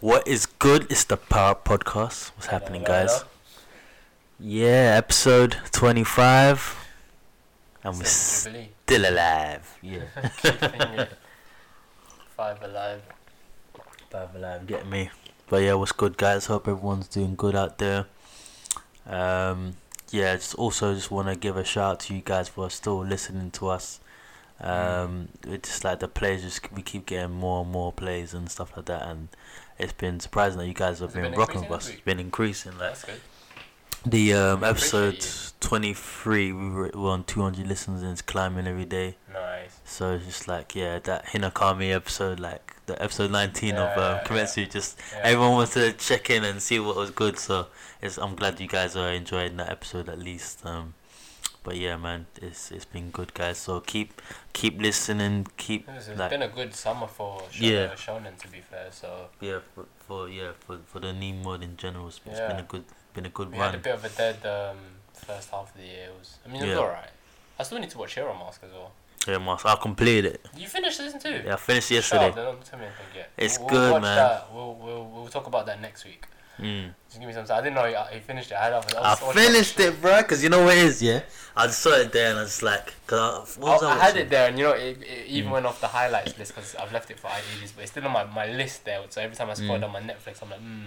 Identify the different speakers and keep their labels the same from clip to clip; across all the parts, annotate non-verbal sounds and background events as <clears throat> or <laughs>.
Speaker 1: What is good is the Power Podcast. What's happening,
Speaker 2: <laughs>
Speaker 1: guys? Yeah, episode 25. And we're still
Speaker 2: Jubilee.
Speaker 1: alive.
Speaker 2: <laughs>
Speaker 1: Yeah.
Speaker 2: Keeping
Speaker 1: <laughs>
Speaker 2: it five alive.
Speaker 1: Five alive. Get me. But yeah, what's good, guys? Hope everyone's doing good out there. Um, yeah, just also just want to give a shout out to you guys for still listening to us. Um, it's just like the plays, just we keep getting more and more plays and stuff like that, and it's been surprising that you guys have
Speaker 2: Has it
Speaker 1: been,
Speaker 2: been
Speaker 1: rocking with
Speaker 2: increasing
Speaker 1: us.
Speaker 2: every
Speaker 1: It's been increasing, like
Speaker 2: That's good.
Speaker 1: The um,
Speaker 2: We
Speaker 1: episode
Speaker 2: appreciate
Speaker 1: 23, we were, we were on 200 listens and it's climbing every day.
Speaker 2: Nice.
Speaker 1: So it's just like, yeah, that Hinakami episode, like the episode 19 of
Speaker 2: Yeah,
Speaker 1: um,
Speaker 2: yeah,
Speaker 1: Kimetsu, just
Speaker 2: Yeah.
Speaker 1: everyone wants to check in and see what was good. So it's, I'm glad you guys are enjoying that episode at least. Um, but yeah, man, it's it's been good, guys. So keep keep listening, keep
Speaker 2: It's it's
Speaker 1: like
Speaker 2: been a good summer for shonen,
Speaker 1: Yeah.
Speaker 2: shonen, to be fair. So
Speaker 1: yeah for, for yeah for, for the new mod in general. It's, it's
Speaker 2: Yeah.
Speaker 1: been a good been a good
Speaker 2: we
Speaker 1: run.
Speaker 2: had a bit of a dead um, first half of the year. It was, I mean, it was
Speaker 1: Yeah.
Speaker 2: alright. I still need to watch Hero Mask as well.
Speaker 1: yeah, Mas, I completed it.
Speaker 2: You finished this too?
Speaker 1: Yeah, I finished
Speaker 2: Shut
Speaker 1: yesterday.
Speaker 2: up, they're not telling Oh, me anything yet.
Speaker 1: It's
Speaker 2: we'll,
Speaker 1: good,
Speaker 2: we'll watch
Speaker 1: man.
Speaker 2: That. We'll, we'll, we'll talk about that next week.
Speaker 1: Mm.
Speaker 2: Just give me some time. I didn't know he, he finished it. I, had, I, was, I,
Speaker 1: I
Speaker 2: was watching
Speaker 1: finished it, bro, because you know what it is, yeah? I just saw it there and I was like, cause I, what was Mm.
Speaker 2: I,
Speaker 1: I,
Speaker 2: I had
Speaker 1: watching?
Speaker 2: it there, and you know, it, it even went off the highlights list because I've left it for ages, but it's still on my, my list there. So every time I scroll
Speaker 1: Mm.
Speaker 2: down my Netflix, I'm like, hmm.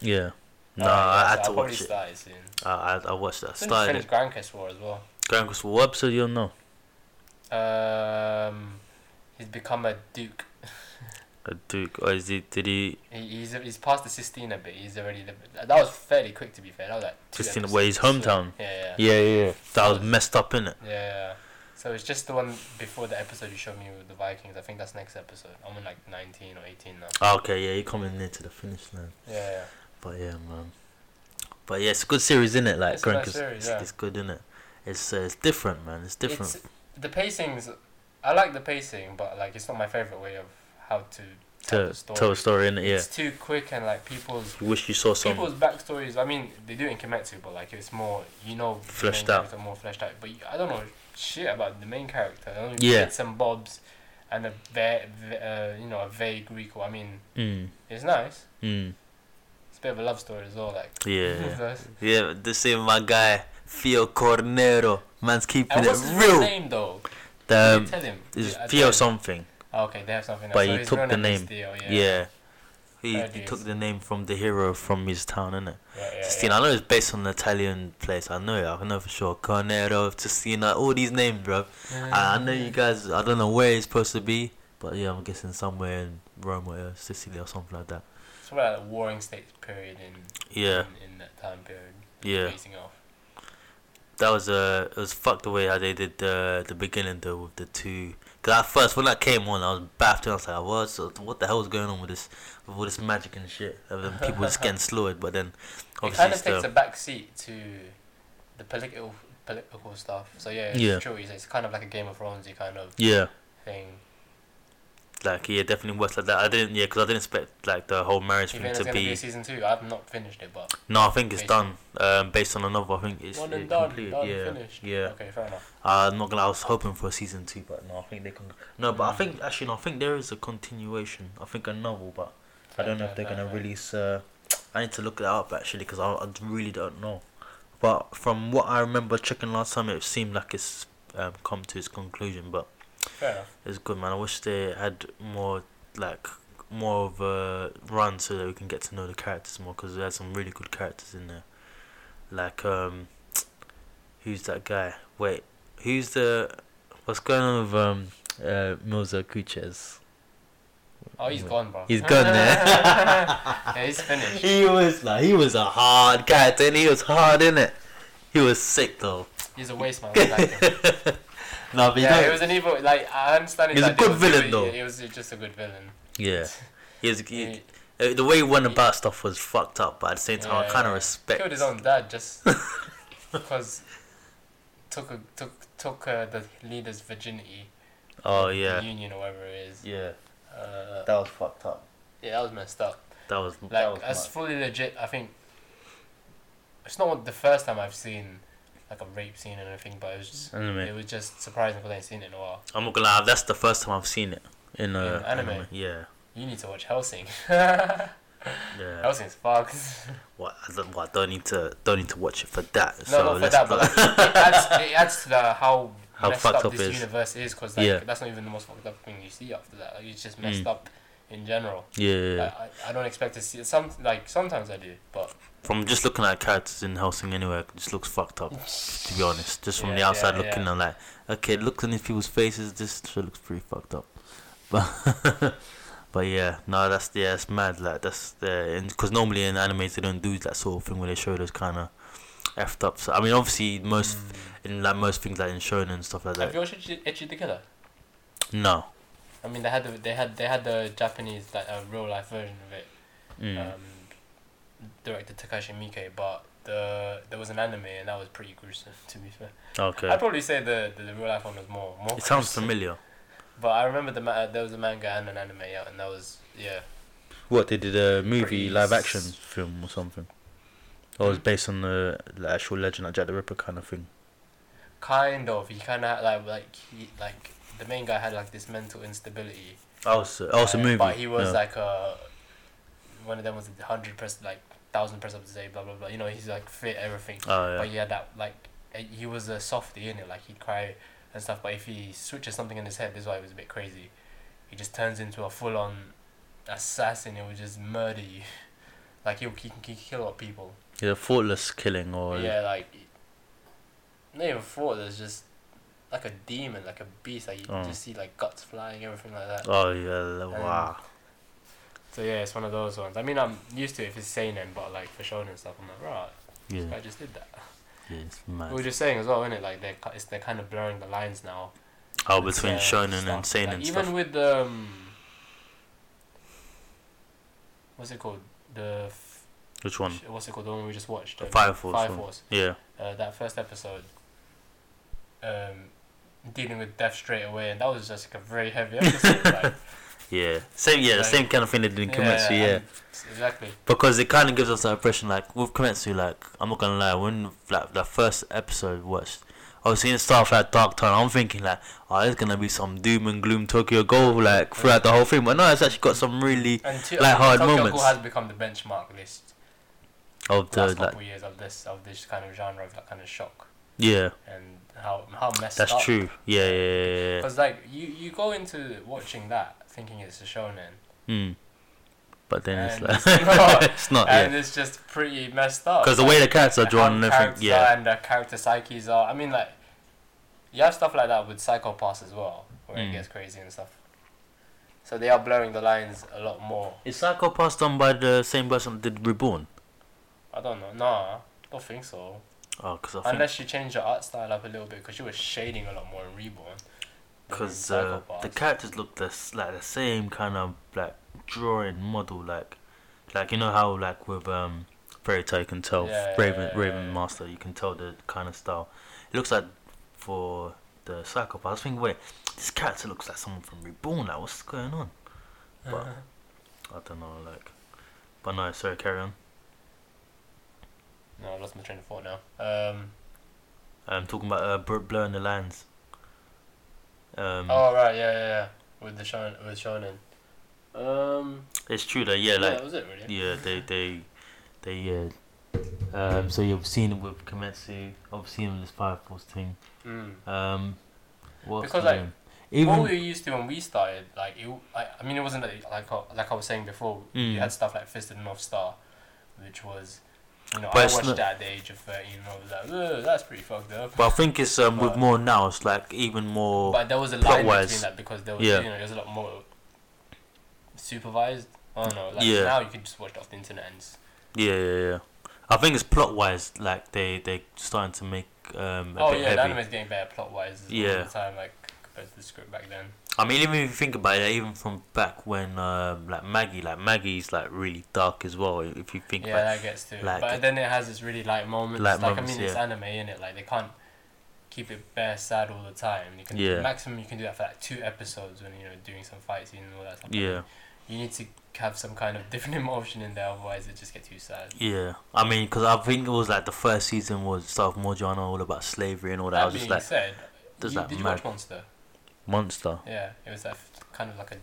Speaker 1: Yeah. No,
Speaker 2: Alright,
Speaker 1: I
Speaker 2: yeah,
Speaker 1: had
Speaker 2: so
Speaker 1: to
Speaker 2: I'll probably
Speaker 1: watch it.
Speaker 2: start it soon.
Speaker 1: I, I, I watched that. I
Speaker 2: Soon as I
Speaker 1: started
Speaker 2: finish
Speaker 1: it.
Speaker 2: Grand Quest War as well.
Speaker 1: Grand Cross, what episode you don't know?
Speaker 2: Um, he's become a duke.
Speaker 1: A Duke, or is he, did he,
Speaker 2: He, he's he's past the Sistina bit. He's already the, that was fairly quick to be fair. That was like two
Speaker 1: Sistina-
Speaker 2: episodes.
Speaker 1: where his hometown?
Speaker 2: Yeah, yeah,
Speaker 1: yeah, yeah, yeah. That was messed up, innit?
Speaker 2: yeah, yeah. So it's just the one before the episode you showed me with the Vikings. I think that's next episode. I'm on like 19 or 18 now.
Speaker 1: Oh, okay, yeah, you're coming near to the finish line.
Speaker 2: Yeah, yeah.
Speaker 1: But yeah, man. But yeah, it's a good series, innit? Like,
Speaker 2: It's a
Speaker 1: Grand
Speaker 2: nice
Speaker 1: Cross,
Speaker 2: series,
Speaker 1: it's,
Speaker 2: yeah.
Speaker 1: it's good, innit? It's, uh, it's different, man. It's different.
Speaker 2: It's, the pacing's. I like the pacing, but like it's not my favorite way of how to tell
Speaker 1: to
Speaker 2: the story.
Speaker 1: tell a story, innit? Yeah.
Speaker 2: It's too quick and like people's
Speaker 1: You wish you saw some.
Speaker 2: people's backstories. I mean, they do it in Kimetsu, but like it's more you know the main
Speaker 1: Fleshed out.
Speaker 2: character more fleshed out. But you, I don't know shit about the main character. I only
Speaker 1: Yeah.
Speaker 2: yeah. some bobs, and a va- va- uh, you know a vague recall. I mean,
Speaker 1: Mm,
Speaker 2: it's nice.
Speaker 1: mm.
Speaker 2: It's a bit of a love story as well. Like
Speaker 1: Yeah.
Speaker 2: <laughs> it's nice.
Speaker 1: Yeah, this is my guy, Fio Cornero. Man's keeping
Speaker 2: And what's
Speaker 1: it
Speaker 2: his real
Speaker 1: real.
Speaker 2: name though? Did
Speaker 1: Um,
Speaker 2: you tell him?
Speaker 1: it's
Speaker 2: Yeah, I
Speaker 1: Fio
Speaker 2: told him.
Speaker 1: something.
Speaker 2: Oh, okay, they have something. else.
Speaker 1: but
Speaker 2: So
Speaker 1: he
Speaker 2: his
Speaker 1: took
Speaker 2: real
Speaker 1: the
Speaker 2: name is
Speaker 1: name.
Speaker 2: Theo,
Speaker 1: Yeah.
Speaker 2: yeah.
Speaker 1: He,
Speaker 2: Oh,
Speaker 1: he
Speaker 2: geez.
Speaker 1: took the name from the hero from his town, innit?
Speaker 2: Yeah, yeah,
Speaker 1: Sistina. I know it's based on an Italian place. I know it. I know for sure. Cornero, Sistina, all these names, bro.
Speaker 2: yeah.
Speaker 1: I, I know you guys. I don't know where it's supposed to be, but yeah, I'm guessing somewhere in Rome or Sicily or something like that.
Speaker 2: It's about like the Warring States period in
Speaker 1: Yeah,
Speaker 2: in, in that time period.
Speaker 1: yeah.
Speaker 2: Facing off.
Speaker 1: That was uh, it was fucked the way how they did the the beginning though with the two. Cause at first when I came on, I was baffled. I was like, "What? So what the hell is going on with this, with all this magic and shit?" And then people just
Speaker 2: <laughs>
Speaker 1: getting slaughtered. But then,
Speaker 2: It kind
Speaker 1: obviously,
Speaker 2: of takes
Speaker 1: still,
Speaker 2: a back seat to the political political stuff. So yeah, it's
Speaker 1: Yeah.
Speaker 2: true. what you say. It's kind of like a Game of Thrones kind of
Speaker 1: yeah,
Speaker 2: thing.
Speaker 1: like yeah, definitely works like that. I didn't, yeah, cause I didn't expect like the whole marriage
Speaker 2: Even
Speaker 1: thing
Speaker 2: it's
Speaker 1: to
Speaker 2: gonna be,
Speaker 1: be.
Speaker 2: a season two. I've not finished it, but
Speaker 1: No, I think it's
Speaker 2: based
Speaker 1: done. Um, based on a novel, I think it's
Speaker 2: one
Speaker 1: it
Speaker 2: and done,
Speaker 1: completed.
Speaker 2: done,
Speaker 1: yeah,
Speaker 2: finished.
Speaker 1: yeah.
Speaker 2: Okay, fair enough.
Speaker 1: Uh, I'm not gonna. I was hoping for a season two, but no, I think they can. No, but I
Speaker 2: Mm.
Speaker 1: think actually, no, I think there is a continuation. I think a novel, but I
Speaker 2: Fair,
Speaker 1: don't know
Speaker 2: fair,
Speaker 1: if they're
Speaker 2: fair,
Speaker 1: gonna
Speaker 2: fair.
Speaker 1: release. Uh, I need to look that up actually because I, I really don't know. But from what I remember checking last time, it seemed like it's um, come to its conclusion. But
Speaker 2: Fair enough.
Speaker 1: it's good, man. I wish they had more like more of a run so that we can get to know the characters more because there's some really good characters in there. Like um, who's that guy? Wait, who's the? What's going on with um, uh, Milza Kuches?
Speaker 2: Oh, he's gone, bro.
Speaker 1: He's gone
Speaker 2: <laughs>
Speaker 1: there. <laughs>
Speaker 2: yeah, he's finished.
Speaker 1: He was like, he was a hard character, and he was hard in it. He was sick though.
Speaker 2: He's a waste man. I like Oh, him.
Speaker 1: <laughs> No, but
Speaker 2: yeah,
Speaker 1: you
Speaker 2: it
Speaker 1: know,
Speaker 2: was an evil. Like I understand.
Speaker 1: He's a
Speaker 2: like, they
Speaker 1: good
Speaker 2: would do
Speaker 1: villain,
Speaker 2: it-
Speaker 1: though.
Speaker 2: It was just a good villain.
Speaker 1: yeah, he was.
Speaker 2: He-
Speaker 1: He, uh, the way he went about stuff was fucked up, but at the same time, I
Speaker 2: Yeah,
Speaker 1: kind of
Speaker 2: yeah.
Speaker 1: respect.
Speaker 2: killed his own dad just
Speaker 1: <laughs>
Speaker 2: because took a, took took uh, the leader's virginity.
Speaker 1: Oh
Speaker 2: of the
Speaker 1: yeah,
Speaker 2: union or whatever it is.
Speaker 1: yeah.
Speaker 2: Uh,
Speaker 1: That was fucked up.
Speaker 2: yeah, that was messed up.
Speaker 1: That was that was
Speaker 2: Like that's
Speaker 1: mad.
Speaker 2: fully legit. I think it's not the first time I've seen like a rape scene or anything, but it was just,
Speaker 1: Anime.
Speaker 2: it was just surprising because I ain't seen it in a while.
Speaker 1: I'm not gonna lie. That's the first time I've seen it in, uh,
Speaker 2: In anime?
Speaker 1: Yeah,
Speaker 2: <laughs> You need to watch Helsing.
Speaker 1: Yeah.
Speaker 2: Helsing's fucked. <laughs>
Speaker 1: What? I don't, what, don't need to don't need to watch it for that.
Speaker 2: No,
Speaker 1: so
Speaker 2: not for
Speaker 1: let's
Speaker 2: that, but
Speaker 1: not-
Speaker 2: like, it, adds, it adds to the how,
Speaker 1: How
Speaker 2: messed
Speaker 1: fucked
Speaker 2: up,
Speaker 1: up
Speaker 2: this
Speaker 1: it is.
Speaker 2: universe is because like,
Speaker 1: Yeah.
Speaker 2: that's not even the most fucked up thing you see after that. Like, it's just messed
Speaker 1: Mm.
Speaker 2: up in general.
Speaker 1: yeah, <laughs> yeah, yeah.
Speaker 2: Like, I, I don't expect to see it. Some like sometimes I do, but
Speaker 1: From just looking at characters in Helsing anyway, it just looks fucked up. To be honest, just from
Speaker 2: Yeah,
Speaker 1: the
Speaker 2: yeah,
Speaker 1: outside
Speaker 2: yeah.
Speaker 1: looking, I'm like, okay, look in these people's faces. This shit looks pretty fucked up. <laughs> But but yeah, no, that's yeah, it's mad. Like that's the because normally in animes they don't do that sort of thing where they show those kind of effed up. So, I mean, obviously most in like most things like in shonen and stuff like
Speaker 2: Hmm. have
Speaker 1: that.
Speaker 2: you watched Ichi, Ichi the Killer?
Speaker 1: No.
Speaker 2: I mean, they had the, they had they had the Japanese like uh, real life version of it,
Speaker 1: Mm.
Speaker 2: um, directed Takashi Miike, but the there was an anime and that was pretty gruesome. To be fair, I'd
Speaker 1: okay.
Speaker 2: probably say the, the, the real life one was more more.
Speaker 1: It sounds
Speaker 2: gruesome.
Speaker 1: familiar.
Speaker 2: But I remember the ma- there was a manga and an anime out, and that was yeah.
Speaker 1: What they did a
Speaker 2: Pretty
Speaker 1: movie live action
Speaker 2: s-
Speaker 1: film or something. Or it was
Speaker 2: Hmm?
Speaker 1: based on the the actual legend, like Jack the Ripper kind of thing.
Speaker 2: Kind of, he kind of like like he like the main guy had like this mental instability.
Speaker 1: Oh, so, oh, it's a
Speaker 2: uh,
Speaker 1: movie.
Speaker 2: But he was
Speaker 1: No.
Speaker 2: like a one of them was hundred percent like thousand percent up to say blah blah blah. You know he's like fit everything,
Speaker 1: oh
Speaker 2: but
Speaker 1: yeah,
Speaker 2: he had that like eh, he was a softie in it. Like he'd cry and stuff. But if he switches something in his head, this is why he was a bit crazy. He just turns into a full on assassin. He would just murder you. <laughs> Like he'll, he can he can kill a lot of people.
Speaker 1: yeah, thoughtless killing or
Speaker 2: Yeah, like not even thought. There's just like a demon, like a beast. Like you
Speaker 1: Oh.
Speaker 2: just see like guts flying, everything like that.
Speaker 1: oh yeah,
Speaker 2: Um,
Speaker 1: wow.
Speaker 2: So yeah, it's one of those ones. I mean, I'm used to it if it's seinen, but like for shonen and stuff, I'm like, right,
Speaker 1: Yeah,
Speaker 2: this guy just did that.
Speaker 1: yeah, it's
Speaker 2: We were
Speaker 1: mad.
Speaker 2: just saying as well, innit? Like they're ki- it's, they're kind of blurring the lines now.
Speaker 1: Oh,
Speaker 2: with,
Speaker 1: between
Speaker 2: uh,
Speaker 1: shonen and
Speaker 2: stuff.
Speaker 1: seinen
Speaker 2: Like,
Speaker 1: and
Speaker 2: even
Speaker 1: stuff.
Speaker 2: with um, what's it called? The f-
Speaker 1: Which one?
Speaker 2: sh- what's it called? The one we just watched.
Speaker 1: The
Speaker 2: um,
Speaker 1: Fire Force
Speaker 2: Fire
Speaker 1: one.
Speaker 2: Force.
Speaker 1: Yeah,
Speaker 2: uh, that first episode, um, dealing with death straight away, and that was just like a
Speaker 1: <laughs>
Speaker 2: very heavy episode. like,
Speaker 1: yeah, same. Yeah, the
Speaker 2: Like-
Speaker 1: same kind of thing they did in Kimetsu. Yeah,
Speaker 2: and- exactly.
Speaker 1: because it kind of gives us that impression. Like with Kimetsu, like I'm not gonna lie, when like the first episode watched, I was seeing stuff like Dark Tone. I'm thinking like, oh, there's gonna be some doom and gloom Tokyo Ghoul like throughout the whole thing. But no, it's actually got some really
Speaker 2: And two,
Speaker 1: Like, hard
Speaker 2: Tokyo Ghoul
Speaker 1: moments.
Speaker 2: has become the benchmark this
Speaker 1: of the
Speaker 2: last
Speaker 1: like,
Speaker 2: couple years of this of this kind of genre of that kind of shock
Speaker 1: yeah,
Speaker 2: and how how messed up.
Speaker 1: that's true. Yeah, yeah, yeah, yeah.
Speaker 2: Because like you you go into watching that thinking it's a shonen,
Speaker 1: yeah. Mm. But then it's
Speaker 2: And
Speaker 1: like <laughs>
Speaker 2: it's not.
Speaker 1: it's not.
Speaker 2: and
Speaker 1: Oh, yeah,
Speaker 2: it's just pretty messed up.
Speaker 1: because the way the characters are
Speaker 2: how
Speaker 1: drawn and
Speaker 2: characters
Speaker 1: everything. Yeah,
Speaker 2: are and their character psyches are. I mean, like, you have stuff like that with psychopaths as well, where
Speaker 1: Mm.
Speaker 2: it gets crazy and stuff. So they are blurring the lines a lot more.
Speaker 1: is Psycho Pass done by the same person that did Reborn?
Speaker 2: I don't know. Nah, don't think so.
Speaker 1: Oh, because I think
Speaker 2: Unless you change your art style up a little bit, because you were shading a lot more in Reborn. than in
Speaker 1: because uh,
Speaker 2: Psycho
Speaker 1: the
Speaker 2: Pass.
Speaker 1: characters look the, s- like the same kind of like drawing model like like you know how like with um fairy tale you can tell
Speaker 2: Yeah,
Speaker 1: raven
Speaker 2: yeah, yeah,
Speaker 1: raven
Speaker 2: yeah.
Speaker 1: master you can tell the kind of style it looks like for the psychopath i was thinking wait this character looks like someone from reborn like what's going on but i don't know like but no sorry carry on
Speaker 2: <laughs> No, I lost my train of thought now. Um,
Speaker 1: i'm talking about uh Br- blurring the lines um
Speaker 2: Oh right, yeah, yeah, yeah. With the shonen, with shonen. Um,
Speaker 1: it's true that yeah
Speaker 2: yeah,
Speaker 1: like
Speaker 2: that was it really.
Speaker 1: Yeah, they they they uh, um so you've seen it with Kometsu, obviously in this Fire Force thing.
Speaker 2: Mm.
Speaker 1: Um what else was
Speaker 2: Because, like,
Speaker 1: there? even
Speaker 2: what we were used to when we started, like it, I, I mean, it wasn't like like, I- like I was saying before.
Speaker 1: Mm.
Speaker 2: You had stuff like Fist of the North Star, which was, you know,
Speaker 1: But
Speaker 2: I
Speaker 1: it's
Speaker 2: watched
Speaker 1: not-
Speaker 2: that at the age of thirteen, and I was like, "Ugh, that's pretty fucked up.
Speaker 1: but I think it's um with
Speaker 2: but-
Speaker 1: more now it's like even more
Speaker 2: But there was a line
Speaker 1: plot-wise,
Speaker 2: between that because there was,
Speaker 1: yeah.
Speaker 2: you know, there was a lot more supervised. I don't know. Like
Speaker 1: Yeah.
Speaker 2: now, you can just watch it off the internet and s-
Speaker 1: yeah, yeah, yeah. I think it's plot wise like they they starting to make um a
Speaker 2: oh
Speaker 1: bit
Speaker 2: yeah, the
Speaker 1: heavy.
Speaker 2: anime's getting better plot wise.
Speaker 1: Yeah.
Speaker 2: all the time like compared to the script back then.
Speaker 1: I mean even if you think about it, even from back when um like Maggie, like Maggie's like really dark as well, if you think
Speaker 2: Yeah,
Speaker 1: about
Speaker 2: that gets to. it.
Speaker 1: like-
Speaker 2: but then it has this really light moments.
Speaker 1: Light
Speaker 2: like
Speaker 1: moments,
Speaker 2: I mean, it's
Speaker 1: yeah.
Speaker 2: anime in it. Like they can't keep it bare sad all the time. You can
Speaker 1: Yeah.
Speaker 2: maximum you can do that for like two episodes when you know doing some fight scene and all that stuff.
Speaker 1: Yeah.
Speaker 2: You need to have some kind of <laughs> different emotion in there, otherwise it just gets too sad.
Speaker 1: Yeah, I mean, because I think it was like the first season was South Mojana all about slavery and all that. I
Speaker 2: that
Speaker 1: was
Speaker 2: being
Speaker 1: just like
Speaker 2: said,
Speaker 1: does
Speaker 2: you-
Speaker 1: that
Speaker 2: did you
Speaker 1: mad-
Speaker 2: watch Monster?
Speaker 1: monster.
Speaker 2: Yeah, it was that f- kind of like a.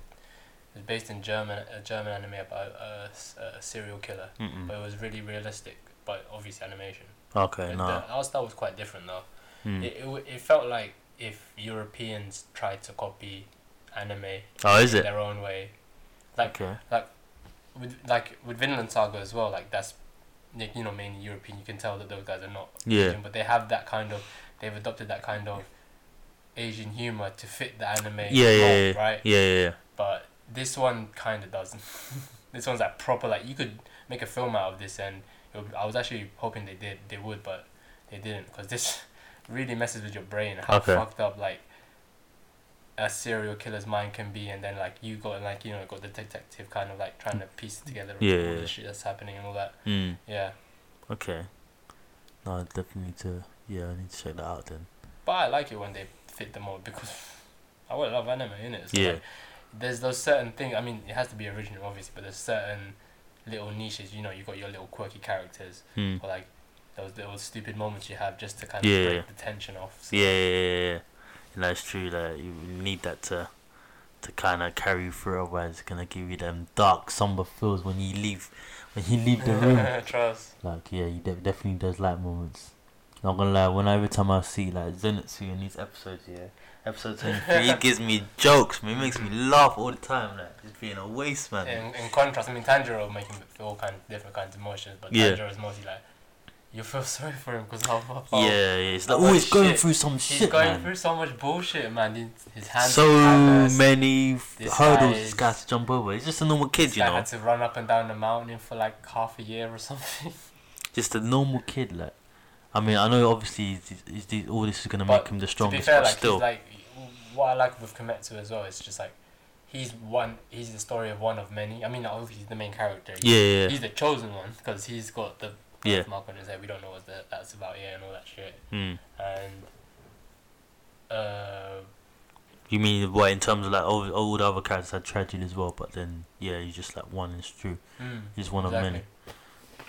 Speaker 2: It's based in German, a German anime about a, s- a serial killer,
Speaker 1: Mm-mm.
Speaker 2: but it was really realistic. But obviously animation.
Speaker 1: Okay,
Speaker 2: But
Speaker 1: no.
Speaker 2: the, our style was quite different though.
Speaker 1: Mm.
Speaker 2: uh, It, it w- it felt like if Europeans tried to copy anime
Speaker 1: Oh, is
Speaker 2: in
Speaker 1: it?
Speaker 2: their own way, like
Speaker 1: Okay.
Speaker 2: with like with Vinland Saga as well, like that's y- you know mainly European. You can tell that those guys are not
Speaker 1: Yeah.
Speaker 2: Asian, but they have that kind of they've adopted that kind of Asian humor to fit the anime.
Speaker 1: Yeah, yeah,
Speaker 2: mold,
Speaker 1: yeah.
Speaker 2: right.
Speaker 1: Yeah, yeah, yeah.
Speaker 2: But this one kind of doesn't. <laughs> this one's like proper. Like you could make a film out of this, and it would, I was actually hoping they did. They would, but they didn't because this <laughs> really messes with your brain. How
Speaker 1: Okay.
Speaker 2: fucked up like a serial killer's mind can be, and then like you got like you know got the detective kind of like trying to piece together
Speaker 1: Yeah,
Speaker 2: all
Speaker 1: yeah, yeah.
Speaker 2: the shit that's happening and all that.
Speaker 1: Mm.
Speaker 2: Yeah.
Speaker 1: Okay. No, I definitely need to. Yeah, I need to check that out then.
Speaker 2: But I like it when they fit the mold because I would love anime in it. So
Speaker 1: Yeah.
Speaker 2: like, there's those certain things. I mean, it has to be original, obviously, but there's certain little niches. You know, you got your little quirky characters
Speaker 1: Mm.
Speaker 2: or like those little stupid moments you have just to kind of
Speaker 1: Yeah.
Speaker 2: break the tension off. So,
Speaker 1: Yeah, yeah, yeah, yeah. And that's true. Like you need that to, to kind of carry you through. Otherwise, it's gonna give you them dark, somber feels when you leave, when you leave
Speaker 2: <laughs>
Speaker 1: the room.
Speaker 2: Trust.
Speaker 1: Like yeah, you de- definitely does light moments. Not gonna lie, when every time I see like Zenitsu in these episodes, <laughs> yeah, episode twenty three,
Speaker 2: <laughs>
Speaker 1: it gives me jokes, man. It makes me laugh all the time, like just being a waste man.
Speaker 2: In, in contrast, I mean, Tanjiro making all kind of different kinds of emotions, but
Speaker 1: Yeah.
Speaker 2: Tanjiro's mostly like, you feel <laughs> sorry for him because how how-
Speaker 1: Yeah,
Speaker 2: how-
Speaker 1: yeah, it's like
Speaker 2: Oh,
Speaker 1: always going
Speaker 2: shit.
Speaker 1: through some
Speaker 2: he's
Speaker 1: shit,
Speaker 2: going
Speaker 1: man.
Speaker 2: through so much bullshit, man. His- His hands
Speaker 1: so
Speaker 2: are
Speaker 1: many f-
Speaker 2: This
Speaker 1: hurdles
Speaker 2: guy
Speaker 1: this guy has to jump over. He's just a normal
Speaker 2: This
Speaker 1: kid, you
Speaker 2: guy
Speaker 1: know,
Speaker 2: had to run up and down the mountain for like half a year or <laughs> something.
Speaker 1: just a normal kid, like. I mean, I know obviously he's, he's, he's, all this is gonna
Speaker 2: But
Speaker 1: make him the
Speaker 2: to be
Speaker 1: strongest,
Speaker 2: fair,
Speaker 1: but
Speaker 2: like
Speaker 1: still,
Speaker 2: he's like what I like with Kometsu as well is just like he's one. He's the story of one of many. I mean, obviously he's the main character.
Speaker 1: yeah, yeah, yeah.
Speaker 2: He's the chosen one because he's got the
Speaker 1: Yeah.
Speaker 2: mark on his head. We don't know what that that's about yet and all that shit.
Speaker 1: Mm.
Speaker 2: And uh,
Speaker 1: You mean what in terms of like all, all the other characters had tragedy as well, but then yeah, you just like one is true.
Speaker 2: mm,
Speaker 1: He's one
Speaker 2: exactly.
Speaker 1: of many.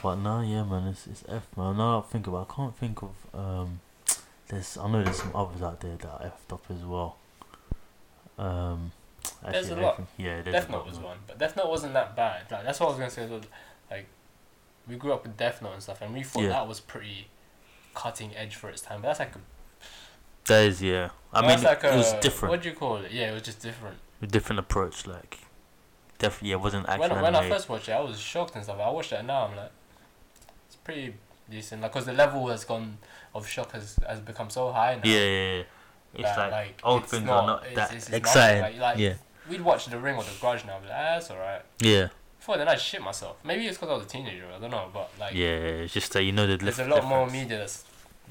Speaker 1: But no, yeah, man, it's it's F man. Now that I think about, it, I can't think of um. There's I know there's some others out there that are effed up as well. Um,
Speaker 2: There's
Speaker 1: actually,
Speaker 2: a lot.
Speaker 1: everything- Yeah, there's
Speaker 2: Death
Speaker 1: a
Speaker 2: Note
Speaker 1: lot.
Speaker 2: was
Speaker 1: man.
Speaker 2: one, but Death Note wasn't that bad. Like that's what I was gonna say. though, Like we grew up with Death Note and stuff, and we thought
Speaker 1: Yeah.
Speaker 2: that was pretty cutting edge for its time. But that's like a
Speaker 1: That is yeah. I
Speaker 2: Well,
Speaker 1: mean,
Speaker 2: that's
Speaker 1: it was
Speaker 2: a-
Speaker 1: different,
Speaker 2: What do you call it? Yeah, it was just different.
Speaker 1: a different approach. Like, definitely, yeah, it wasn't
Speaker 2: when
Speaker 1: action
Speaker 2: when I
Speaker 1: anime.
Speaker 2: first watched it, I was shocked and stuff. I watched it and now I'm like, it's pretty decent. Like, cause the level has gone of shock has has become so high now.
Speaker 1: yeah, yeah, yeah. It's
Speaker 2: that,
Speaker 1: like, old
Speaker 2: it's
Speaker 1: things are not
Speaker 2: it's-
Speaker 1: that
Speaker 2: it's- it's nothing.
Speaker 1: exciting.
Speaker 2: Like, like,
Speaker 1: yeah,
Speaker 2: we'd watch The Ring or The Grudge and I'd be like, ah, that's alright.
Speaker 1: yeah,
Speaker 2: Before then, I'd shit myself. Maybe it's because I was a teenager. I don't know, but like,
Speaker 1: yeah. It's just that you know the
Speaker 2: there's a
Speaker 1: lif-
Speaker 2: lot more
Speaker 1: difference.
Speaker 2: media that's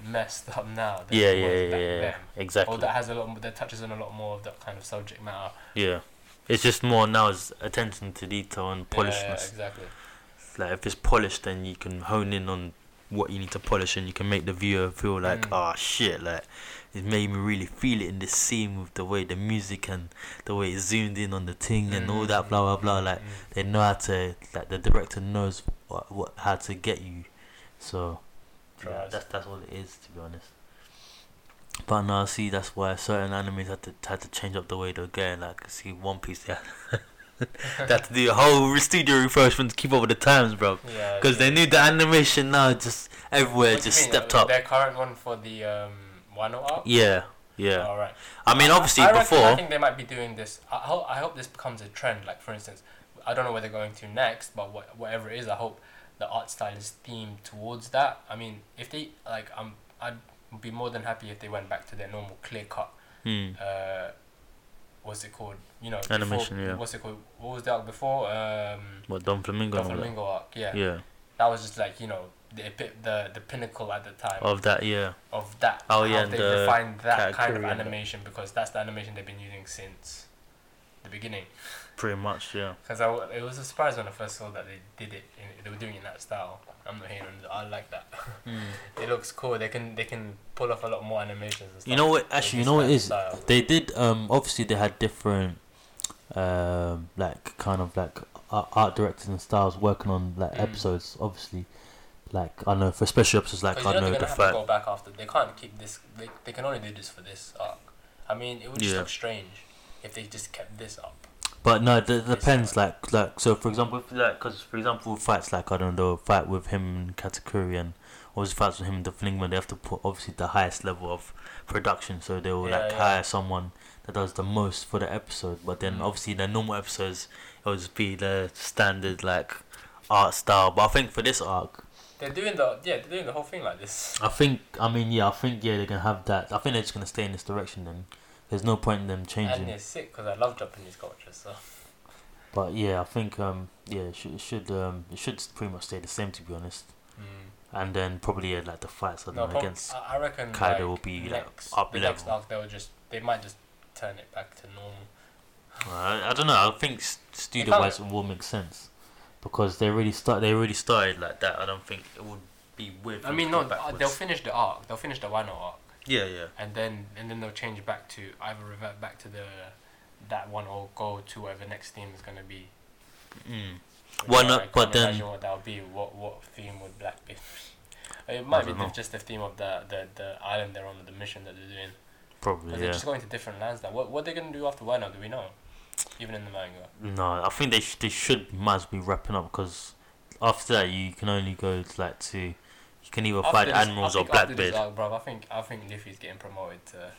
Speaker 2: messed up now. Than
Speaker 1: Yeah,
Speaker 2: it
Speaker 1: yeah,
Speaker 2: was
Speaker 1: yeah,
Speaker 2: back
Speaker 1: yeah, yeah.
Speaker 2: then.
Speaker 1: Exactly.
Speaker 2: Or that has a lot, more- that touches on a lot more of that kind of subject matter.
Speaker 1: Yeah. It's just more now is attention to detail and
Speaker 2: Yeah, yeah,
Speaker 1: polishedness.
Speaker 2: exactly.
Speaker 1: Like if it's polished then you can hone in on what you need to polish and you can make the viewer feel like,
Speaker 2: Mm.
Speaker 1: ah shit, like it made me really feel it in this scene with the way the music and the way it zoomed in on the thing and all that blah blah blah. Like
Speaker 2: Mm.
Speaker 1: they know how to like the director knows what, what how to get you. So yeah,
Speaker 2: Trust.
Speaker 1: that's that's all it is to be honest. But now see that's why certain animes had to had to change up the way they're going. Like see One Piece, they had, <laughs> they had to do a whole studio refreshment to keep up with the times, bro.
Speaker 2: Yeah,
Speaker 1: Because they
Speaker 2: yeah.
Speaker 1: knew the animation now just everywhere
Speaker 2: What do you
Speaker 1: just
Speaker 2: mean,
Speaker 1: stepped
Speaker 2: uh,
Speaker 1: up.
Speaker 2: Their current one for the um, Wano arc.
Speaker 1: Yeah, yeah.
Speaker 2: All Oh, right.
Speaker 1: I mean, obviously
Speaker 2: I reckon-
Speaker 1: before.
Speaker 2: I think they might be doing this. I hope. I hope this becomes a trend. Like for instance, I don't know where they're going to next, but what, whatever it is, I hope the art style is themed towards that. I mean, if they like, um, I'd be more than happy if they went back to their normal clear cut.
Speaker 1: Hmm.
Speaker 2: Uh, what's it called? You know,
Speaker 1: Animation,
Speaker 2: Before,
Speaker 1: yeah.
Speaker 2: What's it called? What was the arc before? Um,
Speaker 1: What Don Flamingo?
Speaker 2: the Flamingo arc. Yeah.
Speaker 1: Yeah.
Speaker 2: That was just like you know the epi- the the pinnacle at the time.
Speaker 1: Of that, yeah.
Speaker 2: of that.
Speaker 1: Oh,
Speaker 2: how
Speaker 1: yeah, and
Speaker 2: they
Speaker 1: the
Speaker 2: refined that kind of
Speaker 1: Katakuri and that.
Speaker 2: animation because that's the animation they've been using since the beginning.
Speaker 1: Pretty much, yeah.
Speaker 2: Because I w- it was a surprise when I first saw that they did it. In, they were doing it in that style. I'm not hating on it. I like that.
Speaker 1: Hmm.
Speaker 2: It looks cool. They can they can pull off a lot more animations. And stuff
Speaker 1: You know what?
Speaker 2: with
Speaker 1: Actually, you
Speaker 2: this
Speaker 1: know what
Speaker 2: kind
Speaker 1: it
Speaker 2: of
Speaker 1: is.
Speaker 2: style.
Speaker 1: They did. Um, obviously they had different, um, like kind of like a- art directors and styles working on like
Speaker 2: Mm.
Speaker 1: episodes. Obviously, like I know for special episodes, like
Speaker 2: 'Cause
Speaker 1: I
Speaker 2: Oh, you know
Speaker 1: know
Speaker 2: they're
Speaker 1: the
Speaker 2: gonna have to
Speaker 1: fact.
Speaker 2: go back after. They can't keep this. They, they can only do this for this arc. I mean, it would just
Speaker 1: Yeah.
Speaker 2: look strange if they just kept this up.
Speaker 1: But no, it it
Speaker 2: It's uh,
Speaker 1: depends.
Speaker 2: hard.
Speaker 1: Like, like so, for example, if, like because for example, fights like I don't know, fight with him and Katakuri and all these fights with him and the Flingman, they have to put obviously the highest level of production, so they will
Speaker 2: Yeah,
Speaker 1: like
Speaker 2: yeah.
Speaker 1: hire someone that does the most for the episode. But then
Speaker 2: Mm.
Speaker 1: obviously the normal episodes, it'll just be the standard like art style. But I think for this arc,
Speaker 2: They're doing the yeah, they're doing the whole thing like this.
Speaker 1: I think I mean yeah, I think yeah, they're gonna have that. I think they're just gonna stay in this direction. Then there's no point in them changing.
Speaker 2: And it's sick because I love Japanese culture. So
Speaker 1: But yeah, I think um yeah, it should it should um it should pretty much stay the same to be honest. And then probably yeah, like the fights I
Speaker 2: Mm. no,
Speaker 1: don't know,
Speaker 2: prob-
Speaker 1: Mm. against
Speaker 2: I I reckon
Speaker 1: Kaido
Speaker 2: like,
Speaker 1: will be, like,
Speaker 2: next,
Speaker 1: up
Speaker 2: the next
Speaker 1: level.
Speaker 2: arc they'll just they might just turn it back to normal.
Speaker 1: I, I don't know. I think studio wise it will make sense because they really start they really started like that. I don't think it would be weird.
Speaker 2: I mean, no, uh, they'll finish the arc. They'll finish the Wano arc,
Speaker 1: yeah, yeah,
Speaker 2: and then and then they'll change back to either revert back to the that one or go to whatever next theme is gonna be.
Speaker 1: mm.
Speaker 2: Which
Speaker 1: Why
Speaker 2: I
Speaker 1: not-
Speaker 2: can't
Speaker 1: but then-
Speaker 2: imagine what that'll be. What what theme would Black be? <laughs> it might be
Speaker 1: don't know.
Speaker 2: the, just the theme of the, the the island they're on, the mission that they're doing. But
Speaker 1: probably
Speaker 2: they're
Speaker 1: yeah.
Speaker 2: just going to different lands now. What what they gonna do after Wano? Do we know? Even in the manga.
Speaker 1: No, I think they sh- they should might as well be wrapping up because after that you can only go to, like to you can either fight
Speaker 2: this- I
Speaker 1: admirals or
Speaker 2: think after this uh,
Speaker 1: Blackbeard.
Speaker 2: arc, bruv, I think I think Luffy's getting promoted to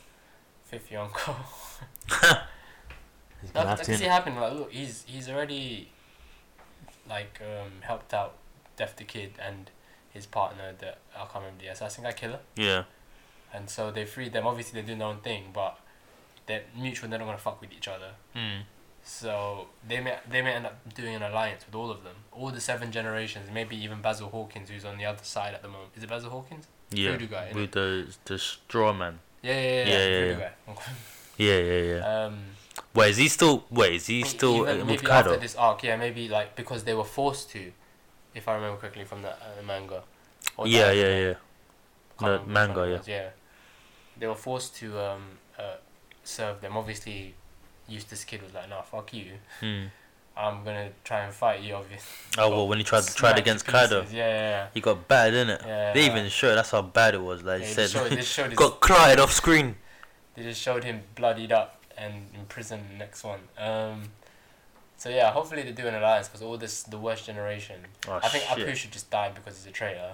Speaker 2: fifth <laughs> Yonko.
Speaker 1: He's gonna
Speaker 2: I
Speaker 1: have
Speaker 2: can
Speaker 1: to-
Speaker 2: see it happening. Like, look, he's he's already like um, helped out Death the Kid and his partner, the I can't remember the assassin guy killer.
Speaker 1: yeah,
Speaker 2: And so they freed them. Obviously, they do their own thing, but they're mutual. They don't want to fuck with each other.
Speaker 1: mm.
Speaker 2: So they may they may end up doing an alliance with all of them, all the seven generations. Maybe even Basil Hawkins, who's on the other side at the moment. Is it Basil Hawkins?
Speaker 1: yeah,
Speaker 2: Voodoo guy, innit?
Speaker 1: with the the straw man.
Speaker 2: Yeah, yeah, yeah.
Speaker 1: Yeah, yeah,
Speaker 2: voodoo
Speaker 1: yeah.
Speaker 2: guy.
Speaker 1: Yeah, yeah, yeah.
Speaker 2: <laughs> Um,
Speaker 1: Wait, is he still? Wait, is he
Speaker 2: e-
Speaker 1: still
Speaker 2: even
Speaker 1: uh,
Speaker 2: maybe
Speaker 1: with Kaido?
Speaker 2: after this arc, yeah, maybe like because they were forced to, if I remember correctly from the, uh, the manga. Or the
Speaker 1: Yeah,
Speaker 2: anime.
Speaker 1: yeah, yeah.
Speaker 2: Can't
Speaker 1: No,
Speaker 2: remember which
Speaker 1: manga,
Speaker 2: one it
Speaker 1: yeah.
Speaker 2: was, Yeah, they were forced to um uh, serve them. Obviously, Eustace Kid was like, "Nah, fuck you.
Speaker 1: Hmm.
Speaker 2: I'm gonna try and fight you." Obviously.
Speaker 1: Oh well, when he tried
Speaker 2: <laughs>
Speaker 1: tried
Speaker 2: Smacked
Speaker 1: against
Speaker 2: to
Speaker 1: Kaido,
Speaker 2: pieces, Yeah, yeah.
Speaker 1: he got bad, didn't it?
Speaker 2: yeah.
Speaker 1: They
Speaker 2: Yeah.
Speaker 1: even showed. That's how bad it was. Like
Speaker 2: They
Speaker 1: you
Speaker 2: just showed,
Speaker 1: <laughs>
Speaker 2: they
Speaker 1: said,
Speaker 2: just showed his,
Speaker 1: got cried off screen.
Speaker 2: they just showed him bloodied up and in prison in the next one. Um, so yeah, hopefully they do an alliance because all this the worst generation.
Speaker 1: Oh
Speaker 2: I think Apu
Speaker 1: shit.
Speaker 2: should just die because he's a traitor.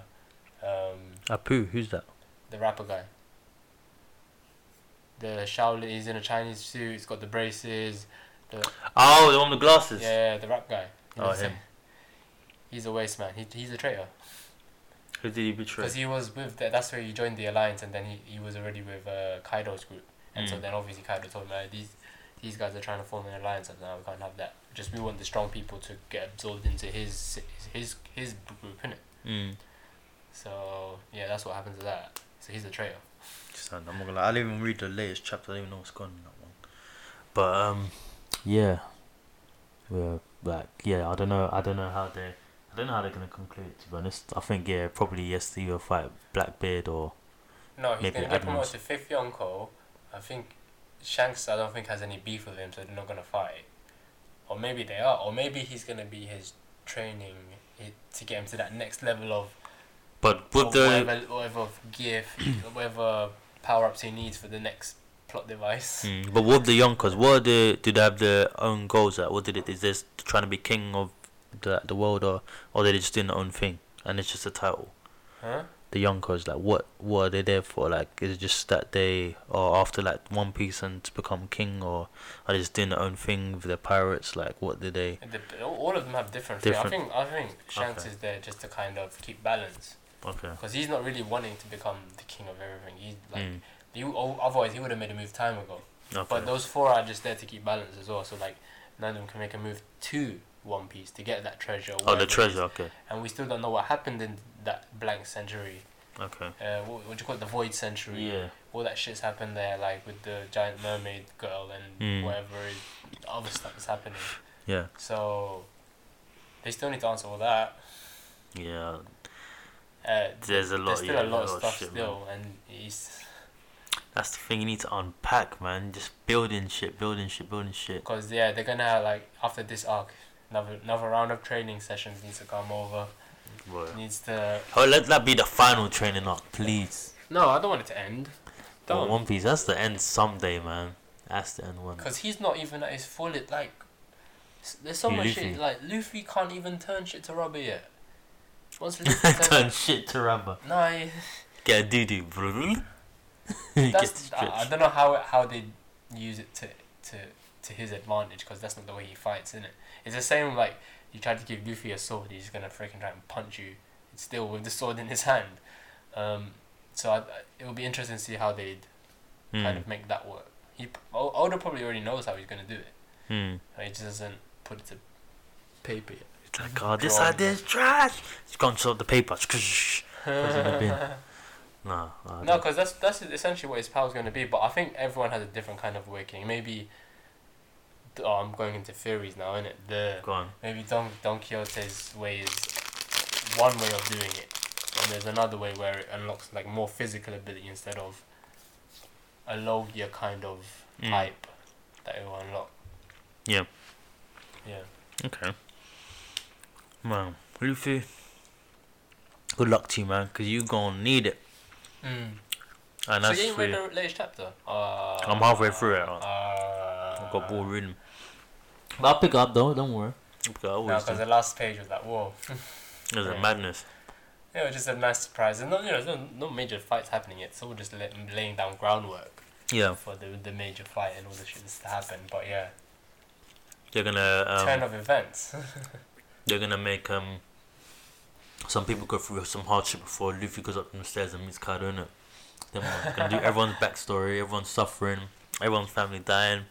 Speaker 2: Um,
Speaker 1: Apu, who's that?
Speaker 2: the rapper guy. The Shaolin, he's in a Chinese suit. He's got the braces.
Speaker 1: Oh, the one with the glasses.
Speaker 2: Yeah, the rap guy. You know
Speaker 1: Oh,
Speaker 2: what I'm
Speaker 1: him.
Speaker 2: saying? He's a waste man. He, he's a traitor
Speaker 1: Who did he betray?
Speaker 2: because he was with the, that's where he joined the alliance, and then he, he was already with uh, Kaido's group, and so
Speaker 1: Mm.
Speaker 2: then obviously Kaido told him like, these these guys are trying to form an alliance, and now we can't have that. Just we want the strong people to get absorbed into his his his, his group, innit?
Speaker 1: Mm.
Speaker 2: So yeah, that's what happened to that. So he's a traitor.
Speaker 1: Just, I'm not gonna lie. I didn't even read the latest chapter. I don't even know what's going on in that one. But um, yeah, yeah, like yeah, I don't know. I don't know how they. I don't know how they're gonna conclude. it, To be honest, I think yeah, probably yes, either fight Blackbeard or
Speaker 2: No, he's
Speaker 1: Maybe
Speaker 2: gonna get
Speaker 1: Admiral's-
Speaker 2: promoted to fifth Yonko. I think Shanks I don't think has any beef with him, so they're not gonna fight. Or maybe they are, or maybe he's gonna be his training i- to get him to that next level of,
Speaker 1: but with
Speaker 2: of
Speaker 1: the
Speaker 2: whatever, whatever gear, <clears throat> whatever power ups he needs for the next plot device.
Speaker 1: mm, but with the Yonkers, what are the do they have their own goals at? What did it is this trying to be king of the the world or or they just doing their own thing and it's just a title?
Speaker 2: Huh?
Speaker 1: The Yonkers, like what what are they there for? Like is it just that they are after like One Piece and to become king or are they just doing their own thing with the pirates? Like what do they?
Speaker 2: And the- all- all of them have different. different. I
Speaker 1: Different.
Speaker 2: think I think Shanks
Speaker 1: Okay.
Speaker 2: is there just to kind of keep balance
Speaker 1: Okay.
Speaker 2: because he's not really wanting to become the king of everything. He's like
Speaker 1: Mm,
Speaker 2: he, otherwise he would have made a move time ago.
Speaker 1: okay.
Speaker 2: But those four are just there to keep balance as well. So like none of them can make a move to One Piece to get that treasure. or
Speaker 1: oh,
Speaker 2: whatever
Speaker 1: the
Speaker 2: it
Speaker 1: treasure.
Speaker 2: is.
Speaker 1: Okay.
Speaker 2: And we still don't know what happened in that blank century.
Speaker 1: Okay.
Speaker 2: Uh, what, what do you call it? The void century.
Speaker 1: Yeah.
Speaker 2: All that shit's happened there, like with the giant mermaid girl and
Speaker 1: Mm.
Speaker 2: whatever is other stuff that's happening.
Speaker 1: Yeah.
Speaker 2: So they still need to answer all that.
Speaker 1: Yeah.
Speaker 2: Uh,
Speaker 1: There's a lot.
Speaker 2: there's still
Speaker 1: yeah,
Speaker 2: a lot of
Speaker 1: of
Speaker 2: stuff
Speaker 1: shit, man.
Speaker 2: still, and he's
Speaker 1: That's the thing you need to unpack, man. Just building shit, building shit, building shit.
Speaker 2: because yeah, they're gonna like after this arc, another another round of training sessions needs to come over.
Speaker 1: Boy.
Speaker 2: Needs to
Speaker 1: Oh, let that be the final training arc, please.
Speaker 2: No, I don't want it to end.
Speaker 1: Well,
Speaker 2: Don't.
Speaker 1: One Piece, that's the end someday, man. That's the end one.
Speaker 2: Because he's not even at his full, it- like, S- There's so
Speaker 1: Who,
Speaker 2: much
Speaker 1: Luffy?
Speaker 2: shit. Like Luffy can't even turn shit to rubber yet. Once
Speaker 1: <laughs>
Speaker 2: Luffy
Speaker 1: Turn
Speaker 2: turns,
Speaker 1: shit to rubber.
Speaker 2: no,
Speaker 1: <laughs>
Speaker 2: he-
Speaker 1: Get a doo doo. <laughs>
Speaker 2: that's uh, I, I don't know how how they use it to to to his advantage because that's not the way he fights, isn't it? It's the same like you try to give Luffy a sword, he's gonna freaking try and punch you. It's still with the sword in his hand. Um, so I, it will be interesting to see how they
Speaker 1: Hmm.
Speaker 2: kind of make that work. He p- O- Oda probably already knows how he's gonna do it.
Speaker 1: Hmm,
Speaker 2: He just doesn't put it to paper yet.
Speaker 1: It's like, oh, this
Speaker 2: Drawing.
Speaker 1: idea's trash. It's gone to the paper. Where's it gonna
Speaker 2: <laughs>
Speaker 1: be?
Speaker 2: no,
Speaker 1: no, I don't-
Speaker 2: because that's that's essentially what his power's going to be. But I think everyone has a different kind of awakening. Maybe. Oh, I'm going into theories now, innit? The
Speaker 1: go on.
Speaker 2: maybe Don Don Quixote's way is one way of doing it, and there's another way where it unlocks like more physical ability instead of a logia kind of
Speaker 1: Mm.
Speaker 2: type that it will unlock.
Speaker 1: Yeah.
Speaker 2: Yeah.
Speaker 1: Okay. Man, Luffy. Good luck to you, man, because you gonna need it.
Speaker 2: Mm.
Speaker 1: And
Speaker 2: So
Speaker 1: that's
Speaker 2: you ain't
Speaker 1: for
Speaker 2: read
Speaker 1: you.
Speaker 2: the latest chapter? Uh,
Speaker 1: I'm halfway through it.
Speaker 2: Uh,
Speaker 1: I've got bored reading. But I'll pick it up though. Don't worry. I'll pick it up, I
Speaker 2: No,
Speaker 1: always
Speaker 2: because
Speaker 1: do.
Speaker 2: the last page was like, whoa.
Speaker 1: It was a
Speaker 2: yeah.
Speaker 1: madness.
Speaker 2: It was just a nice surprise. And no, you know, there's no, no major fights happening yet. It's all just la- laying down groundwork
Speaker 1: Yeah,
Speaker 2: for the the major fight and all the shit that's to happen. But yeah,
Speaker 1: they're gonna um,
Speaker 2: turn of events.
Speaker 1: they're gonna make um some people go through some hardship before Luffy goes up them stairs and meets Kaido innit? Then we're
Speaker 2: <laughs>
Speaker 1: gonna do everyone's backstory, everyone's suffering, everyone's family dying.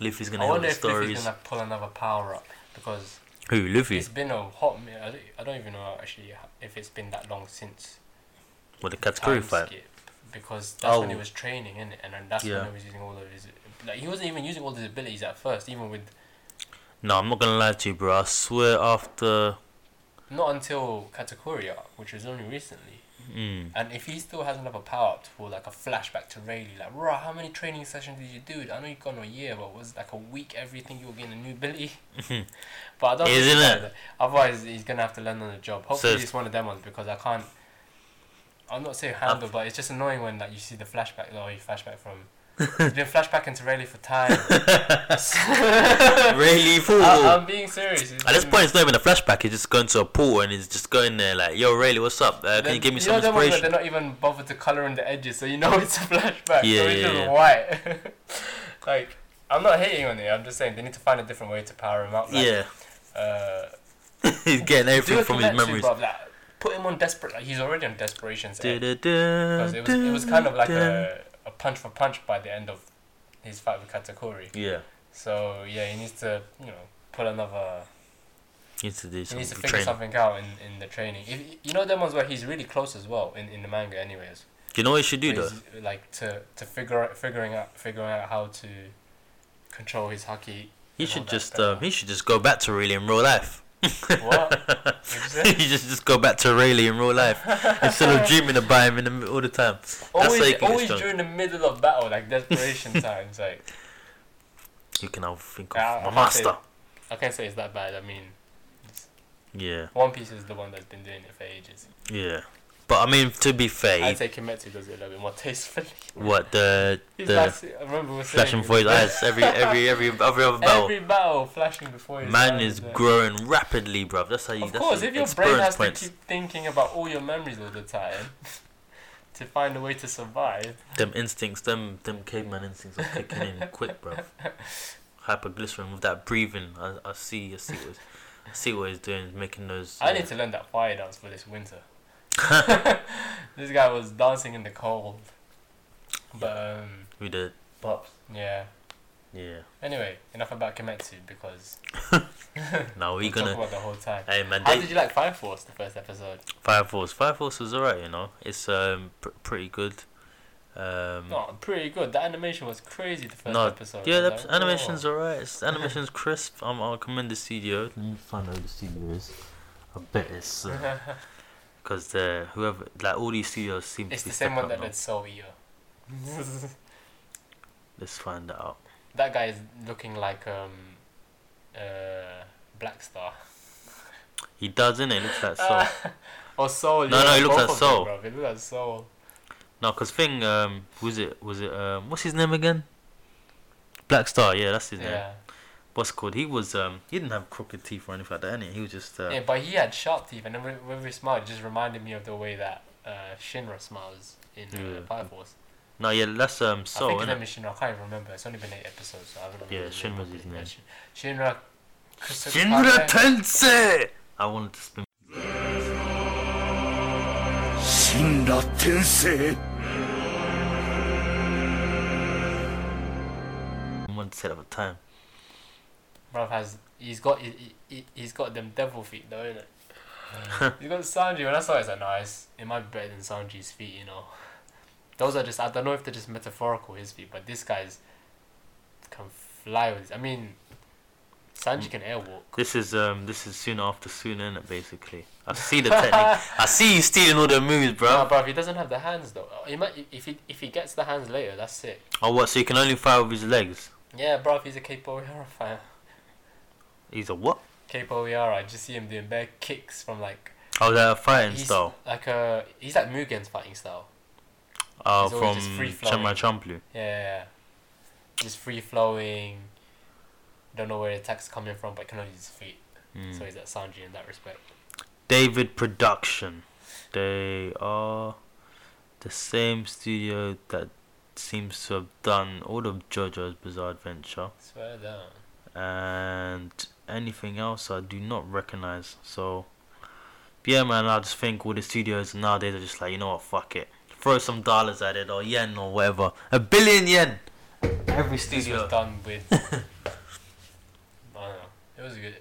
Speaker 1: Luffy's gonna
Speaker 2: I
Speaker 1: hear
Speaker 2: wonder
Speaker 1: the
Speaker 2: if Luffy's
Speaker 1: stories.
Speaker 2: gonna pull another power up because
Speaker 1: Who Luffy?
Speaker 2: it's been a hot minute. I don't, I don't even know actually ho- if it's been that long since
Speaker 1: With the Cat's Curry
Speaker 2: time
Speaker 1: fight.
Speaker 2: skip, because that's when he
Speaker 1: Oh.
Speaker 2: was training in it, and then that's
Speaker 1: Yeah.
Speaker 2: when he was using all of his like he wasn't even using all his abilities at first, even with
Speaker 1: No, I'm not gonna lie to you, bro. I swear after.
Speaker 2: not until Katakuri arc, which was only recently.
Speaker 1: Mm,
Speaker 2: And if he still hasn't have a power up for like a flashback to Rayleigh, like, rah, how many training sessions did you do? I know you've gone a year, but was it like a week every thing you were getting a new ability? <laughs> but I don't think
Speaker 1: Isn't
Speaker 2: so,
Speaker 1: Mm-hmm. it?
Speaker 2: though. Otherwise, he's going to have to learn on the job. Hopefully,
Speaker 1: it's-
Speaker 2: it's one of them ones because I can't. I'm not saying handle, but it's just annoying when like you see the flashback. Oh, you
Speaker 1: <laughs>
Speaker 2: flashback from. You've been flashbacking to Rayleigh for time.
Speaker 1: <laughs> really fool.
Speaker 2: <laughs> I, am being serious.
Speaker 1: At this point, it's not even a flashback. He's just going to a pool and he's just going there like, "Yo, Rayleigh, what's up? Uh, can you give me some
Speaker 2: know them ones where
Speaker 1: inspiration?"
Speaker 2: they're not even bothered to color in the edges, so you know <laughs> it's a flashback.
Speaker 1: Yeah,
Speaker 2: so
Speaker 1: yeah,
Speaker 2: it's just
Speaker 1: yeah.
Speaker 2: white. <laughs> like, I'm not hating on it. I'm just saying they need to find a different way to power him up. Like,
Speaker 1: Yeah,
Speaker 2: Uh,
Speaker 1: <laughs> he's getting
Speaker 2: do
Speaker 1: everything
Speaker 2: a
Speaker 1: from his memories.
Speaker 2: Bruv, like, put him on desperate. Like, he's already on desperation's
Speaker 1: Du-
Speaker 2: end.
Speaker 1: du-
Speaker 2: Because
Speaker 1: du-
Speaker 2: it was, it was kind of like
Speaker 1: du-
Speaker 2: a, a punch for punch by the end of his fight with Katakuri.
Speaker 1: Yeah,
Speaker 2: So, yeah, he needs to, you know, pull another.
Speaker 1: he needs to do
Speaker 2: He
Speaker 1: some
Speaker 2: needs to figure
Speaker 1: training.
Speaker 2: something out in, in the training. If, you know, them ones where he's really close as well, in, in the manga, anyways.
Speaker 1: You know what you should do though?
Speaker 2: ways, like to to figure figuring out figuring out how to control
Speaker 1: <laughs>
Speaker 2: his haki.
Speaker 1: He
Speaker 2: and all
Speaker 1: should
Speaker 2: that
Speaker 1: just
Speaker 2: stuff.
Speaker 1: um, he should just go back to Rayleigh in real life.
Speaker 2: What? What'd you
Speaker 1: <laughs> he
Speaker 2: say?
Speaker 1: should just go back to Rayleigh in real life instead of dreaming about him in the, mi- all the time. how you
Speaker 2: always
Speaker 1: can get
Speaker 2: always
Speaker 1: strong.
Speaker 2: during the middle of battle,
Speaker 1: <laughs>
Speaker 2: like desperation times. Like
Speaker 1: You can now think of
Speaker 2: Yeah,
Speaker 1: my
Speaker 2: I can't say-
Speaker 1: master.
Speaker 2: I can't say it's that bad. I mean,
Speaker 1: Yeah,
Speaker 2: One Piece is the one that's been doing it for ages.
Speaker 1: yeah. But I mean, to be fair, he-
Speaker 2: I'd say Kimetsu does it a little bit more tastefully. <laughs>
Speaker 1: what the
Speaker 2: He's
Speaker 1: the
Speaker 2: like, I remember we were saying
Speaker 1: flashing for his eyes every every
Speaker 2: <laughs>
Speaker 1: every every other battle.
Speaker 2: Every battle flashing before his
Speaker 1: Man
Speaker 2: eyes,
Speaker 1: is
Speaker 2: yeah.
Speaker 1: growing rapidly, bruv. That's how you.
Speaker 2: Of
Speaker 1: that's
Speaker 2: course,
Speaker 1: the
Speaker 2: if your brain
Speaker 1: experience
Speaker 2: has
Speaker 1: points.
Speaker 2: to keep thinking about all your memories all the time <laughs> to find a way to survive,
Speaker 1: Them instincts, them them caveman instincts are kicking
Speaker 2: <laughs>
Speaker 1: in quick, bruv. Hyperglycerin with that breathing, I, I see, I see what, he's, I see what he's doing, making those.
Speaker 2: I
Speaker 1: uh,
Speaker 2: need to learn that fire dance for
Speaker 1: <laughs>
Speaker 2: this winter. this guy was dancing in the cold. But um,
Speaker 1: with the pops.
Speaker 2: yeah.
Speaker 1: Yeah.
Speaker 2: Anyway, enough about Kimetsu because
Speaker 1: <laughs> Now
Speaker 2: we
Speaker 1: we
Speaker 2: talk
Speaker 1: gonna.
Speaker 2: about the whole time.
Speaker 1: Hey man,
Speaker 2: How
Speaker 1: they,
Speaker 2: did you like Fire Force the first episode?
Speaker 1: Fire Force. Fire Force was alright, you know. It's um pr- pretty good. Um,
Speaker 2: Oh, pretty good. The animation was crazy the first
Speaker 1: No,
Speaker 2: episode.
Speaker 1: yeah,
Speaker 2: I
Speaker 1: the
Speaker 2: was like,
Speaker 1: animation's
Speaker 2: <laughs> whoa.
Speaker 1: alright. It's the animation's crisp. Um, I'll commend the studio. Let me find out who the studio is. I bet it's uh, because uh, whoever like all these studios seem
Speaker 2: It's
Speaker 1: to be
Speaker 2: the same
Speaker 1: stepping
Speaker 2: one
Speaker 1: up
Speaker 2: that
Speaker 1: now.
Speaker 2: did Soul Eater.
Speaker 1: Let's find that out.
Speaker 2: <laughs> that guy is looking like um, uh, Black Star.
Speaker 1: He does, innit? It looks
Speaker 2: <laughs>
Speaker 1: like
Speaker 2: Ah,
Speaker 1: so.
Speaker 2: or Soul.
Speaker 1: No,
Speaker 2: Oh, yeah,
Speaker 1: no, he looks
Speaker 2: both
Speaker 1: like
Speaker 2: of them,
Speaker 1: Soul.
Speaker 2: bruv. He looks like Soul.
Speaker 1: No, cause thing, um, was it was it um, what's his name again? Black Star, yeah, that's his name.
Speaker 2: Yeah.
Speaker 1: what's it called he was um he didn't have crooked teeth or anything like that. Any he was just uh,
Speaker 2: yeah, but he had sharp teeth, and then when- when we smiled, it just reminded me of the way that uh, Shinra smiles in
Speaker 1: Yeah.
Speaker 2: uh, Fire Force.
Speaker 1: no yeah that's um
Speaker 2: I
Speaker 1: so
Speaker 2: think his
Speaker 1: innit?
Speaker 2: name is Shinra. I can't even remember. It's only been eight episodes, so I don't
Speaker 1: Yeah,
Speaker 2: remember.
Speaker 1: Shinra's
Speaker 2: the name of
Speaker 1: his
Speaker 2: it.
Speaker 1: name.
Speaker 2: Sh- Shinra.
Speaker 1: Shinra Tensei. I wanted to spin.
Speaker 3: 死んだ天性
Speaker 1: I wanted to say that at the time.
Speaker 2: Bruv has he's got he, he, he's got them devil feet though,
Speaker 1: <laughs>
Speaker 2: innit? he's got Sanji. When I saw it, I was like, nice. It might be better than Sanji's feet, you know. Those are just I don't know if they're just metaphorical his feet, but this guy's can fly with. I mean, Sanji can airwalk.
Speaker 1: This is um this is soon after soon in it basically. I see <laughs> the
Speaker 2: <laughs>
Speaker 1: technique. I see you stealing all the moves,
Speaker 2: Nah,
Speaker 1: bro.
Speaker 2: bruv, he doesn't have the hands though. He might if he if he gets the hands later, that's sick.
Speaker 1: Oh what? So you can only fire with his legs?
Speaker 2: Yeah, bruv, he's a Capo Yara fan.
Speaker 1: He's a what?
Speaker 2: Capo Yara, I just see him doing bare kicks from like
Speaker 1: Oh, they're fighting
Speaker 2: he's
Speaker 1: style.
Speaker 2: like a he's like Mugen's fighting style.
Speaker 1: Uh,
Speaker 2: he's always
Speaker 1: from
Speaker 2: just free-flowing.
Speaker 1: Chamra Champloo.
Speaker 2: Yeah. Just free flowing. Don't know where the attack's coming from, but can only use his feet.
Speaker 1: Mm.
Speaker 2: So he's at Sanji in that respect.
Speaker 1: Hmm. David Production. They are the same studio that seems to have done all of JoJo's Bizarre Adventure
Speaker 2: Swear down.
Speaker 1: and anything else I do not recognize. So, yeah, man, I just think all the studios nowadays are just like, you know what, fuck it. Throw some dollars at it or yen or whatever. A billion yen! Every
Speaker 2: This was
Speaker 1: studio.
Speaker 2: done
Speaker 1: <laughs>
Speaker 2: with. I don't know. It was good.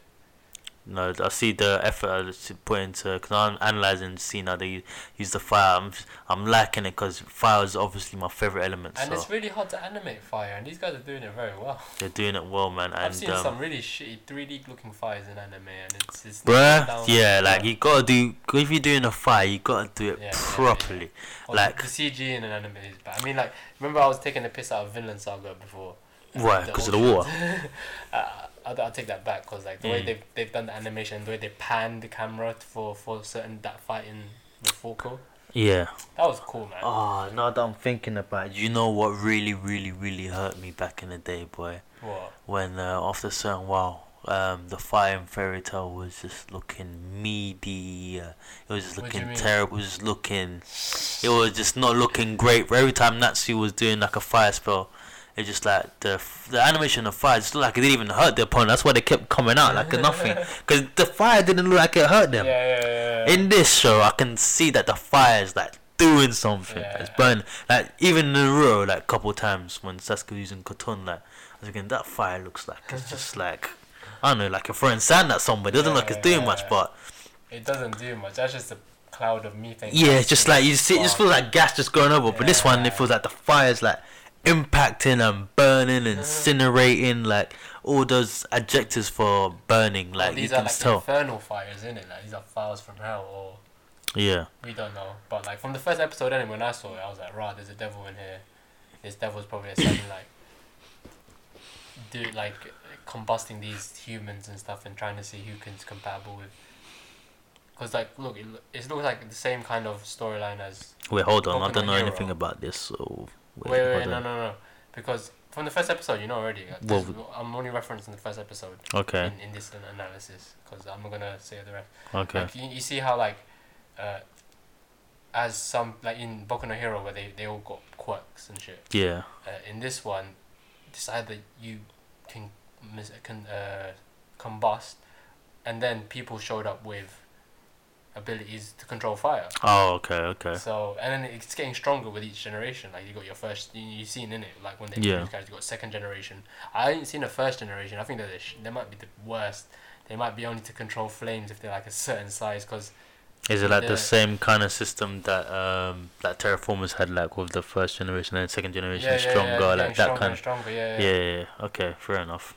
Speaker 1: No, I see the effort I just put into because I'm analyzing the scene how they u- use the fire. I'm s- I'm lacking it because fire is obviously my favorite element.
Speaker 2: And
Speaker 1: so
Speaker 2: it's really hard to animate fire, and these guys are doing it very well.
Speaker 1: they're doing it well, man. And
Speaker 2: I've seen
Speaker 1: um,
Speaker 2: some really shitty 3D looking fires in anime, and it's it's
Speaker 1: bruh,
Speaker 2: not down-
Speaker 1: yeah, like you gotta do 'cause if you're doing a fire, you gotta do it
Speaker 2: Yeah, yeah, yeah.
Speaker 1: properly.
Speaker 2: Or
Speaker 1: like-
Speaker 2: the CG in an anime is bad. I mean, like remember I was taking the piss out of Vinland Saga before.
Speaker 1: Why? Because of the water.
Speaker 2: <laughs> uh, I'll, I'll take that back because like the way
Speaker 1: Mm.
Speaker 2: they've, they've done the animation, the way they panned the camera t- for for certain that fight in the Forco,
Speaker 1: Yeah.
Speaker 2: that was cool, man.
Speaker 1: Oh, now that I'm thinking about it, you know what really, really, really hurt me back in the day, boy?
Speaker 2: What?
Speaker 1: When uh, after a certain while, um, the fire in fairy tale was just looking meaty. Uh, it was just
Speaker 2: What do you
Speaker 1: looking
Speaker 2: mean?
Speaker 1: terrible. It was just looking. It was just not looking great. Every time Natsu was doing like a fire spell, it just like the f- the animation of fire just looked like it didn't even hurt the opponent. That's why they kept coming out like
Speaker 2: <laughs>
Speaker 1: nothing, because the fire didn't look like it hurt
Speaker 2: Yeah,
Speaker 1: them.
Speaker 2: yeah, yeah. yeah.
Speaker 1: In this show, I can see that the fire is like doing something.
Speaker 2: Yeah.
Speaker 1: It's burning. Like even in a row, like couple times when Sasuke was using Katun, like I was thinking that fire looks like it's just like I don't know, like you're throwing sand at somebody. It doesn't look like it's doing much,
Speaker 2: Yeah.
Speaker 1: but
Speaker 2: it doesn't do much. That's just a cloud of methane.
Speaker 1: yeah, it's just like you see, it just feels like gas just going over. But this one, it feels like the fire's like impacting and burning,
Speaker 2: Mm.
Speaker 1: incinerating, like all those adjectives for burning.
Speaker 2: Well,
Speaker 1: Like you
Speaker 2: these
Speaker 1: can
Speaker 2: are like
Speaker 1: tell.
Speaker 2: infernal fires, isn't it? Like these are fires from hell, or
Speaker 1: Yeah,
Speaker 2: we don't know. But like from the first episode, anyway, when I saw it, I was like, "Rah, there's a devil in here. This devil's probably something like, do like combusting these humans and stuff, and trying to see who can compatible with." Because like, look, it, lo- it looks like the same kind of storyline as
Speaker 1: wait, hold on, I
Speaker 2: Pokemon
Speaker 1: don't know
Speaker 2: Hero.
Speaker 1: anything about this. So
Speaker 2: Wait, wait,
Speaker 1: hold
Speaker 2: no,
Speaker 1: on.
Speaker 2: no, no. Because from the first episode, you know already. uh,
Speaker 1: Well,
Speaker 2: this- I'm only referencing the first episode
Speaker 1: Okay.
Speaker 2: in, in this an- analysis because I'm not gonna say the rest.
Speaker 1: Okay.
Speaker 2: Like you, you see how like, uh, as some like in Boku no Hero where they, they all got quirks and shit.
Speaker 1: yeah.
Speaker 2: Uh, in this one, it's either you can mis- can uh, combust, and then people showed up with abilities to control fire.
Speaker 1: Oh, okay, okay.
Speaker 2: So and then it's getting stronger with each generation. Like you got your first, you, you've seen in it. Like when they
Speaker 1: Yeah.
Speaker 2: introduced guys, you got second generation. I ain't seen a first generation. I think that they, sh- they might be the worst. They might be only to control flames if they're like a certain size. Cause
Speaker 1: Is it like
Speaker 2: Yeah.
Speaker 1: the same kind of system that um that Terraformers had, like with the first generation and second generation
Speaker 2: yeah, yeah,
Speaker 1: stronger,
Speaker 2: yeah, they're
Speaker 1: like
Speaker 2: getting
Speaker 1: that
Speaker 2: stronger
Speaker 1: kind?
Speaker 2: and
Speaker 1: Of,
Speaker 2: stronger. Yeah,
Speaker 1: yeah,
Speaker 2: yeah.
Speaker 1: yeah, yeah. Okay, fair enough.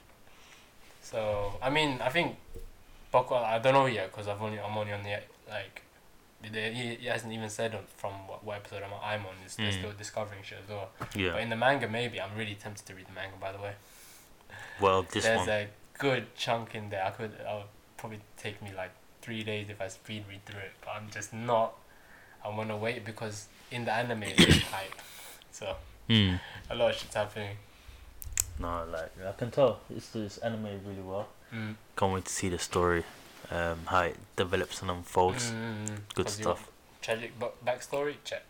Speaker 2: So I mean, I think Boku. I don't know yet because I've only I'm only on the like. They, he, he hasn't even said on- from what, what episode I'm, I'm on. It's, They're
Speaker 1: Mm.
Speaker 2: still discovering shit as well. But
Speaker 1: Yeah.
Speaker 2: in the manga, maybe I'm really tempted to read the manga. By the way.
Speaker 1: Well, this
Speaker 2: there's
Speaker 1: one.
Speaker 2: a good chunk in there. I could, I would probably take me like three days if I speed read through it. But I'm just not. I want to wait because
Speaker 1: <coughs>
Speaker 2: in the anime it's hype, so
Speaker 1: Mm.
Speaker 2: a lot of shit's happening.
Speaker 1: No, like I can tell it's it's animated really well.
Speaker 2: Mm.
Speaker 1: Can't wait to see the story, um, how it develops and unfolds.
Speaker 2: Mm.
Speaker 1: Good
Speaker 2: Has he got
Speaker 1: stuff.
Speaker 2: Tragic bu- backstory? Check.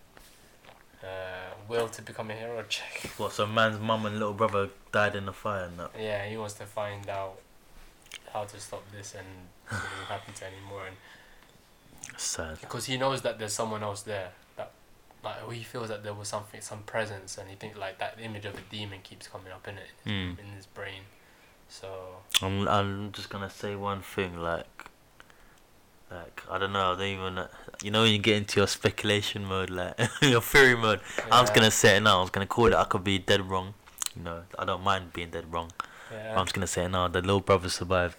Speaker 2: Uh, will to become a hero? <laughs> Check.
Speaker 1: What? So man's mum and little brother died in the fire and that.
Speaker 2: Yeah, he wants to find out how to stop this
Speaker 1: <sighs>
Speaker 2: and it doesn't happen to anymore. And
Speaker 1: Sad.
Speaker 2: because he knows that there's someone else there that like he feels that there was something some presence and he thinks like that image of a demon keeps coming up in it
Speaker 1: Mm.
Speaker 2: in his brain so
Speaker 1: I'm I'm just gonna say one thing, like, like I don't know, I don't even, you know, when you get into your speculation mode, like <laughs> your theory mode. I was
Speaker 2: yeah,
Speaker 1: gonna say it now. I was gonna call it. I could be dead wrong. You know, I don't mind being dead wrong.
Speaker 2: yeah.
Speaker 1: I'm
Speaker 2: <laughs>
Speaker 1: just gonna say it now. The little brother survived.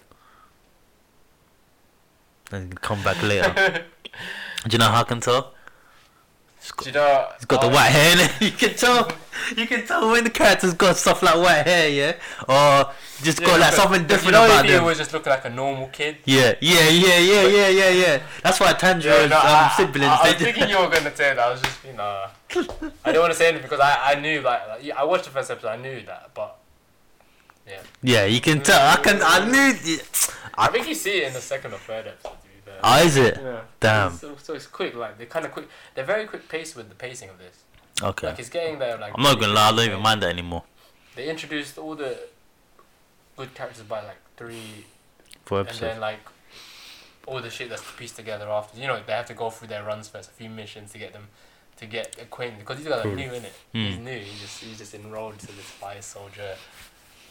Speaker 1: And come back later.
Speaker 2: <laughs>
Speaker 1: Do you know how I can tell? He's got,
Speaker 2: Do you know
Speaker 1: he's got the
Speaker 2: oh,
Speaker 1: white hair. innit? <laughs> You can tell. You can tell when the character's got stuff like white hair, yeah, or just got
Speaker 2: yeah,
Speaker 1: like
Speaker 2: but-
Speaker 1: something
Speaker 2: but
Speaker 1: different
Speaker 2: you know
Speaker 1: about
Speaker 2: if
Speaker 1: them.
Speaker 2: he was just looking like a normal kid
Speaker 1: Yeah, yeah, yeah, yeah, yeah, yeah, yeah. That's why Tanjiro's
Speaker 2: no,
Speaker 1: um,
Speaker 2: I,
Speaker 1: siblings.
Speaker 2: I, I was
Speaker 1: they-
Speaker 2: thinking you were gonna say that. I was just, you know, I don't want to say anything because I, I knew like, like, yeah, I watched the first episode. I knew that, but yeah,
Speaker 1: yeah, you can tell. I can. I knew.
Speaker 2: I
Speaker 1: I,
Speaker 2: think you see it in the second or third episode. To be fair.
Speaker 1: oh, is it?
Speaker 2: Yeah.
Speaker 1: Damn.
Speaker 2: So, so it's quick, like they're kind of quick. They're very quick pace with the pacing of this.
Speaker 1: Okay.
Speaker 2: Like it's getting there. Like
Speaker 1: I'm not
Speaker 2: really
Speaker 1: gonna lie. I don't
Speaker 2: quick.
Speaker 1: even mind that anymore.
Speaker 2: They introduced all the good characters by like three,
Speaker 1: For
Speaker 2: and
Speaker 1: episode.
Speaker 2: then like all the shit that's pieced together after. You know, they have to go through their runs first, a few missions to get them to get acquainted because these guys are
Speaker 1: Cool.
Speaker 2: new in it.
Speaker 1: Mm.
Speaker 2: He's new. He just he's just enrolled to this fire soldier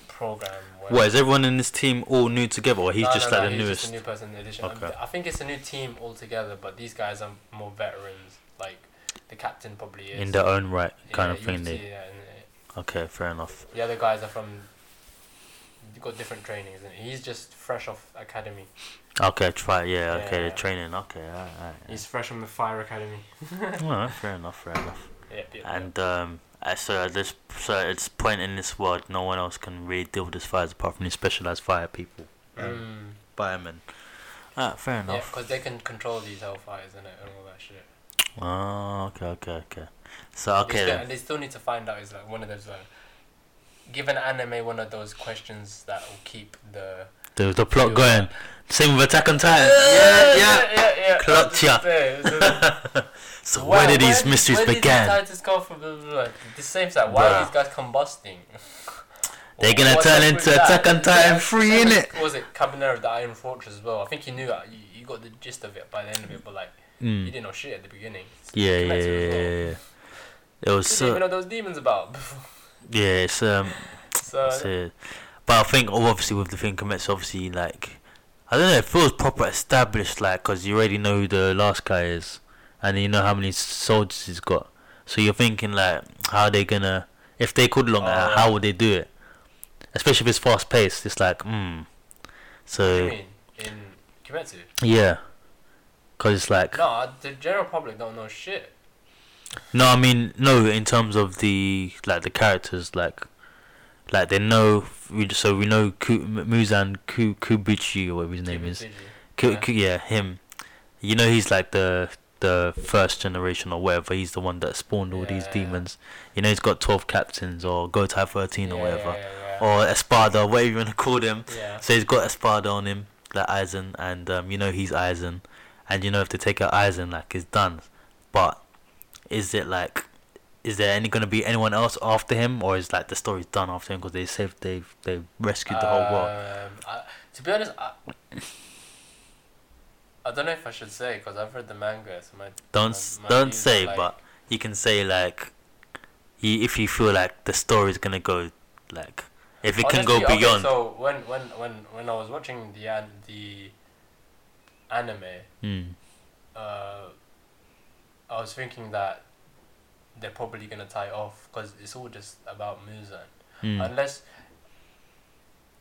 Speaker 2: program. where-
Speaker 1: What is everyone in this team all new together, or he's
Speaker 2: No,
Speaker 1: just
Speaker 2: no,
Speaker 1: like
Speaker 2: no,
Speaker 1: the
Speaker 2: he's
Speaker 1: newest?
Speaker 2: just a new person in the edition.
Speaker 1: Okay.
Speaker 2: I think it's a new team altogether, but these guys are more veterans. Like the captain probably is
Speaker 1: in their own right, kind
Speaker 2: Yeah,
Speaker 1: of thing.
Speaker 2: you
Speaker 1: They
Speaker 2: see, yeah, and, uh,
Speaker 1: okay, fair enough.
Speaker 2: the other guys are from they've got different trainings, and he's just fresh off academy.
Speaker 1: Okay, try. Yeah, okay,
Speaker 2: Yeah.
Speaker 1: the training. Okay, alright. alright,
Speaker 2: He's fresh from the fire <laughs> academy.
Speaker 1: alright. Alright, fair enough. Fair enough.
Speaker 2: Yep, yep, yep.
Speaker 1: And um, uh, so at this, so at this point in this world, no one else can really deal with this fires apart from these specialized fire people,
Speaker 2: Mm.
Speaker 1: firemen. Ah, fair
Speaker 2: Yeah,
Speaker 1: enough.
Speaker 2: because they can control these hellfires and and all that shit.
Speaker 1: Ah, okay, okay, okay. So okay,
Speaker 2: They still,
Speaker 1: then.
Speaker 2: and they still need to find out is like one of those like, give an anime one of those questions that will keep the
Speaker 1: the the plot
Speaker 2: Yeah.
Speaker 1: going. Same with Attack on Titan.
Speaker 2: yeah,
Speaker 1: Yeah, yeah.
Speaker 2: yeah, yeah.
Speaker 1: Clutch ya. <laughs> So where did these mysteries begin?
Speaker 2: Where did these titans go from? Blah, blah, blah. The same side. Why are
Speaker 1: Bruh.
Speaker 2: these guys combusting?
Speaker 1: They're gonna
Speaker 2: What's
Speaker 1: turn
Speaker 2: up
Speaker 1: into
Speaker 2: with that?
Speaker 1: Attack on Titan
Speaker 2: Yeah,
Speaker 1: 3,
Speaker 2: same
Speaker 1: innit?
Speaker 2: as- what Was it Cabinet of the Iron Fortress as well? I think you knew that. You, you got the gist of it by the end of it, but like you
Speaker 1: Mm.
Speaker 2: didn't know shit at the beginning. It's
Speaker 1: Yeah, yeah,
Speaker 2: Kimetsu
Speaker 1: yeah,
Speaker 2: as well.
Speaker 1: yeah, yeah. It was
Speaker 2: You didn't even
Speaker 1: so
Speaker 2: know those demons about. <laughs>
Speaker 1: yeah, it's um,
Speaker 2: so
Speaker 1: it's, uh, but I think oh, obviously with the thing commits, obviously like I don't know, it feels proper established, like because you already know who the last guy is, and you know how many soldiers he's got. So you're thinking like, how they gonna if they could long
Speaker 2: Oh,
Speaker 1: it out,
Speaker 2: yeah.
Speaker 1: how would they do it? Especially if it's fast paced, it's like mm.
Speaker 2: what do you
Speaker 1: So
Speaker 2: mean in Kimetsu?
Speaker 1: yeah, because it's like
Speaker 2: No, the general public don't know shit.
Speaker 1: No, I mean no. In terms of the like the characters, like like they know. We just, so we know Ku, M- Muzan Ku, Kubuchi or whatever his name is.
Speaker 2: Kimetsu.
Speaker 1: Ku,
Speaker 2: yeah.
Speaker 1: Ku, yeah, him. You know he's like the the first generation or whatever. He's the one that spawned all these
Speaker 2: Yeah.
Speaker 1: demons. You know he's got twelve captains or Gotai thirteen or
Speaker 2: Yeah,
Speaker 1: whatever Oh.
Speaker 2: Yeah, yeah, yeah.
Speaker 1: or Espada, whatever you wanna call them.
Speaker 2: yeah.
Speaker 1: So he's got Espada on him, like Aizen, and um, you know he's Aizen, and you know if they take out Aizen, like it's done. But is it like, is there any gonna be anyone else after him, or is like the story's done after him because they saved, they've they've rescued the whole world?
Speaker 2: Um, I, to be honest, I, I don't know if I should say because I've read the manga. So my
Speaker 1: Don't s
Speaker 2: my- my
Speaker 1: don't
Speaker 2: views are
Speaker 1: say,
Speaker 2: like-
Speaker 1: but you can say like, you, if you feel like the story's gonna go, like if it can go
Speaker 2: Honestly, okay,
Speaker 1: beyond.
Speaker 2: so when when when when I was watching the an, the anime,
Speaker 1: Mm.
Speaker 2: uh, I was thinking that they're probably gonna tie off because it's all just about Muzan.
Speaker 1: Mm.
Speaker 2: unless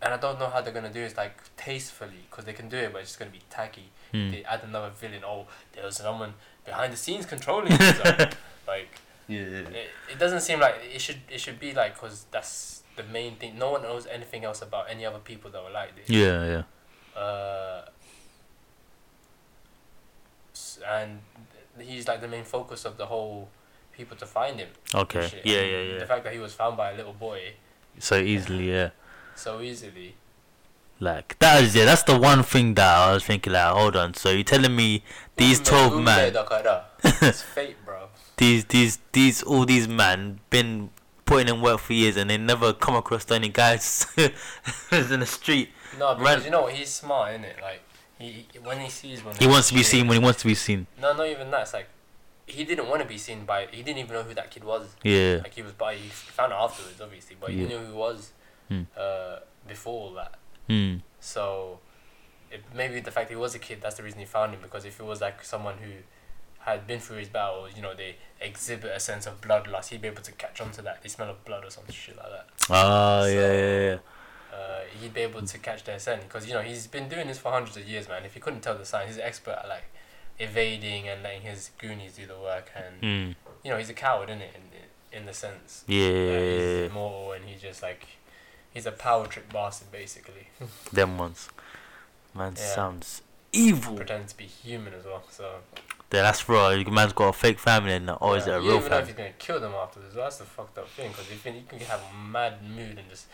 Speaker 2: and I don't know how they're gonna do it like tastefully because they can do it but it's just gonna be tacky
Speaker 1: Mm. <laughs>
Speaker 2: they add another villain oh there was someone behind the scenes controlling this
Speaker 1: <laughs>
Speaker 2: like, like
Speaker 1: Yeah.
Speaker 2: it, it doesn't seem like it should it should be like because that's the main thing no one knows anything else about any other people that were like this
Speaker 1: Yeah, yeah.
Speaker 2: uh, s- and th- he's like the main focus of the whole people to find him
Speaker 1: Okay.
Speaker 2: shit.
Speaker 1: Yeah,
Speaker 2: And
Speaker 1: yeah,
Speaker 2: The
Speaker 1: yeah.
Speaker 2: fact that he was found by a little boy
Speaker 1: so easily. Yeah,
Speaker 2: so easily.
Speaker 1: like that is yeah. That's the one thing that I was thinking. Like, hold on. So you're telling me
Speaker 2: Mm,
Speaker 1: these twelve
Speaker 2: Ume-
Speaker 1: men,
Speaker 2: Ume Dakara.
Speaker 1: <laughs>
Speaker 2: it's fate, bro.
Speaker 1: these these these all these men been putting in work for years and they never come across any guys <laughs> who's in the street.
Speaker 2: No, because
Speaker 1: Ren-
Speaker 2: you know what? He's smart, isn't it? Like he, he- when he sees one.
Speaker 1: He wants to be seen when he wants to be seen.
Speaker 2: No, not even that. It's like he didn't want to be seen by. He didn't even know who that kid was.
Speaker 1: Yeah,
Speaker 2: Like he was by. He found out afterwards, obviously, but he
Speaker 1: Yeah.
Speaker 2: knew who he was
Speaker 1: Hmm.
Speaker 2: uh, before all that.
Speaker 1: Hmm.
Speaker 2: So it, maybe the fact he was a kid, that's the reason he found him. Because if it was like someone who had been through his battles, you know, they exhibit a sense of bloodlust, he'd be able to catch on to that. They smell of blood or some shit like that.
Speaker 1: Oh
Speaker 2: So-
Speaker 1: yeah, yeah, yeah.
Speaker 2: Uh, he'd be able to catch their scent because you know he's been doing this for hundreds of years, man. If he couldn't tell the sign, he's an expert at like evading and letting his goonies do the work, and
Speaker 1: Mm.
Speaker 2: you know he's a coward, isn't it? In, in the sense,
Speaker 1: Yeah,
Speaker 2: that
Speaker 1: yeah, yeah,
Speaker 2: he's
Speaker 1: yeah.
Speaker 2: immortal and he's just like he's a power trip bastard, basically.
Speaker 1: Hmm. Them ones. Man
Speaker 2: Yeah.
Speaker 1: sounds evil. Then
Speaker 2: Pretends to be human as well, so
Speaker 1: that's raw. Your man's got a fake family and that. Or is it
Speaker 2: Yeah,
Speaker 1: Oh, a
Speaker 2: you don't
Speaker 1: real
Speaker 2: even know if
Speaker 1: family?
Speaker 2: he's gonna kill them afterwards. That's the fucked up thing because you think you can have a mad mood and just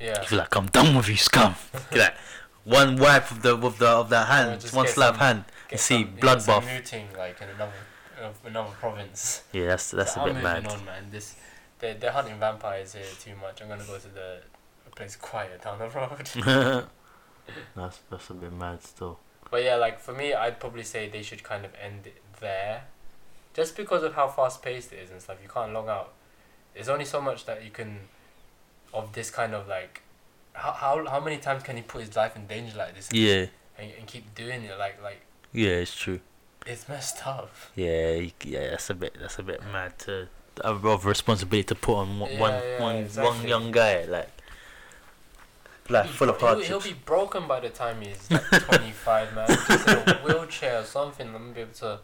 Speaker 2: yeah.
Speaker 1: He's like, I'm done with you,
Speaker 2: <laughs>
Speaker 1: scum. Get that. One wipe of the with the of that hand,
Speaker 2: just
Speaker 1: one
Speaker 2: get
Speaker 1: slap
Speaker 2: some-
Speaker 1: hand.
Speaker 2: get
Speaker 1: see
Speaker 2: some- you know, some
Speaker 1: bloodbath.
Speaker 2: New team like in another of another province.
Speaker 1: Yeah, that's that's
Speaker 2: So
Speaker 1: a
Speaker 2: I'm
Speaker 1: bit
Speaker 2: moving
Speaker 1: mad.
Speaker 2: on, man. This they're, they're hunting vampires here too much. I'm gonna go to the a place quiet down the road.
Speaker 1: <laughs> that's that's a bit mad still.
Speaker 2: but yeah, like for me, I'd probably say they should kind of end it there, just because of how fast paced it is and stuff. You can't log out. There's only so much that you can, of this kind of like, how how, how many times can he put his life in danger like this?
Speaker 1: Yeah,
Speaker 2: And, and keep doing it like like
Speaker 1: yeah, it's true.
Speaker 2: it's messed up.
Speaker 1: Yeah, you- yeah, that's a bit that's a bit mad to of of responsibility to put on one
Speaker 2: Yeah,
Speaker 1: one
Speaker 2: yeah,
Speaker 1: one, one
Speaker 2: exactly.
Speaker 1: young guy like like
Speaker 2: He's
Speaker 1: full of
Speaker 2: bro- he'll- He'll,
Speaker 1: hardships.
Speaker 2: be broken by the time he's like <laughs> 25, man. Just in a wheelchair or something. I'm be able to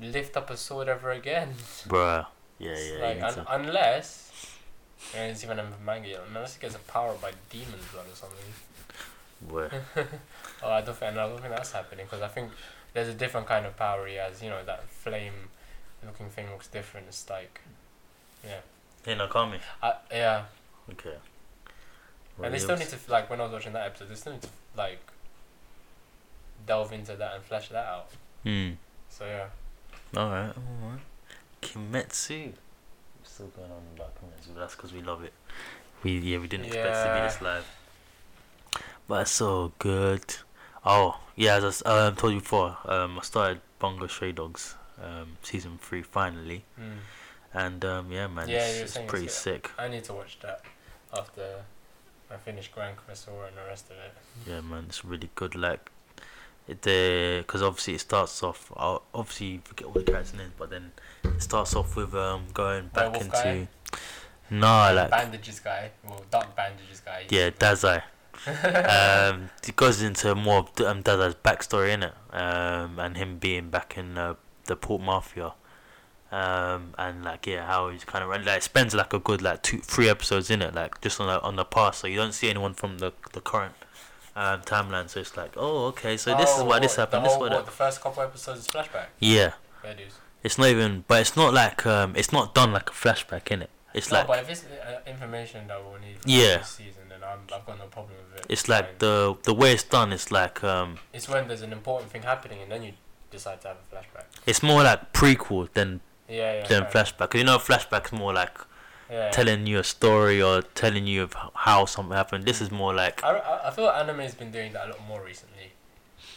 Speaker 2: lift up a sword ever again.
Speaker 1: <laughs>
Speaker 2: <laughs>
Speaker 1: Bruh. Yeah,
Speaker 2: It's
Speaker 1: yeah.
Speaker 2: like,
Speaker 1: you need
Speaker 2: un-
Speaker 1: to-
Speaker 2: unless. Yeah, it's even a manga. yet, Unless he gets empowered by demon blood or something. <laughs>
Speaker 1: bruh.
Speaker 2: Oh, I don't think. I don't think that's happening because I think there's a different kind of power he has. You know, that flame-looking thing looks different. It's like, yeah,
Speaker 1: Hey, Nakami.
Speaker 2: I, yeah.
Speaker 1: Okay.
Speaker 2: And they still need to like when I was watching that episode, they still need to like delve into that and flesh that out.
Speaker 1: Hmm.
Speaker 2: So yeah.
Speaker 1: Alright, alright. Kimetsu. We're still going on about Kimetsu, but that's because we love it. We yeah, we didn't expect it to be this live. But it's so good. Oh, yeah, as I s- um, told you before, um, I started Bongo Stray Dogs um, season 3 finally.
Speaker 2: Mm.
Speaker 1: And um, yeah, man,
Speaker 2: Yeah, you were
Speaker 1: it's,
Speaker 2: saying
Speaker 1: it's
Speaker 2: it's
Speaker 1: pretty
Speaker 2: good.
Speaker 1: sick.
Speaker 2: I need to watch that after I finish Grand Crystal and the rest of it.
Speaker 1: Yeah, man, it's really good. Like, it because obviously it starts off. I'll obviously forget all the characters' names, but then it starts off with um going back
Speaker 2: Werewolf
Speaker 1: into.
Speaker 2: guy?
Speaker 1: No, Oh, like
Speaker 2: bandages guy, well dark bandages guy.
Speaker 1: yeah, Dazai. um, it goes into more of D- um, Dazai's backstory in it, um, and him being back in uh, the Port Mafia, um, and like yeah, how he's kind of run like spends like a good like two three episodes in it, like just on the on the past, so you don't see anyone from the the current um, timeline. So it's like oh okay, so this is
Speaker 2: Oh,
Speaker 1: why this
Speaker 2: what,
Speaker 1: happened.
Speaker 2: The,
Speaker 1: This
Speaker 2: whole,
Speaker 1: why
Speaker 2: what,
Speaker 1: that.
Speaker 2: the first couple episodes is flashback.
Speaker 1: Yeah,
Speaker 2: Fair dues.
Speaker 1: it's not even, but it's not like um, it's not done like a flashback in it. It's
Speaker 2: no,
Speaker 1: like
Speaker 2: but if it's uh, information that we'll need for
Speaker 1: Yeah.
Speaker 2: this season, then I'm, I've got no problem with it.
Speaker 1: it's like the the way it's done. It's like um,
Speaker 2: it's when there's an important thing happening and then you decide to have a flashback.
Speaker 1: it's more like prequel than
Speaker 2: Yeah, yeah.
Speaker 1: than
Speaker 2: fair.
Speaker 1: flashback. 'Cause You know, flashback's more like
Speaker 2: Yeah.
Speaker 1: telling you a story or telling you of h- how something happened. This is more like
Speaker 2: I, I I feel anime's been doing that a lot more recently,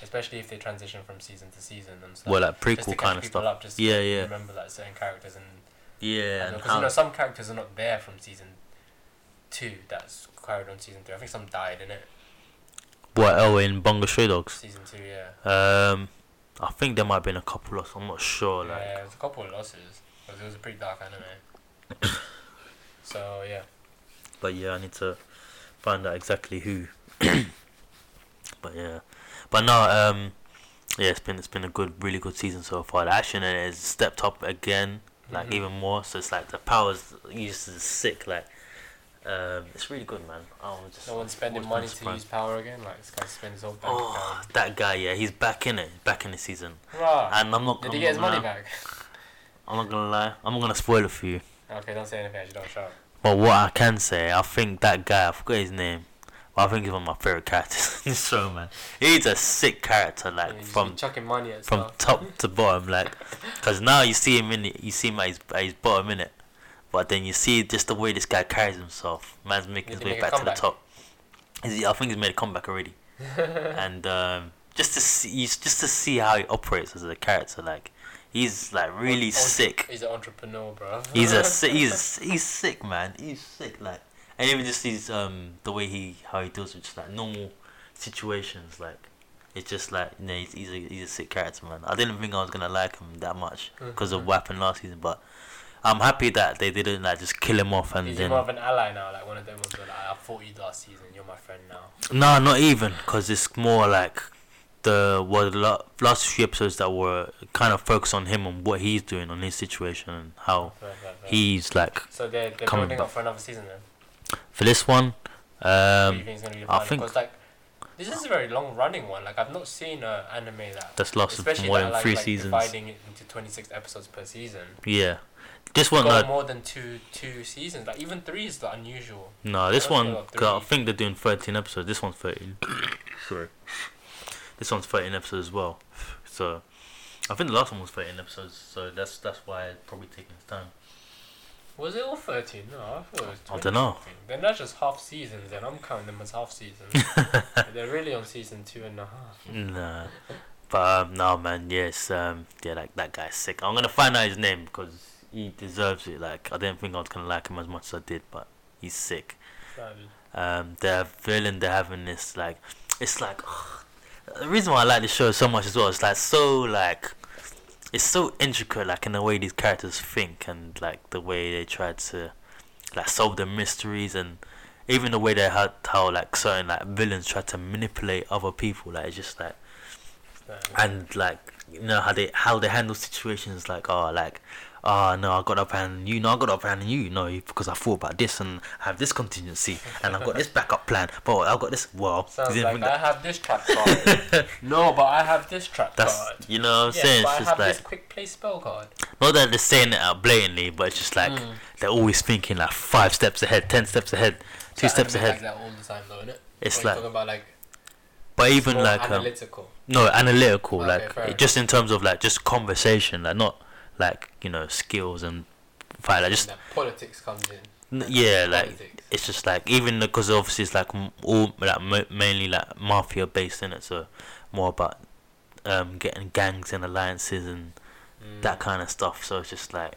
Speaker 2: especially if they transition from season to season and stuff.
Speaker 1: well, like
Speaker 2: just to
Speaker 1: prequel
Speaker 2: catch
Speaker 1: kind of
Speaker 2: people
Speaker 1: stuff.
Speaker 2: Up, just to
Speaker 1: Yeah, yeah.
Speaker 2: Remember like certain characters and
Speaker 1: Yeah, and
Speaker 2: because
Speaker 1: how
Speaker 2: you know some characters are not there from season two. That's carried on season three. I think some died in it.
Speaker 1: what oh in Bongo Stray Dogs.
Speaker 2: Season two, yeah.
Speaker 1: Um, I think there might have been a couple of. I'm not sure. Oh, Like
Speaker 2: yeah, there's a couple of losses because it was a pretty dark anime.
Speaker 1: <coughs>
Speaker 2: so yeah,
Speaker 1: But yeah, I need to find out exactly who. <coughs> but yeah, but no, um, yeah, it's been it's been a good, really good season so far. The action in it has stepped up again, like
Speaker 2: Mhm.
Speaker 1: even more. So it's like the powers used is sick. Like, um, it's really good, man. I was just
Speaker 2: no one's
Speaker 1: always
Speaker 2: spending
Speaker 1: been
Speaker 2: money to
Speaker 1: surprised.
Speaker 2: use power again. Like this guy spends all bank
Speaker 1: Oh, that guy, yeah, he's back in it, back in the season,
Speaker 2: account.
Speaker 1: and I'm not.
Speaker 2: Bruh, Did
Speaker 1: I'm
Speaker 2: he get his
Speaker 1: not
Speaker 2: money
Speaker 1: gonna-
Speaker 2: back?
Speaker 1: I'm not gonna lie. I'm not gonna spoil it for you.
Speaker 2: okay, don't say anything. Actually, don't show.
Speaker 1: But what I can say, I think that guy, I forgot his name, but I think he's one of my favorite characters <laughs> in this show, man. He's a sick character, like
Speaker 2: Yeah, you just
Speaker 1: from
Speaker 2: be chucking money at
Speaker 1: from
Speaker 2: stuff.
Speaker 1: top to bottom, like, because now you see him in, it- you see him at his, at his bottom in it, but then you see just the way this guy carries himself. Man's making his
Speaker 2: Did he
Speaker 1: way
Speaker 2: make a
Speaker 1: back to the
Speaker 2: comeback?
Speaker 1: top. Is he- I think he's made a comeback already, and um, just to see, you s- just to see how he operates as a character, like, he's like really
Speaker 2: Entre-
Speaker 1: sick.
Speaker 2: <laughs> He's an entrepreneur, bro.
Speaker 1: He's
Speaker 2: <laughs>
Speaker 1: a si- he's he's sick, man. He's sick, like, and even just these um the way he how he deals with just like normal situations, like, it's just like you know he's he's a, he's a sick character, man. I didn't think I was gonna like him that much because of what happened last season, but I'm happy that they didn't like just kill him off and
Speaker 2: Is he
Speaker 1: then
Speaker 2: more of an ally now? Like one of them was like, I fought you last season. You're my friend now.
Speaker 1: no, not even because it's more like the what the la- last few episodes that were kind of focused on him and what he's doing on his situation and how
Speaker 2: Fair, fair, fair.
Speaker 1: he's like
Speaker 2: So they're, they're
Speaker 1: Oh. Coming
Speaker 2: building
Speaker 1: back.
Speaker 2: up for another season then.
Speaker 1: for this one.
Speaker 2: Who do
Speaker 1: Um,
Speaker 2: you think is going to be the
Speaker 1: I
Speaker 2: final?
Speaker 1: think-
Speaker 2: Because like, this is a very long running one. Like I've not seen an anime that.
Speaker 1: That's lasted
Speaker 2: especially
Speaker 1: more
Speaker 2: that
Speaker 1: than
Speaker 2: I like,
Speaker 1: three
Speaker 2: like,
Speaker 1: seasons.
Speaker 2: Dividing it into twenty six episodes per season.
Speaker 1: Yeah, this one,
Speaker 2: Got
Speaker 1: uh,
Speaker 2: more than two two seasons. Like even three is the unusual.
Speaker 1: no, this
Speaker 2: I don't know
Speaker 1: one.
Speaker 2: about
Speaker 1: 'cause I
Speaker 2: three.
Speaker 1: think they're doing thirteen episodes. This one's thirteen. <coughs> Sorry, this one's thirteen episodes as well. So, I think the last one was thirteen episodes. So that's that's why it's probably taking its time.
Speaker 2: Was it all thirteen? No, I thought it was.
Speaker 1: I
Speaker 2: 20
Speaker 1: dunno.
Speaker 2: They're not just half seasons. Then I'm counting them as
Speaker 1: <laughs>
Speaker 2: half seasons. they're really on season two and a half.
Speaker 1: Nah, but um, no, man. Yes, um, yeah, like that guy's sick. I'm gonna find out his name because he deserves it. Like I didn't think I was gonna like him as much as I did, but he's sick.
Speaker 2: Savage.
Speaker 1: um, the villain they're having this like it's like the reason why I like this show so much as well is like so like it's so intricate like in the way these characters think and like the way they try to like solve the mysteries and even the way they had how like certain like villains try to manipulate other people like it's just like
Speaker 2: Savage.
Speaker 1: and like you know how they how they handle situations like oh like oh no I got up and you no I got up and you no because I thought about this and I have this contingency and I've got this backup plan but I've got this well you
Speaker 2: Sounds
Speaker 1: didn't
Speaker 2: like
Speaker 1: think
Speaker 2: I
Speaker 1: that-
Speaker 2: have this
Speaker 1: <laughs>
Speaker 2: trap card. no, but I have this trap
Speaker 1: that's
Speaker 2: card.
Speaker 1: you know what I'm
Speaker 2: Yeah,
Speaker 1: saying it's
Speaker 2: but I
Speaker 1: just
Speaker 2: have
Speaker 1: like
Speaker 2: this quick play spell card.
Speaker 1: not that they're saying it out blatantly but it's just like
Speaker 2: Mm.
Speaker 1: they're always thinking like five steps ahead ten steps ahead two
Speaker 2: That
Speaker 1: steps
Speaker 2: anime
Speaker 1: ahead
Speaker 2: Like that all the time, though, innit?
Speaker 1: It's
Speaker 2: Or you're
Speaker 1: like-
Speaker 2: talking about like
Speaker 1: but even
Speaker 2: more
Speaker 1: like um,
Speaker 2: analytical.
Speaker 1: No, analytical,
Speaker 2: Okay,
Speaker 1: like
Speaker 2: fair
Speaker 1: it- just in terms of like just conversation, like not like you know skills and fight. Like
Speaker 2: and
Speaker 1: just
Speaker 2: that politics comes in.
Speaker 1: n- yeah, like
Speaker 2: Politics.
Speaker 1: it's just like even because obviously it's like m- all like ma- mainly like mafia based in it, so more about um getting gangs and alliances and
Speaker 2: Mm.
Speaker 1: that kind of stuff. So it's just like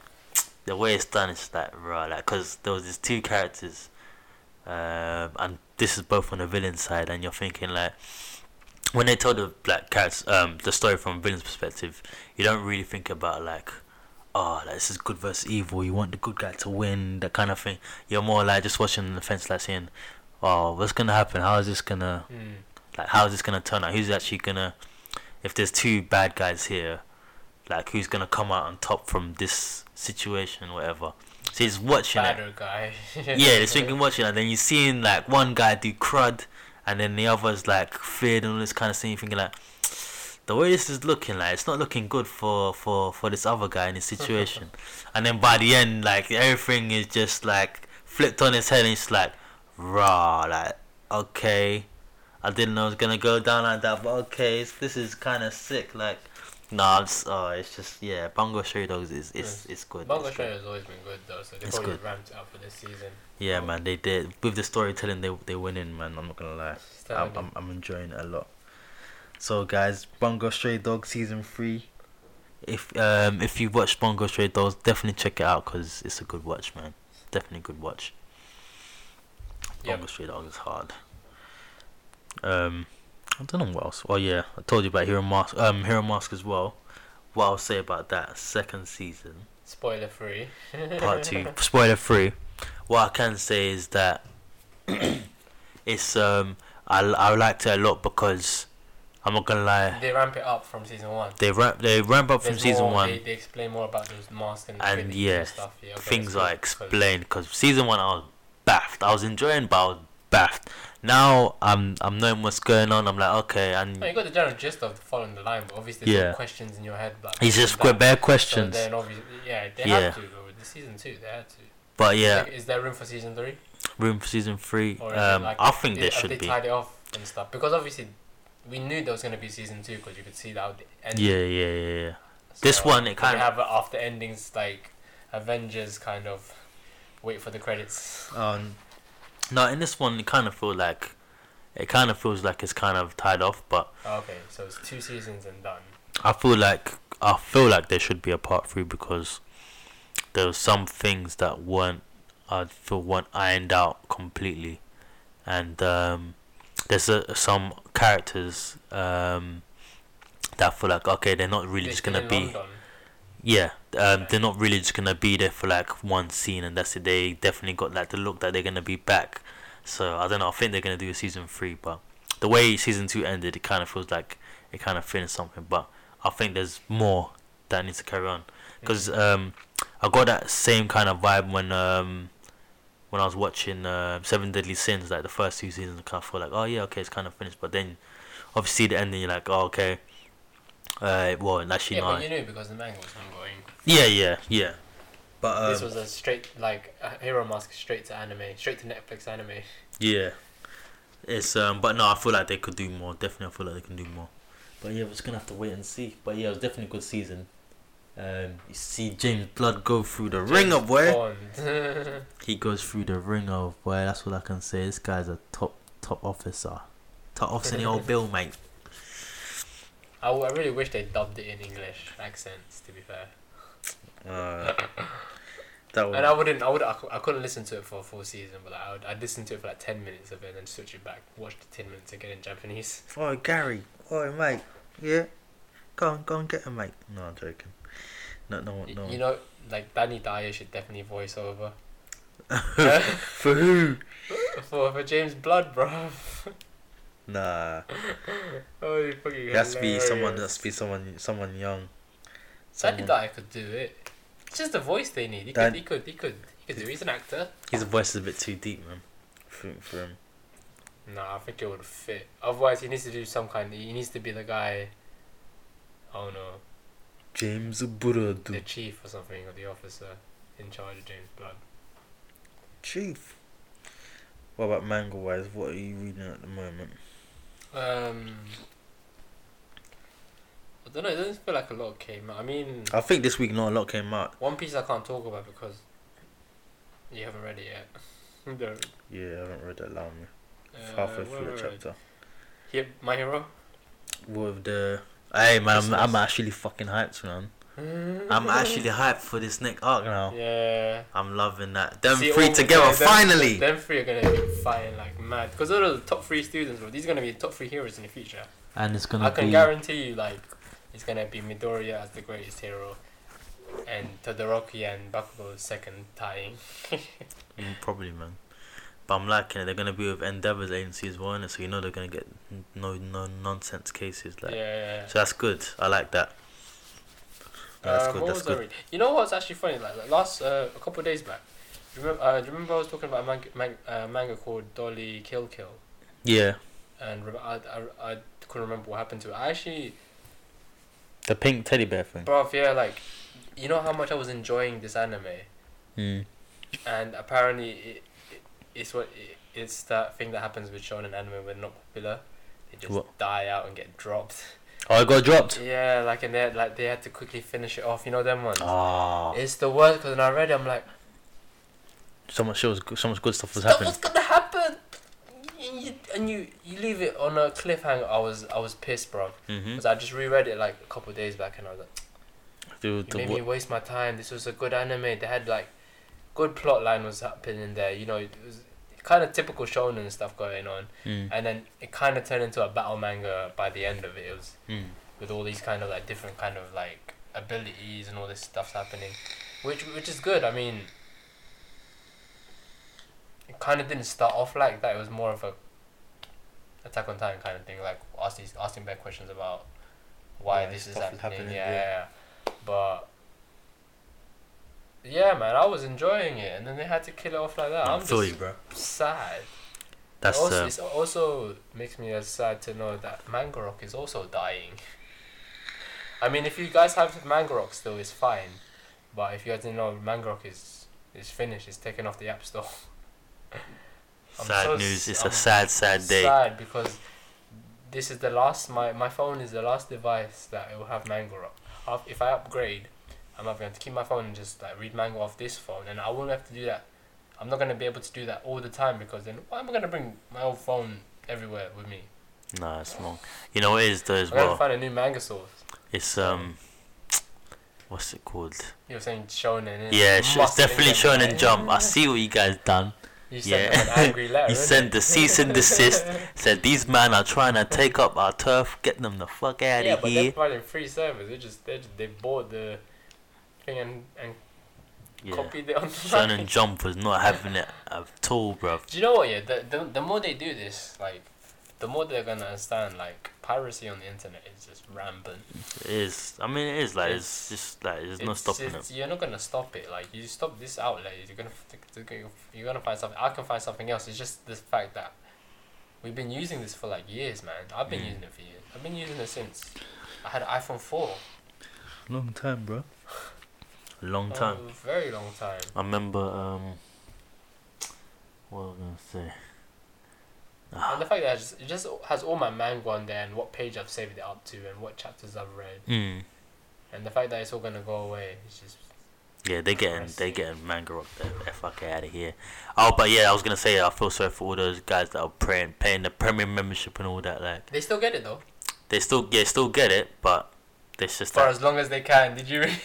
Speaker 1: the way it's done is like right, like because there was these two characters, um, and this is both on the villain side, and you're thinking like when they tell the black cats um the story from a villain's perspective, you don't really think about like. Oh, like, this is good versus evil. You want the good guy to win, that kind of thing. You're more like just watching the fence, like saying, "Oh, what's gonna happen? How is this gonna?"
Speaker 2: Mm.
Speaker 1: Like, how is this gonna turn out? Who's actually gonna? If there's two bad guys here, like, who's gonna come out on top from this situation, whatever? So he's watching it.
Speaker 2: Shadow guy. <laughs>
Speaker 1: Yeah, he's thinking watching, it, and then you're seeing like one guy do crud, and then the other's like feared and all this kind of thing. You're thinking like, the way this is looking, like, it's not looking good for for for this other guy in his
Speaker 2: <laughs>
Speaker 1: situation. and then by the end, like, everything is just like flipped on his head, and it's like, raw, like, okay. I didn't know it was gonna go down like that, but okay, it's, this is kind of sick. Like, nah, it's, oh, it's just yeah. Bungo Stray Dogs is it's it's good.
Speaker 2: Bungo
Speaker 1: it's good.
Speaker 2: Stray has always been good though, so they
Speaker 1: It's
Speaker 2: probably
Speaker 1: good.
Speaker 2: ramped it up for this season.
Speaker 1: Yeah, man, they did with the storytelling. They they went in, man. I'm not gonna lie.
Speaker 2: Still
Speaker 1: I'm,
Speaker 2: in.
Speaker 1: I'm I'm enjoying it a lot. So guys, Bungo Stray Dog season three. If um if you watched Bungo Stray Dogs, definitely check it out because it's a good watch, man. Definitely a good watch.
Speaker 2: Yep.
Speaker 1: Bungo Stray Dog is hard. Um, I don't know what else. Oh yeah, I told you about Hero Mask. Um, Hero Mask as well. What I'll say about that second season
Speaker 2: Spoiler free.
Speaker 1: part two. Spoiler free. What I can say is that <clears throat> it's um I I liked it a lot because I'm not gonna lie
Speaker 2: <laughs> They ramp it up from season one.
Speaker 1: they ramp they ramp up from
Speaker 2: There's
Speaker 1: season
Speaker 2: more- E
Speaker 1: one
Speaker 2: They, they explain more about those masks and,
Speaker 1: And
Speaker 2: abilities
Speaker 1: yeah,
Speaker 2: stuff. Yeah, okay,
Speaker 1: things
Speaker 2: that's
Speaker 1: are
Speaker 2: good, 'cause
Speaker 1: explained because season one I was baffed I was enjoying but I was baffed now I'm I'm knowing what's going on I'm like okay
Speaker 2: No, you
Speaker 1: and
Speaker 2: got the general gist of following the line, but obviously there's
Speaker 1: Yeah.
Speaker 2: some questions in your head. Like,
Speaker 1: it's
Speaker 2: this
Speaker 1: just
Speaker 2: and that.
Speaker 1: bare
Speaker 2: So
Speaker 1: questions
Speaker 2: then obviously, yeah, they
Speaker 1: Yeah.
Speaker 2: had to. Though. The season two, they had to.
Speaker 1: But yeah,
Speaker 2: Like, is there room for season three?
Speaker 1: room for season three.
Speaker 2: Or is it
Speaker 1: Um,
Speaker 2: like-
Speaker 1: I think
Speaker 2: Did-
Speaker 1: there
Speaker 2: have
Speaker 1: should
Speaker 2: they
Speaker 1: be.
Speaker 2: tied it off and stuff because obviously we knew there was going to be season two because you could see that end.
Speaker 1: Yeah, yeah, yeah, yeah. This one, it kind
Speaker 2: of
Speaker 1: of-
Speaker 2: have after endings like Avengers kind of wait for the credits.
Speaker 1: Um, no, in this one, it kind of feel like it kind of feels like it's kind of tied off, but
Speaker 2: Okay, so it's two seasons and done.
Speaker 1: I feel like I feel like there should be a part three because there were some things that weren't I feel weren't ironed out completely, and um, there's uh, some characters um, that I feel like okay they're not really
Speaker 2: They're
Speaker 1: just
Speaker 2: still
Speaker 1: gonna
Speaker 2: in
Speaker 1: be
Speaker 2: London.
Speaker 1: yeah um,
Speaker 2: Okay.
Speaker 1: they're not really just gonna be there for like one scene and that's it they definitely got like the look that they're gonna be back so I don't know I think they're gonna do a season three but the way season two ended it kind of feels like it kind of finished something but I think there's more that needs to carry on because um, I got that same kind of vibe when um, when I was watching uh, Seven Deadly Sins like the first two seasons I kind of felt like oh yeah okay it's kind of finished but then obviously the ending you're like oh okay uh, it wasn't actually
Speaker 2: Yeah,
Speaker 1: not
Speaker 2: but you knew because the manga was ongoing.
Speaker 1: yeah, yeah, yeah. But um,
Speaker 2: this was a straight like a Hero Mask straight to anime, straight to Netflix anime.
Speaker 1: yeah, it's um. But no, I feel like they could do more. Definitely, I feel like they can do more. But yeah, we're just gonna have to wait and see. But yeah, it was definitely a good season. Um, you see James Blood go through the ringer,
Speaker 2: James
Speaker 1: boy.
Speaker 2: Bond. <laughs>
Speaker 1: He goes through the ringer, boy. That's all I can say. This guy's a top top officer, top officer in the old bill, mate.
Speaker 2: I, w- I really wish they dubbed it in English accents. To be fair,
Speaker 1: <laughs> Uh, that
Speaker 2: and I wouldn't, I would, I, cou- I couldn't listen to it for a full season, but like, I would, I'd listen to it for like ten minutes of it, and then switch it back, watch the ten minutes again in Japanese.
Speaker 1: Oh, Gary. Oh, mate. Yeah. Go on, go on, get him, mate. No, I'm joking. No, no,
Speaker 2: Y-
Speaker 1: no.
Speaker 2: You know, like Danny Dyer should definitely
Speaker 1: <laughs>
Speaker 2: voice over <laughs>
Speaker 1: For who?
Speaker 2: for for James Blood, bro.
Speaker 1: Nah,
Speaker 2: oh, you fucking.
Speaker 1: it has to be someone.
Speaker 2: hilarious.
Speaker 1: It has to be someone. Someone young.
Speaker 2: Danny
Speaker 1: Someone,
Speaker 2: Dyer could do it. It's just the voice they need. He
Speaker 1: Dan-
Speaker 2: could, he could, he could, he could do. it. He's an actor.
Speaker 1: his voice is a bit too deep, man. For, for him.
Speaker 2: No, I think it would fit. Otherwise, he needs to do some kind. He needs to be the guy. Oh no,
Speaker 1: James Buradu.
Speaker 2: the chief or something, or the officer in charge of James Blood.
Speaker 1: Chief. What about manga wise? What are you reading at the moment?
Speaker 2: Um, I don't know. It doesn't feel like a lot came out. I mean,
Speaker 1: I think this week not a lot came out.
Speaker 2: One Piece I can't talk about because you haven't read it <laughs> yet. The,
Speaker 1: Yeah, I haven't read that long.
Speaker 2: uh,
Speaker 1: Halfway
Speaker 2: where
Speaker 1: through
Speaker 2: were
Speaker 1: the
Speaker 2: we?
Speaker 1: chapter.
Speaker 2: Here, my hero.
Speaker 1: With the. Hey man, I'm, I'm
Speaker 2: Christmas.
Speaker 1: actually fucking hyped, man.
Speaker 2: <laughs>
Speaker 1: I'm actually hyped for this next arc now.
Speaker 2: Yeah.
Speaker 1: I'm loving that. Them
Speaker 2: See,
Speaker 1: three
Speaker 2: all-
Speaker 1: together,
Speaker 2: yeah, them-
Speaker 1: finally.
Speaker 2: Them three are gonna be fighting like mad because those are the top three students. Bro. These are gonna be the top three heroes in the future.
Speaker 1: and it's
Speaker 2: I can guarantee you, like, it's gonna be Midoriya as the greatest hero, and Todoroki and Bakugo second tying.
Speaker 1: Mm, Probably, man. But I'm liking it. They're gonna be with Endeavor's agency as well, innit? so you know they're gonna get n- no no nonsense cases. Like,
Speaker 2: yeah.
Speaker 1: so that's good. I like that. No, that's
Speaker 2: Uh,
Speaker 1: good.
Speaker 2: what
Speaker 1: That's
Speaker 2: was I
Speaker 1: good.
Speaker 2: reading? You know what's actually funny? Like, like last uh, a couple of days back, do you remember? Uh, do you remember I was talking about a manga, man, uh, manga called Dolly Kill Kill,
Speaker 1: Yeah,
Speaker 2: and re- I, I, I couldn't remember what happened to it. I actually,
Speaker 1: the pink teddy bear thing.
Speaker 2: bruv, yeah, like, you know how much I was enjoying this anime,
Speaker 1: Mm.
Speaker 2: and apparently it, it it's what it, it's that thing that happens with shonen anime when not popular, they just
Speaker 1: What?
Speaker 2: die out and get dropped.
Speaker 1: Oh, it got dropped.
Speaker 2: yeah, like and they like they had to quickly finish it off. You know them ones.
Speaker 1: Ah,
Speaker 2: It's the worst because when I read it, I'm like.
Speaker 1: so much, so much- so much good stuff was
Speaker 2: That
Speaker 1: happening.
Speaker 2: was gonna happen? And you, and you you leave it on a cliffhanger. I was I was pissed, bro.
Speaker 1: Mm-hmm.
Speaker 2: Because I just reread it like a couple of days back, and I was like,
Speaker 1: Dude,
Speaker 2: you
Speaker 1: the,
Speaker 2: made
Speaker 1: wa-
Speaker 2: me waste my time. This was a good anime. They had like good plot line was happening there. You know, it was kind of typical shonen stuff going on,
Speaker 1: mm,
Speaker 2: and then it kind of turned into a battle manga by the end of it. It was
Speaker 1: mm.
Speaker 2: with all these kind of like different kind of like abilities and all this stuff's happening, which which is good. I mean, it kind of didn't start off like that. It was more of a Attack on Titan kind of thing, like ask these asking back questions about why
Speaker 1: Why
Speaker 2: this is
Speaker 1: stuff
Speaker 2: happening.
Speaker 1: is happening,
Speaker 2: yeah,
Speaker 1: yeah.
Speaker 2: yeah, yeah. but. Yeah, man, I was enjoying it, and then they had to kill it off like that.
Speaker 1: I
Speaker 2: I'm
Speaker 1: feel you,
Speaker 2: just
Speaker 1: bro.
Speaker 2: sad.
Speaker 1: That's
Speaker 2: also,
Speaker 1: uh,
Speaker 2: it also makes me as sad to know that Mangorok is also dying. I mean, if you guys have Mangorok still, it's fine. But if you guys didn't know, Mangorok is It's finished. It's taken off the App Store. I'm
Speaker 1: sad
Speaker 2: so
Speaker 1: news.
Speaker 2: s-
Speaker 1: It's
Speaker 2: I'm
Speaker 1: a sad, sad day.
Speaker 2: Sad because this is the last. My my phone is the last device that it will have Mango up. Af- If I upgrade, I'm not going to keep my phone and just like read Mango off this phone, and I won't have to do that. I'm not going to be able to do that all the time because then why am I going to bring my old phone everywhere with me?
Speaker 1: Nah, it's long. You know what it is though as
Speaker 2: I'm going to
Speaker 1: well.
Speaker 2: find a new Mango source.
Speaker 1: It's um, what's it called?
Speaker 2: You're saying Shonen. innit?
Speaker 1: Yeah, it's, it's
Speaker 2: Must
Speaker 1: definitely
Speaker 2: been Shonen.
Speaker 1: Shonen Jump. I see what you guys done.
Speaker 2: You sent
Speaker 1: Yeah.
Speaker 2: them an
Speaker 1: <laughs>
Speaker 2: angry letter.
Speaker 1: You
Speaker 2: innit?
Speaker 1: sent the cease and
Speaker 2: <laughs>
Speaker 1: desist. Said these men are trying to take up our turf. Get them the fuck out
Speaker 2: yeah,
Speaker 1: of
Speaker 2: but
Speaker 1: here.
Speaker 2: they're providing free service. They just they just, they bought the thing and and
Speaker 1: Yeah.
Speaker 2: copied it online. <laughs>
Speaker 1: Shonen Jump was not having it at all, bruv.
Speaker 2: Do you know what? Yeah, the, the the more they do this, like, the more they're gonna understand like piracy on the internet is just rampant.
Speaker 1: It is. I mean, it is like it's just like there's no
Speaker 2: It's-
Speaker 1: stopping
Speaker 2: it's-
Speaker 1: it.
Speaker 2: You're not gonna stop it. Like you stop this outlet, you're gonna f- you're gonna- you're gonna find something. I can find something else. It's just the fact that we've been using this for like years, man. I've been
Speaker 1: Mm.
Speaker 2: using it for years. I've been using it since I had an iPhone four.
Speaker 1: Long time, bro. Long
Speaker 2: Oh,
Speaker 1: time.
Speaker 2: very long time.
Speaker 1: I remember. Um, what was I gonna say? Ah,
Speaker 2: And the fact that it just, it just has all my manga on there and what page I've saved it up to and what chapters I've read
Speaker 1: Mm.
Speaker 2: and the fact that it's all gonna go away is just
Speaker 1: Yeah, they getting they
Speaker 2: Christ.
Speaker 1: getting manga up there. Get fuck out of here. Oh, but yeah, I was gonna say I feel sorry for all those guys that are paying paying the premium membership and all that. Like
Speaker 2: they still get it though
Speaker 1: they still yeah still get it, but it's just
Speaker 2: for
Speaker 1: that
Speaker 2: as long as they can. Did you read? <laughs>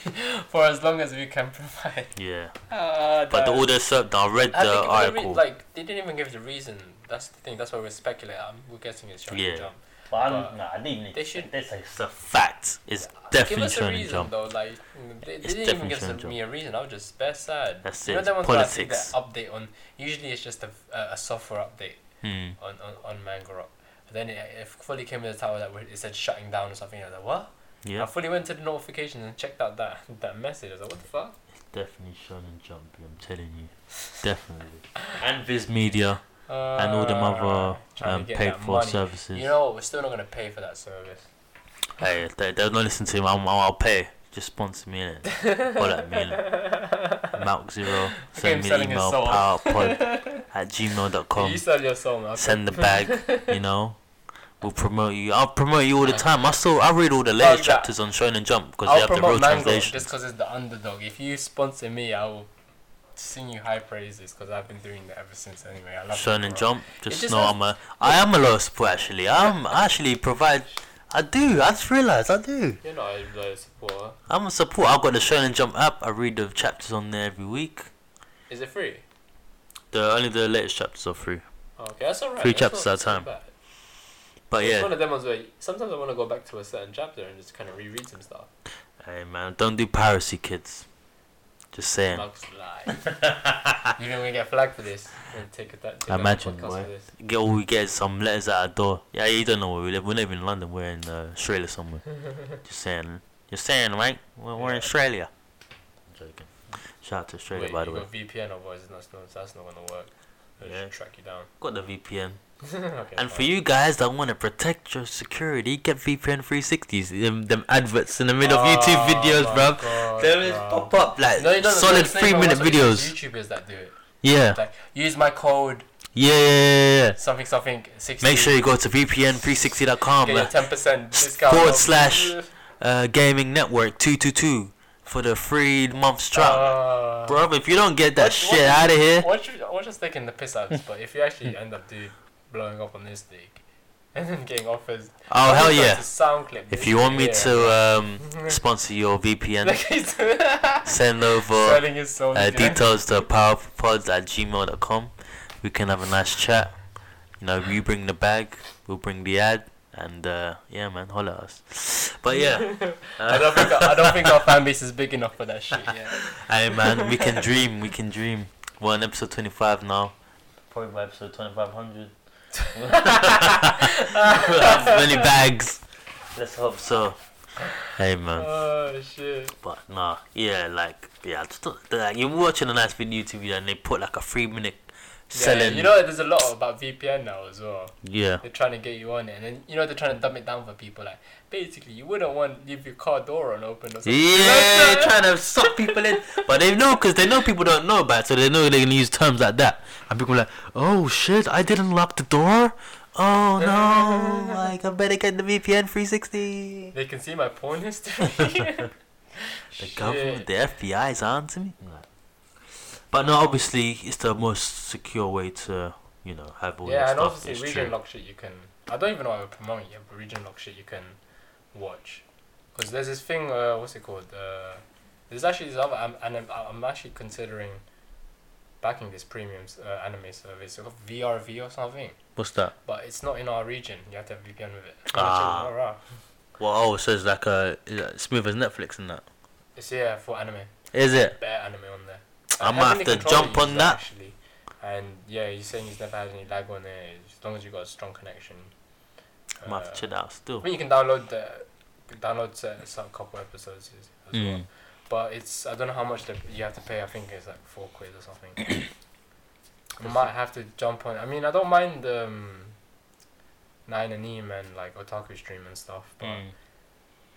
Speaker 2: for as long as we can provide?
Speaker 1: yeah.
Speaker 2: Uh,
Speaker 1: But the, all those stuff I read
Speaker 2: I
Speaker 1: the
Speaker 2: think if they
Speaker 1: article.
Speaker 2: read, like they didn't even give the reason. That's the thing. That's why we're speculating. I'm, we're guessing it's Shonen
Speaker 1: Yeah.
Speaker 2: Jump.
Speaker 1: but
Speaker 2: I'm-
Speaker 1: nah, I didn't.
Speaker 2: They should
Speaker 1: This is a fact. It's definitely
Speaker 2: give us a
Speaker 1: trying
Speaker 2: reason
Speaker 1: to jump.
Speaker 2: though. Like they, they
Speaker 1: It's
Speaker 2: didn't even
Speaker 1: definitely
Speaker 2: give
Speaker 1: Shonen
Speaker 2: us a-
Speaker 1: Jump.
Speaker 2: me a reason. I was just bare sad.
Speaker 1: That's
Speaker 2: you
Speaker 1: it.
Speaker 2: know
Speaker 1: It's
Speaker 2: that one's where I see that
Speaker 1: politics.
Speaker 2: update on. Usually it's just a a, a software update.
Speaker 1: Hmm.
Speaker 2: on, on, on Mangorok. But then it, it fully came with a title that it said shutting down or something. I was like, what? I
Speaker 1: Yeah,
Speaker 2: fully went to the notifications and checked out that, that message. I was like, what the fuck?
Speaker 1: definitely Shonen Jump. I'm telling
Speaker 2: <laughs>
Speaker 1: you, definitely. And Viz Media and all them
Speaker 2: Uh,
Speaker 1: other
Speaker 2: trying to
Speaker 1: um,
Speaker 2: get
Speaker 1: paid
Speaker 2: that
Speaker 1: for
Speaker 2: money.
Speaker 1: services.
Speaker 2: You know what? We're still not going to pay for that service.
Speaker 1: Hey, if they, they'll not listen to him. I'm, I'll pay. Just sponsor me,
Speaker 2: <laughs>
Speaker 1: innit? All that, me, innit? Malk Zero. Send me
Speaker 2: him
Speaker 1: an
Speaker 2: selling his
Speaker 1: email,
Speaker 2: soul.
Speaker 1: powerpod
Speaker 2: <laughs>
Speaker 1: at gmail.com.
Speaker 2: You sell your soul, man. <laughs>
Speaker 1: Send the bag, you know? We'll promote you. I'll promote you all the time. I still I read all the latest
Speaker 2: that.
Speaker 1: chapters on Shonen Jump because they
Speaker 2: I'll
Speaker 1: have the real
Speaker 2: promote Mango just
Speaker 1: translations.
Speaker 2: because it's the underdog. If you sponsor me, I will sing you high praises because I've been doing that ever since anyway. I love
Speaker 1: Shonen
Speaker 2: Mango.
Speaker 1: Jump. Just,
Speaker 2: just
Speaker 1: know
Speaker 2: has-
Speaker 1: I'm a I am a loyal support actually. I'm I actually provide. I do. I just realized I do.
Speaker 2: You're not a loyal supporter.
Speaker 1: I'm a support. I've got the Shonen Jump app. I read the chapters on there every week.
Speaker 2: Is it free?
Speaker 1: The only the latest chapters are free.
Speaker 2: Oh, okay, that's alright.
Speaker 1: Three
Speaker 2: That's
Speaker 1: chapters
Speaker 2: not-
Speaker 1: at a
Speaker 2: that's not
Speaker 1: time.
Speaker 2: bad.
Speaker 1: But
Speaker 2: It's one
Speaker 1: yeah,
Speaker 2: of them ones where sometimes I want to go back to a certain chapter and just kind of reread some stuff.
Speaker 1: hey man, don't do piracy, kids. Just saying.
Speaker 2: Mark's lie. <laughs> You're gonna get flagged for this. You're gonna take it that. Take out the
Speaker 1: Imagine,
Speaker 2: podcast
Speaker 1: boy.
Speaker 2: for this.
Speaker 1: <laughs> Get all we get is some letters at our door. Yeah, you don't know where we live. We're not even in London. We're in uh, Australia
Speaker 2: <laughs>
Speaker 1: somewhere. Just saying. You're saying, right? We're, we're in
Speaker 2: Yeah.
Speaker 1: Australia. I'm joking. Shout out to Australia,
Speaker 2: Wait,
Speaker 1: by the
Speaker 2: you
Speaker 1: way.
Speaker 2: got VPN, otherwise it's not, it's not- that's not gonna work. They'll
Speaker 1: Yeah.
Speaker 2: just track you down. <laughs>
Speaker 1: Got the VPN.
Speaker 2: okay,
Speaker 1: And for
Speaker 2: fine.
Speaker 1: you guys that want to protect your security, get VPN 360s. Them, them adverts in the middle of YouTube
Speaker 2: Oh
Speaker 1: videos,
Speaker 2: my
Speaker 1: bruv.
Speaker 2: God,
Speaker 1: Them is
Speaker 2: bruv.
Speaker 1: pop up like
Speaker 2: No, you don't-
Speaker 1: solid
Speaker 2: it's not
Speaker 1: three
Speaker 2: even
Speaker 1: minute
Speaker 2: us, it's
Speaker 1: videos.
Speaker 2: YouTubers that do it.
Speaker 1: Yeah.
Speaker 2: Like, use my code
Speaker 1: Yeah, yeah, yeah, yeah.
Speaker 2: something something sixty.
Speaker 1: Make sure you go to
Speaker 2: get your
Speaker 1: VPN360.com
Speaker 2: ten percent discount.
Speaker 1: forward
Speaker 2: off.
Speaker 1: slash uh, gaming network 222 for the free month's trial.
Speaker 2: Uh,
Speaker 1: Bro, if you don't get that
Speaker 2: what-
Speaker 1: shit
Speaker 2: what-
Speaker 1: out of here,
Speaker 2: Watch, you- watch us taking the piss out of this, but if you
Speaker 1: <laughs>
Speaker 2: actually end up doing blowing up on this league <laughs> and then getting offers,
Speaker 1: oh hell
Speaker 2: I'll just
Speaker 1: yeah.
Speaker 2: to sound clip
Speaker 1: If
Speaker 2: this
Speaker 1: you want me
Speaker 2: year. <laughs>
Speaker 1: to um, sponsor your
Speaker 2: like
Speaker 1: VPN,
Speaker 2: he's <laughs>
Speaker 1: send over
Speaker 2: selling his soul.
Speaker 1: uh,
Speaker 2: he's gonna-
Speaker 1: details to powerpods at gmail.com. We can have a nice chat. You know, you bring the bag, we'll bring the ad, and uh, yeah, man, holler at us. But yeah,
Speaker 2: <laughs> I don't think I don't think our fan base is big enough for that shit. Yeah,
Speaker 1: hey man, we can dream, we can dream. We're on episode 25 now. Probably by episode <laughs> 2500. <laughs> we'll have many bags. Let's hope so. Hey man.
Speaker 2: oh shit.
Speaker 1: But nah, yeah, like yeah, just, like, you're watching a nice video YouTube video and they put like a three minute selling.
Speaker 2: Yeah, you know, there's a lot about VPN now as well.
Speaker 1: yeah.
Speaker 2: They're trying to get you on it, and then you know they're trying to dumb it down for people. Like basically, you wouldn't want leave your car door unopened or something. <laughs>
Speaker 1: Yeah, trying to suck people in, but they know because they know people don't know about, it, so they know they're gonna use terms like that, and people are like, "Oh shit, I didn't lock the door. Oh
Speaker 2: <laughs>
Speaker 1: no, like I better get the VPN 360."
Speaker 2: They can see my porn history. the
Speaker 1: <laughs> The government, the FBI is on to me. But no, obviously, it's the most secure way to, you know, have all
Speaker 2: Yeah,
Speaker 1: that
Speaker 2: and
Speaker 1: stuff.
Speaker 2: obviously
Speaker 1: It's
Speaker 2: region
Speaker 1: true.
Speaker 2: lock shit you can. I don't even know how to promote it, but region lock shit you can watch. Because there's this thing. Uh, what's it called? Uh, there's actually this other. I'm, and I'm, I'm actually considering backing this premium uh, anime service, it's called VRV or something.
Speaker 1: What's that?
Speaker 2: But it's not in our region. You have to have VPN with it.
Speaker 1: Ah.
Speaker 2: Oh, right.
Speaker 1: Well, oh, so it's like a is that smooth as Netflix and that.
Speaker 2: It's yeah for anime.
Speaker 1: Is it?
Speaker 2: Bare anime on there.
Speaker 1: I
Speaker 2: And
Speaker 1: might
Speaker 2: having
Speaker 1: have
Speaker 2: the
Speaker 1: to
Speaker 2: controller
Speaker 1: jump on
Speaker 2: used
Speaker 1: that.
Speaker 2: Actually. And yeah, he's saying he's never had any lag on it. As long as you've got a strong connection.
Speaker 1: I might have
Speaker 2: Uh,
Speaker 1: to check that out still.
Speaker 2: I mean, you can download the you can download some, some couple episodes as, as well.
Speaker 1: Mm.
Speaker 2: But it's I don't know how much that you have to pay. I think it's like four quid or
Speaker 1: <coughs>
Speaker 2: something. I might have to jump on. I mean, I don't mind um, Nine and Neem and like Otaku Stream and stuff, but
Speaker 1: Mm.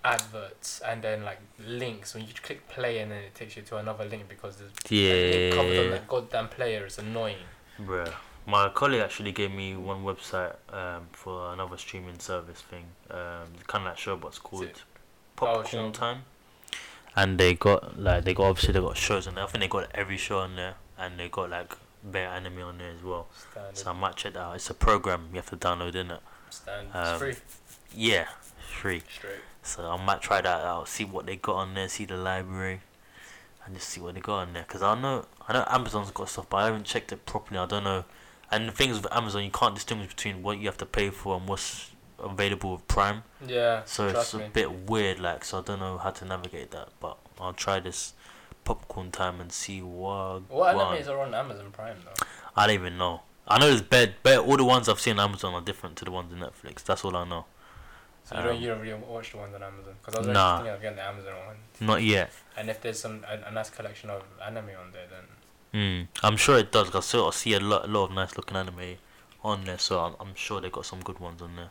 Speaker 2: adverts and then like links when you click play and then it takes you to another link because there's that link covered on
Speaker 1: Yeah,
Speaker 2: that goddamn player is annoying.
Speaker 1: bruh. My colleague actually gave me one website um, for another streaming service thing. Um, kind of like sure what's called
Speaker 2: it- oh,
Speaker 1: Popcorn
Speaker 2: Showbox.
Speaker 1: Time. And they got like they got obviously they got shows on there. I think they got every show on there, and they got like bare anime on there as well.
Speaker 2: Standard,
Speaker 1: So I might check that out. It's a program you have to download in it.
Speaker 2: standard.
Speaker 1: um,
Speaker 2: it's free,
Speaker 1: Yeah, free.
Speaker 2: straight.
Speaker 1: So I might try that out. See what they got on there. See the library, and just see what they got on there. Cause I know I know Amazon's got stuff, but I haven't checked it properly. I don't know. And the things with Amazon, you can't distinguish between what you have to pay for and what's available with Prime.
Speaker 2: Yeah,
Speaker 1: So it's
Speaker 2: trust
Speaker 1: a
Speaker 2: me.
Speaker 1: bit weird, like. So I don't know how to navigate that. But I'll try this popcorn time and see what.
Speaker 2: What
Speaker 1: what-
Speaker 2: animes are on Amazon Prime though?
Speaker 1: I don't even know. I know there's bad, bad. All the ones I've seen on Amazon are different to the ones on Netflix. That's all I know.
Speaker 2: So you don't
Speaker 1: Um,
Speaker 2: you don't really watch the ones on Amazon because I was
Speaker 1: Nah.
Speaker 2: actually thinking of getting the Amazon one.
Speaker 1: Not yet.
Speaker 2: And if there's some a, a nice collection of anime on there, then
Speaker 1: Mm, I'm sure it does. 'cause I sort of see a lot, a lot of nice looking anime on there, so I'm, I'm sure they got some good ones on there.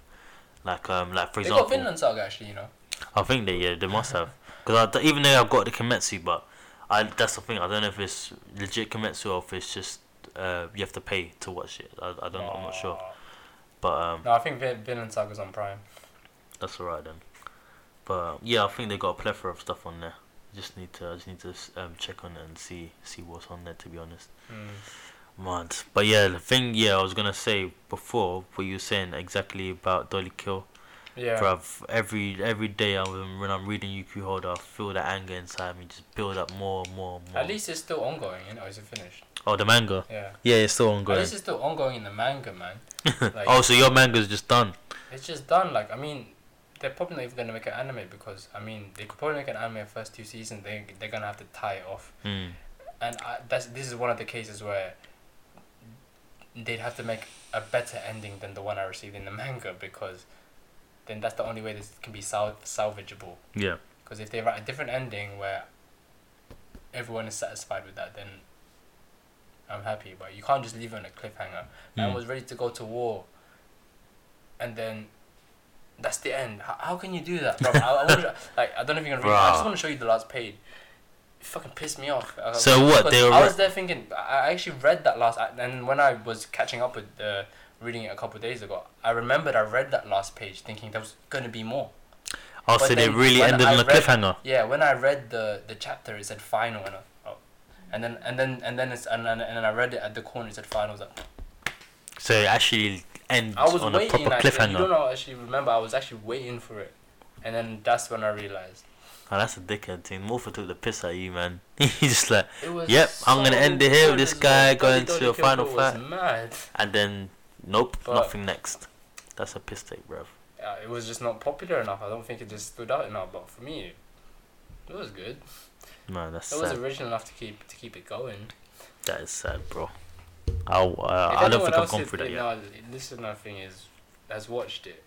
Speaker 1: Like um, like for
Speaker 2: they
Speaker 1: example,
Speaker 2: got Vinland Saga actually. You know,
Speaker 1: I think they yeah they must have because even though I've got the Kimetsu, but I that's the thing. I don't know if it's legit Kimetsu or if it's just uh you have to pay to watch it. I, I don't know. I'm not sure,
Speaker 2: Uh,
Speaker 1: but um,
Speaker 2: No, I think Vin- Vinland Saga's on Prime.
Speaker 1: that's alright then. But uh, yeah, I think they got a plethora of stuff on there. Just need to I just need to um, check on it and see see what's on there. To be honest.
Speaker 2: Mm.
Speaker 1: Mad. But yeah, the thing, yeah, I was gonna say before what you were saying exactly about Dolly Kill.
Speaker 2: Yeah.
Speaker 1: Bruv, every every day I'm, when I'm reading UQ Holder, I feel the anger inside me just build up more and more and more.
Speaker 2: At least it's still ongoing. You know, is it finished?
Speaker 1: oh, the manga.
Speaker 2: Yeah.
Speaker 1: Yeah, it's still
Speaker 2: At
Speaker 1: ongoing. <laughs>
Speaker 2: least it's still ongoing in the manga, man. like-
Speaker 1: oh, so your manga's just done.
Speaker 2: It's just done. Like I mean, they're probably not even gonna make an anime because I mean they could probably make an anime first two seasons. They they're gonna have to tie it off.
Speaker 1: Hmm.
Speaker 2: And I, that's this is one of the cases where they'd have to make a better ending than the one I received in the <laughs> manga because then that's the only way this can be sal- salvageable.
Speaker 1: Yeah.
Speaker 2: Because if they write a different ending where everyone is satisfied with that, then I'm happy. But you can't just leave it on a cliffhanger. Man
Speaker 1: Mm.
Speaker 2: was ready to go to war, and then that's the end. How, how can you do that, bro? I, I
Speaker 1: <laughs>
Speaker 2: wanna, like I don't know if you can read. I just
Speaker 1: Bruh.
Speaker 2: want to show you the last page. It fucking pissed me off. Uh,
Speaker 1: So what,
Speaker 2: because
Speaker 1: they were
Speaker 2: I
Speaker 1: re-
Speaker 2: was there thinking. I I actually read that last, and when I was catching up with uh, reading it a couple of days ago, I remembered I read that last page, thinking there was gonna be more.
Speaker 1: Oh,
Speaker 2: But
Speaker 1: so they
Speaker 2: then
Speaker 1: really
Speaker 2: when
Speaker 1: ended
Speaker 2: I
Speaker 1: on a
Speaker 2: read-
Speaker 1: cliffhanger.
Speaker 2: Yeah, when I read the the chapter, it said final, and I, oh, and then and then and then it's and and, and then I read it at the corner. It said final. I was like, hmm.
Speaker 1: So it actually ends
Speaker 2: I was
Speaker 1: on a
Speaker 2: waiting.
Speaker 1: proper
Speaker 2: Like, you
Speaker 1: cliffhanger.
Speaker 2: don't know, actually remember. I was actually waiting for it, and then that's when I realized
Speaker 1: Oh, that's a dickhead thing. Morpher took the piss out of you, man. <laughs> He's just like,
Speaker 2: it was.
Speaker 1: Yep, I'm gonna
Speaker 2: so
Speaker 1: end it here with
Speaker 2: good
Speaker 1: this
Speaker 2: as
Speaker 1: guy
Speaker 2: well.
Speaker 1: going
Speaker 2: Doddy
Speaker 1: to
Speaker 2: Doddy
Speaker 1: a final
Speaker 2: Kyoko was
Speaker 1: fight.
Speaker 2: Mad.
Speaker 1: and then nope,
Speaker 2: But-
Speaker 1: nothing next. That's a piss take, bruv.
Speaker 2: Uh, it was just not popular enough. I don't think it just stood out enough. But for me, it was good.
Speaker 1: Man, that's
Speaker 2: It
Speaker 1: sad.
Speaker 2: was original enough to keep to keep it going.
Speaker 1: That is sad, bro. I, uh, I
Speaker 2: If
Speaker 1: don't
Speaker 2: anyone
Speaker 1: think I've
Speaker 2: else
Speaker 1: gone
Speaker 2: is- uh,
Speaker 1: through that
Speaker 2: you
Speaker 1: yet.
Speaker 2: know, this is another thing is has watched it.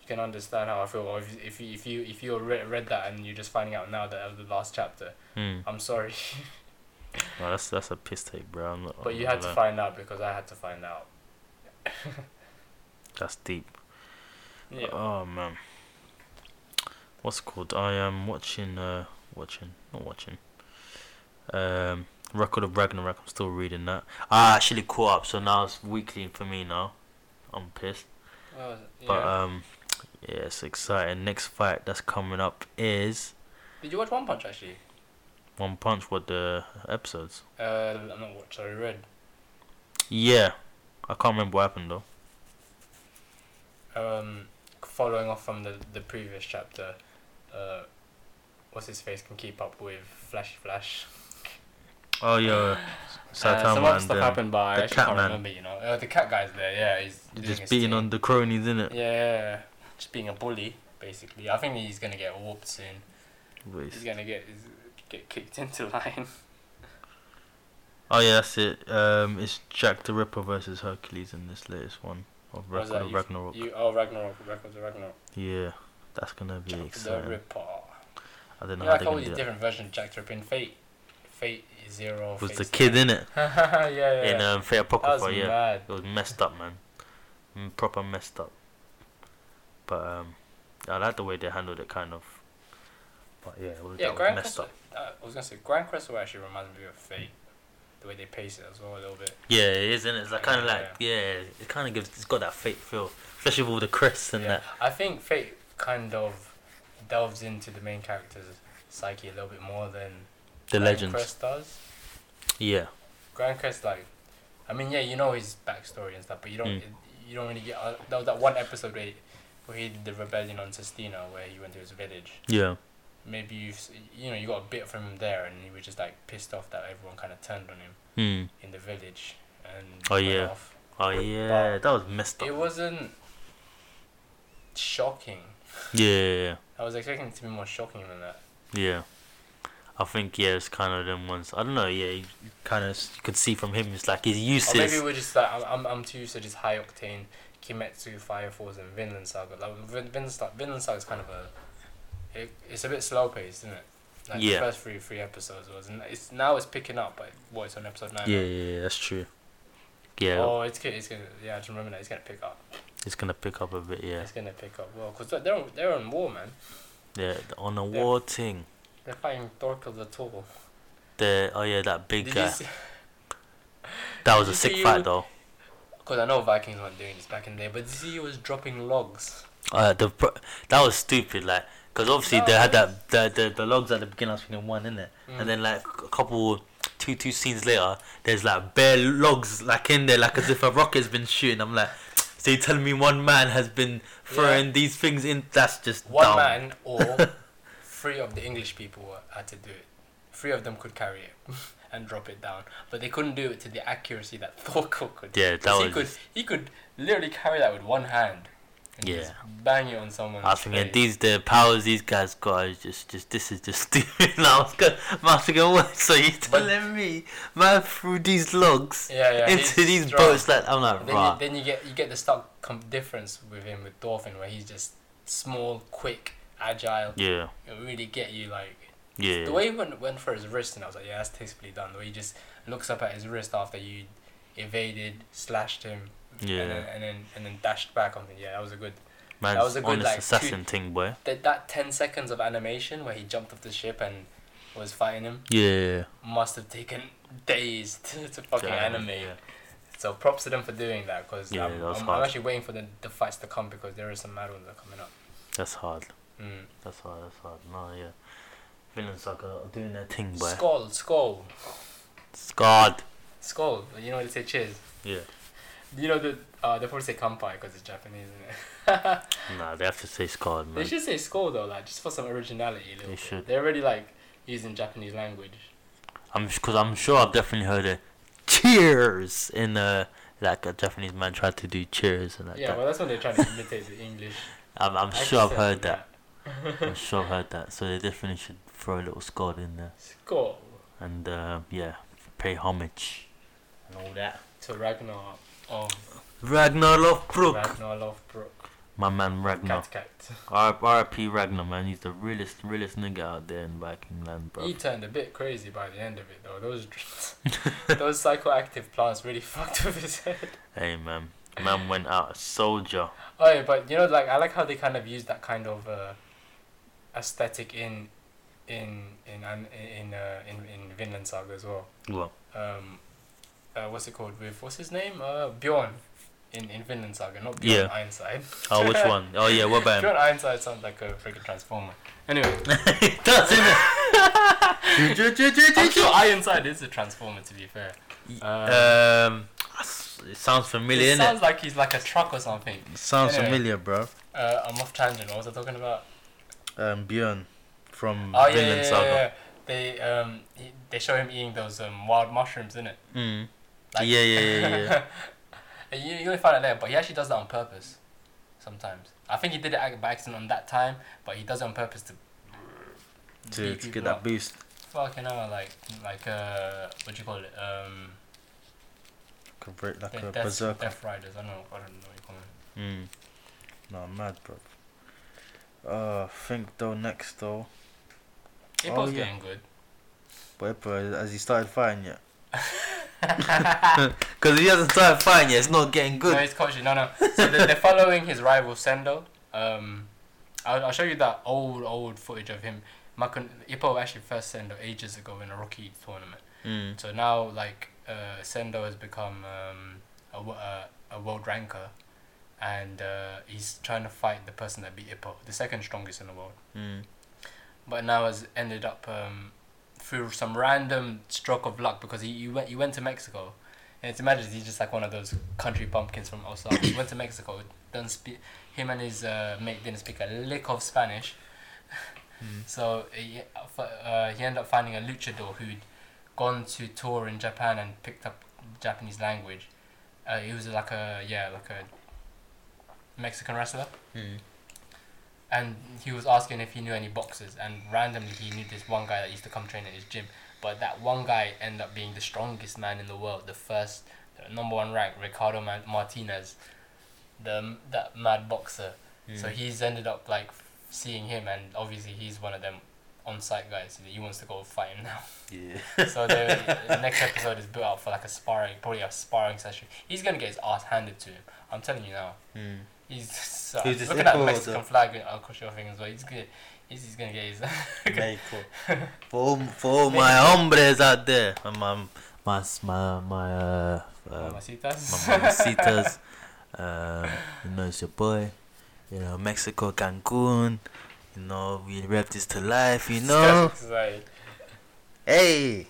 Speaker 2: You can understand how I feel. Or if if you if uh, you if you re- read that and you're just finding out now that that was the last chapter,
Speaker 1: Mm.
Speaker 2: I'm sorry. <laughs>
Speaker 1: No, that's that's a piss take, bro. I'm not,
Speaker 2: But
Speaker 1: I'm
Speaker 2: you
Speaker 1: not
Speaker 2: had to
Speaker 1: gonna-
Speaker 2: find out because I had to find out.
Speaker 1: That's deep.
Speaker 2: Yeah.
Speaker 1: Oh man. What's it called? I am watching. Uh, watching. Not watching. Um, Record of Ragnarok. I'm still reading that. I actually caught up, so now it's weekly for me now. I'm pissed.
Speaker 2: Oh,
Speaker 1: But
Speaker 2: yeah.
Speaker 1: um, yeah, it's exciting. Next fight that's coming up is
Speaker 2: Did you watch One Punch actually?
Speaker 1: One Punch. What the episodes?
Speaker 2: Uh, I'm not watched. Sorry, read.
Speaker 1: Yeah, I can't remember what happened though.
Speaker 2: Um, following off from the the previous chapter, uh, what's his face can keep up with Flashy Flash.
Speaker 1: Oh yeah,
Speaker 2: uh,
Speaker 1: Saitama
Speaker 2: some other
Speaker 1: and
Speaker 2: stuff
Speaker 1: them.
Speaker 2: happened, but I
Speaker 1: the
Speaker 2: actually
Speaker 1: cat
Speaker 2: can't
Speaker 1: man.
Speaker 2: remember. You know, uh, the cat guy's there. Yeah, he's doing
Speaker 1: just
Speaker 2: his
Speaker 1: beating
Speaker 2: thing.
Speaker 1: on the cronies, innit? it?
Speaker 2: Yeah, just being a bully basically. I think he's gonna get warped soon. He's gonna get he's, get kicked into <laughs> line.
Speaker 1: Oh yeah, that's it. Um, it's Jack the Ripper versus Hercules in this latest one of
Speaker 2: What
Speaker 1: Record
Speaker 2: was that?
Speaker 1: of
Speaker 2: You-
Speaker 1: Ragnarok.
Speaker 2: You oh Ragnarok, Records of Ragnarok.
Speaker 1: Yeah, that's gonna be
Speaker 2: Jack the
Speaker 1: exciting.
Speaker 2: Ripper.
Speaker 1: I don't know how
Speaker 2: Yeah, like
Speaker 1: they're
Speaker 2: all
Speaker 1: gonna
Speaker 2: these
Speaker 1: do that.
Speaker 2: different versions of Jack the Ripper in Fate. Fate Zero.
Speaker 1: Was
Speaker 2: Fate
Speaker 1: the
Speaker 2: Stay.
Speaker 1: kid in it
Speaker 2: <laughs> yeah, yeah.
Speaker 1: in um, Fate
Speaker 2: that
Speaker 1: Apocrypha?
Speaker 2: was
Speaker 1: Yeah,
Speaker 2: mad.
Speaker 1: it was messed up, man. Mm, proper messed up. But um, I like the way they handled it, kind of. But yeah, it was,
Speaker 2: Yeah,
Speaker 1: that was
Speaker 2: Grand
Speaker 1: messed
Speaker 2: Crystal.
Speaker 1: up.
Speaker 2: Uh, I was gonna say Grand Crystal actually reminds me of Fate, the way they pace it as well a little bit.
Speaker 1: Yeah, it is, isn't it? It's like kind of
Speaker 2: Yeah,
Speaker 1: like yeah, it kind of gives. It's got that fake feel, especially with all the crests and
Speaker 2: Yeah.
Speaker 1: that.
Speaker 2: I think Fate kind of delves into the main character's psyche a little bit more than
Speaker 1: The
Speaker 2: Grand
Speaker 1: legends.
Speaker 2: Crest does.
Speaker 1: Yeah.
Speaker 2: Grand Crest, like, I mean, yeah, you know his backstory and stuff, but you don't,
Speaker 1: Mm.
Speaker 2: it- you don't really get. Uh, there was that one episode where he, where he did the rebellion on Sistina, where he went to his village.
Speaker 1: Yeah.
Speaker 2: Maybe you, have you know, you got a bit from him there, and he was just like pissed off that everyone kind of turned on him
Speaker 1: Hmm.
Speaker 2: in the village. And
Speaker 1: Oh,
Speaker 2: went
Speaker 1: yeah.
Speaker 2: off.
Speaker 1: Oh yeah, that was messed up.
Speaker 2: It wasn't shocking.
Speaker 1: Yeah,
Speaker 2: I was expecting it to be more shocking than that.
Speaker 1: yeah. I think yeah, it's kind of them ones. I don't know. Yeah, you kind of you could see from him. It's like he's
Speaker 2: Or
Speaker 1: useless.
Speaker 2: maybe we're just like I'm, I'm, I'm too used to just high octane Kimetsu, Fire Force, and Vinland Saga. Like Vin, Vinland Saga, Vinland Saga is kind of a, it, it's a bit slow paced, isn't it? Like
Speaker 1: Yeah.
Speaker 2: the first three three episodes was, and it's now it's picking up. But what it's on episode nine.
Speaker 1: yeah,
Speaker 2: now?
Speaker 1: yeah, yeah, that's true. Yeah,
Speaker 2: Oh, it's gonna, it's gonna, yeah. I just remember that it's gonna pick up.
Speaker 1: it's gonna pick up a bit. Yeah,
Speaker 2: It's gonna pick up well because they're on, they're on war, man.
Speaker 1: yeah. On a war thing.
Speaker 2: They're fighting Thorkel the Tall.
Speaker 1: The oh yeah, that big
Speaker 2: Did you
Speaker 1: guy.
Speaker 2: see?
Speaker 1: that was a
Speaker 2: did you
Speaker 1: sick
Speaker 2: see
Speaker 1: fight
Speaker 2: you-
Speaker 1: though.
Speaker 2: Because I know Vikings weren't doing this back in the day, but Z was dropping logs.
Speaker 1: Uh, the pro- that was stupid. Like, cause obviously they had that the, the the logs at the beginning. I was feeling one in it,
Speaker 2: Mm.
Speaker 1: and then like a couple two two scenes later, there's like bare logs like in there, like as if a rocket's been shooting. I'm like, so you telling me one man has been throwing these things in? That's just
Speaker 2: One
Speaker 1: dumb.
Speaker 2: man
Speaker 1: <laughs>
Speaker 2: or three of the English people were- had to do it. Three of them could carry it <laughs> and drop it down, but they couldn't do it to the accuracy that <laughs> Thorkel could.
Speaker 1: Yeah, that
Speaker 2: 'Cause he
Speaker 1: was
Speaker 2: could.
Speaker 1: just-
Speaker 2: He could literally carry that with one hand. And
Speaker 1: Yeah.
Speaker 2: Just bang it on someone.
Speaker 1: I think that these the powers these guys got is just just this is just <laughs> stupid. I was going, I was going, what? So you
Speaker 2: But-
Speaker 1: telling me man threw these logs
Speaker 2: Yeah, yeah.
Speaker 1: <laughs>
Speaker 2: he's
Speaker 1: into these
Speaker 2: strong.
Speaker 1: boats? Like I'm like,
Speaker 2: Then
Speaker 1: rah.
Speaker 2: you, then you get you get the stark com- difference with him with Dolphin, where he's just small, quick, agile.
Speaker 1: yeah,
Speaker 2: It'll really get you like
Speaker 1: yeah.
Speaker 2: The way he went, went for his wrist, and I was like, yeah, that's tastefully done. The way he just looks up at his wrist after you evaded, slashed him,
Speaker 1: Yeah.
Speaker 2: and, then, and then and then dashed back on him. Yeah, that was a good.
Speaker 1: Man,
Speaker 2: That was a good,
Speaker 1: honest
Speaker 2: like, two-
Speaker 1: assassin thing, boy.
Speaker 2: That, that 10 seconds of animation where he jumped off the ship and was fighting him
Speaker 1: Yeah.
Speaker 2: must have taken days <laughs> to, to fucking animate.
Speaker 1: Yeah.
Speaker 2: So props to them for doing that because
Speaker 1: Yeah,
Speaker 2: I'm,
Speaker 1: that was
Speaker 2: I'm, I'm
Speaker 1: hard.
Speaker 2: actually waiting for the, the fights to come because there are some mad ones that are coming up.
Speaker 1: That's hard.
Speaker 2: Mm.
Speaker 1: That's hard. That's hard. No, yeah. Villains like are doing their thing, boy.
Speaker 2: Skull, skull,
Speaker 1: Scarred.
Speaker 2: skull. You know what they say, cheers.
Speaker 1: Yeah.
Speaker 2: You know, the, uh, they probably say kampai because it's Japanese, isn't it? <laughs>
Speaker 1: Nah, they have to say scarred, man.
Speaker 2: They should say score though, like just for some originality. A little
Speaker 1: They
Speaker 2: bit.
Speaker 1: should.
Speaker 2: They're already like using Japanese language.
Speaker 1: I'm because I'm sure I've definitely heard a cheers in uh like a Japanese man tried to do cheers and like
Speaker 2: yeah,
Speaker 1: that.
Speaker 2: well, that's when they're trying to imitate the English.
Speaker 1: I'm I'm
Speaker 2: I
Speaker 1: sure I've
Speaker 2: can
Speaker 1: heard
Speaker 2: tell
Speaker 1: that. I'm sure I've heard that. So they definitely should throw a little scarred in there
Speaker 2: Score
Speaker 1: and uh, yeah, pay homage and all that.
Speaker 2: to Ragnar of
Speaker 1: Ragnar Lothbrok.
Speaker 2: Ragnar Lothbrok.
Speaker 1: My man Ragnar.
Speaker 2: Cat cat.
Speaker 1: R- RIP Ragnar, man. He's the realest, realest nigga out there in Viking land, bro.
Speaker 2: He turned a bit crazy by the end of it though. Those <laughs> those psychoactive plants really <laughs> fucked with his head.
Speaker 1: Hey, man.
Speaker 2: <laughs>
Speaker 1: Man went out a soldier.
Speaker 2: Oh yeah, but you know, like I like how they kind of use that kind of uh, aesthetic in in in an- in uh, in in Vinland Saga as well. <laughs>
Speaker 1: Well,
Speaker 2: Um, uh, what's it called? With what's his name? Uh, Bjorn. In in Vinland Saga, not Bjorn
Speaker 1: Yeah.
Speaker 2: Ironside.
Speaker 1: oh, which one? Oh, yeah, what about him?
Speaker 2: <laughs> Bjorn Ironside sounds like a freaking transformer. Anyway,
Speaker 1: <laughs> it does,
Speaker 2: I'm <laughs>
Speaker 1: innit?
Speaker 2: sure Ironside is a transformer. To be fair, Uh,
Speaker 1: um, it sounds familiar,
Speaker 2: it
Speaker 1: innit?
Speaker 2: sounds like he's like a truck or something.
Speaker 1: Sounds
Speaker 2: Anyway.
Speaker 1: familiar, bro.
Speaker 2: Uh, I'm off tangent. What was I talking about?
Speaker 1: Um, Bjorn from
Speaker 2: Oh yeah, yeah,
Speaker 1: Vinland
Speaker 2: yeah,
Speaker 1: Mm, Saga.
Speaker 2: yeah. They um he, they show him eating those um wild mushrooms, in it.
Speaker 1: Mm.
Speaker 2: Like-
Speaker 1: yeah, yeah, yeah, yeah.
Speaker 2: And <laughs> you, you're gonna find out later, but he actually does that on purpose. Sometimes I think he did it ac- by accident on that time, but he does it on purpose to
Speaker 1: to,
Speaker 2: beat
Speaker 1: to get
Speaker 2: people
Speaker 1: that
Speaker 2: up.
Speaker 1: boost.
Speaker 2: fucking hell, like like uh what do you call it um
Speaker 1: Convert like
Speaker 2: the
Speaker 1: a
Speaker 2: death,
Speaker 1: berserker.
Speaker 2: death riders. I don't know. I don't know what you call them.
Speaker 1: Mm. No, I'm mad, bro. Uh, I think though next though,
Speaker 2: It
Speaker 1: Oh,
Speaker 2: was
Speaker 1: yeah.
Speaker 2: getting good.
Speaker 1: but bro, has he started fighting <laughs> yet? Because he hasn't started fighting yet, it's not getting
Speaker 2: No,
Speaker 1: good.
Speaker 2: he's coaching. No, no. So they're, they're following his rival Sendo. Um, I'll, I'll show you that old old footage of him. Makun Ipo actually first Sendo ages ago in a rookie tournament.
Speaker 1: Mm.
Speaker 2: So now like uh, Sendo has become um, a, wo- uh, a world ranker, and uh, he's trying to fight the person that beat Ipo, the second strongest in the world.
Speaker 1: Mm.
Speaker 2: But now has ended up um, through some random stroke of luck because he, he went he went to Mexico. And it's imagine he's just like one of those country pumpkins from El Salvador. he went to Mexico, doesn't speak. Him and his uh, mate didn't speak a lick of Spanish,
Speaker 1: mm,
Speaker 2: so he, uh, he ended up finding a luchador who'd gone to tour in Japan and picked up Japanese language. Uh, he was like a yeah like a Mexican wrestler,
Speaker 1: Mm.
Speaker 2: and he was asking if he knew any boxers, and randomly he knew this one guy that used to come train at his gym. But that one guy ended up being the strongest man in the world, the first, the number one ranked Ricardo Man- Martinez, the that mad boxer.
Speaker 1: Hmm.
Speaker 2: So he's ended up like seeing him, and obviously he's one of them on-site guys. He wants to go fight him now.
Speaker 1: Yeah.
Speaker 2: So the, the next episode is built up for like a sparring, probably a sparring session. He's gonna get his ass handed to him. I'm telling you now.
Speaker 1: Mm.
Speaker 2: He's so,
Speaker 1: Who's this
Speaker 2: look at that
Speaker 1: Ipoh or
Speaker 2: Mexican
Speaker 1: the-
Speaker 2: flag across your fingers. Well, he's good. He's, he's gonna get his. <laughs>
Speaker 1: <laughs> Very cool. For all, for all my hombres out there, and my my my my uh, uh my
Speaker 2: <laughs> Mamacitas.
Speaker 1: mamacitas. um, you know, it's your boy. You know, Mexico, Cancun. You know, we rep this to life. You know,
Speaker 2: It's like-
Speaker 1: hey.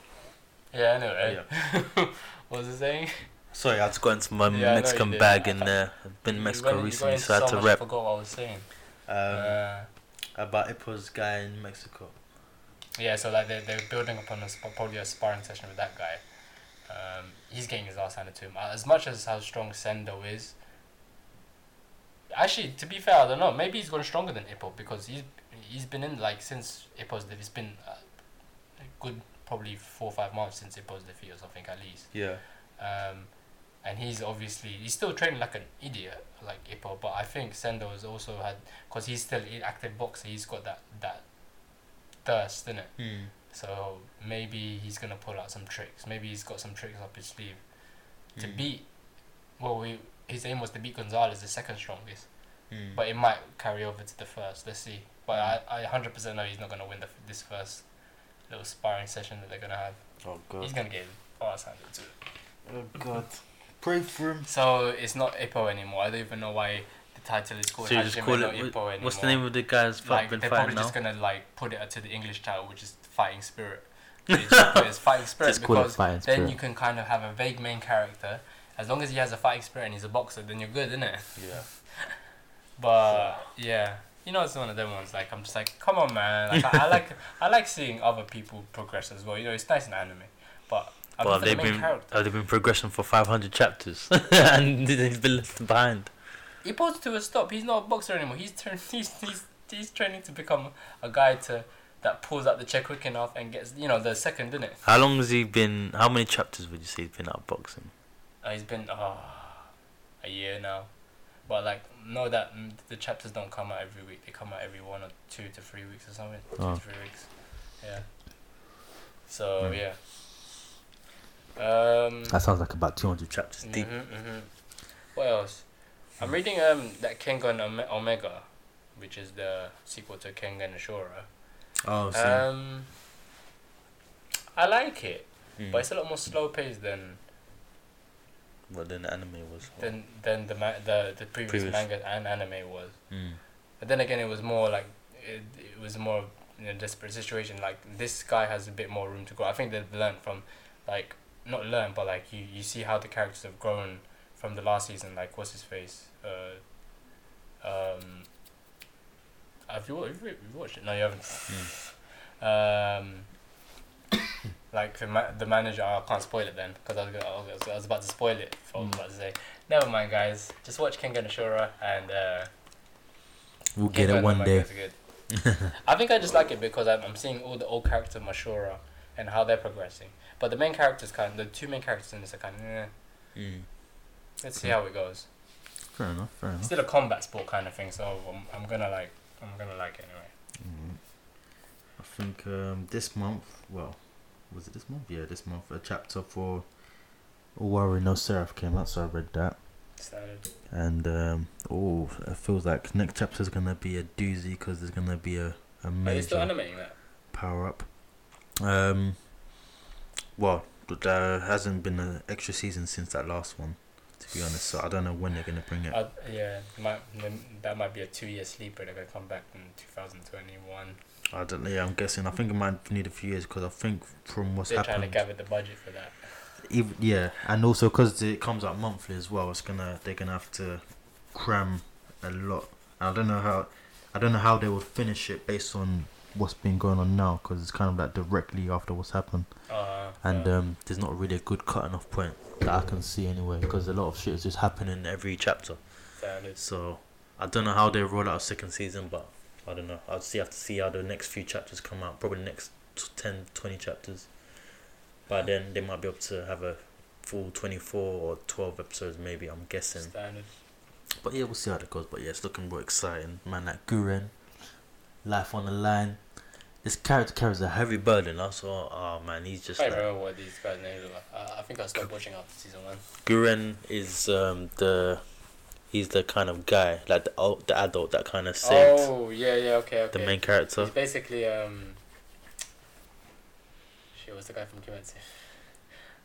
Speaker 2: yeah, I know, right? <laughs> what was it saying?
Speaker 1: Sorry, I had to go into my
Speaker 2: Yeah, I know you
Speaker 1: Mexican
Speaker 2: did.
Speaker 1: bag in there. I've been
Speaker 2: You
Speaker 1: in Mexico
Speaker 2: went- you
Speaker 1: recently,
Speaker 2: went
Speaker 1: so I had
Speaker 2: into
Speaker 1: to
Speaker 2: much, I
Speaker 1: rep
Speaker 2: forgot what I was saying.
Speaker 1: um,
Speaker 2: uh,
Speaker 1: about Ipo's guy in Mexico.
Speaker 2: yeah, so like they're, they're building upon a, sp- probably a sparring session with that guy. Um, he's getting his ass handed to him. Uh, As much as how strong Sendo is, actually, to be fair, I don't know. Maybe he's gone stronger than Ippo because he's he's been in like since Ippo's. de- It's been uh, a good probably four or five months since Ippo's defeat or something at least.
Speaker 1: Yeah.
Speaker 2: Um, and he's obviously he's still training like an idiot, like Ippo. But I think Sendo has also had because he's still an active boxer. He's got that that thirst in it.
Speaker 1: Hmm.
Speaker 2: So maybe he's gonna pull out some tricks. Maybe he's got some tricks up his sleeve to
Speaker 1: Mm.
Speaker 2: beat. Well, we, his aim was to beat Gonzalez, the second strongest,
Speaker 1: Hmm.
Speaker 2: but it might carry over to the first. Let's see. But I, I hundred percent know he's not gonna win the f- this first little sparring session that they're gonna have.
Speaker 1: Oh
Speaker 2: He's
Speaker 1: God.
Speaker 2: gonna get his ass handed to him.
Speaker 1: Oh God. Pray for him.
Speaker 2: So it's not Ippo anymore. I don't even know why the title is called
Speaker 1: So you just
Speaker 2: Hajime
Speaker 1: call
Speaker 2: no
Speaker 1: it.
Speaker 2: Ippo
Speaker 1: what-
Speaker 2: anymore.
Speaker 1: What's the name of the guy's
Speaker 2: Like
Speaker 1: fight
Speaker 2: they're
Speaker 1: been
Speaker 2: probably
Speaker 1: fighting now?
Speaker 2: just gonna like put it to the English title, which is
Speaker 1: <laughs>
Speaker 2: Fighting Spirit. They just put it as Fighting Spirit
Speaker 1: Just call it
Speaker 2: because
Speaker 1: Fighting
Speaker 2: then
Speaker 1: Spirit.
Speaker 2: you can kind of have a vague main character. As long as he has a fighting spirit and he's a boxer, then you're good, innit?
Speaker 1: Yeah.
Speaker 2: But yeah, you know, it's one of them ones. Like I'm just like, come on, man. Like
Speaker 1: <laughs>
Speaker 2: I, I like I like seeing other people progress as well. You know, it's nice in anime, but I
Speaker 1: Well,
Speaker 2: prefer
Speaker 1: have they
Speaker 2: the main
Speaker 1: been
Speaker 2: character.
Speaker 1: have they been progressing for five hundred chapters, <laughs> and they've been left behind.
Speaker 2: He pulls to a stop. He's not a boxer anymore. He's turn. <laughs> He's, he's he's training to become a guy to that pulls out the check quick enough and gets you know the second, innit?
Speaker 1: How long has he been? How many chapters would you say he's been out boxing?
Speaker 2: Uh, he's been uh, a year now. But like know that mm, the chapters don't come out every week. They come out every one or two to three weeks or something.
Speaker 4: Oh.
Speaker 2: Two to three weeks. Yeah. So
Speaker 4: Mm.
Speaker 2: yeah. Um.
Speaker 4: That sounds like about 200 chapters
Speaker 2: hmm
Speaker 4: deep. Hmm.
Speaker 2: What else? I'm reading um that Kengan Ome- Omega, which is the sequel to Kengan Ashura.
Speaker 4: Oh,
Speaker 2: Um, I like it,
Speaker 4: Hmm.
Speaker 2: but it's a lot more slow paced than
Speaker 1: Hmm.
Speaker 4: Well, then the anime was.
Speaker 2: than than the ma- the the previous,
Speaker 4: Previous.
Speaker 2: manga and anime was.
Speaker 1: Hmm.
Speaker 4: Mm.
Speaker 2: But then again, it was more like it, it was more in a desperate situation. Like this guy has a bit more room to grow. I think they've learned from, like not learned, but like you you see how the characters have grown from the last season. Like what's his face? Uh, um, have you, wa- have you have you watched it? No, you haven't. Um, like the ma- the manager. I can't spoil it then because I was, gonna- I was I was about to spoil it. For what I was about to say. Never mind, guys. Just watch Kengan Ashura and. Uh,
Speaker 4: We'll get
Speaker 2: yeah,
Speaker 4: it one
Speaker 2: Venom, I
Speaker 4: day.
Speaker 2: guess,
Speaker 4: <laughs>
Speaker 2: good. I think I just like it because I'm, I'm seeing all the old characters of Mashura and how they're progressing. But the main characters kind the two main characters in this are kind of, eh,
Speaker 4: Mm.
Speaker 2: let's see how it goes.
Speaker 4: Mm-hmm. Fair enough, fair
Speaker 2: It's
Speaker 4: enough.
Speaker 2: still a combat sport kind of thing, so I'm, I'm gonna like, I'm gonna like it anyway.
Speaker 4: Mm. I think um, this month, well, was it this month? Yeah, this month, a chapter for Worry No Seraph came out, so I read that.
Speaker 2: Started.
Speaker 4: And um, oh, it feels like next chapter is gonna be a doozy because there's gonna be a, a
Speaker 2: Are you still
Speaker 4: major
Speaker 2: animating that?
Speaker 4: power up. Um, well, th- there hasn't been an extra season since that last one, to be honest. So I don't know when they're gonna bring it.
Speaker 2: Uh, yeah, might, then that might be a two-year sleeper. They're gonna come back in 2021.
Speaker 4: I don't know. Yeah, I'm guessing. I think it might need a few years because I think from what's
Speaker 2: they're trying
Speaker 4: happened,
Speaker 2: to gather the budget for that.
Speaker 4: even, yeah, and also because it comes out monthly as well, it's gonna they're gonna have to cram a lot. And I don't know how, I don't know how they would finish it based on what's been going on now because it's kind of like directly after what's happened,
Speaker 2: Uh,
Speaker 4: and
Speaker 2: uh,
Speaker 4: um, there's not really a good cutting off point that I can see anyway because a lot of shit is just happening every chapter.
Speaker 2: standards.
Speaker 4: So I don't know how they roll out a second season, but I don't know. I'll see have to see how the next few chapters come out. Probably the next t- 10, 20 chapters. By then, they might be able to have a full 24 or 12 episodes, maybe. I'm guessing.
Speaker 2: Standard.
Speaker 4: But yeah, we'll see how that goes. But yeah, it's looking more exciting. Man, like Guren, life on the line. This character carries a heavy burden. Also, oh man, he's just.
Speaker 2: I
Speaker 4: Like,
Speaker 2: don't remember what these guys' names were. Uh, I think I stopped watching after season one.
Speaker 4: Guren is um, the. He's the kind of guy, like the, old- the adult that kind of saved
Speaker 2: Oh yeah, yeah, okay, okay.
Speaker 4: the main character.
Speaker 2: He's basically um. She was the guy from Kimetsu.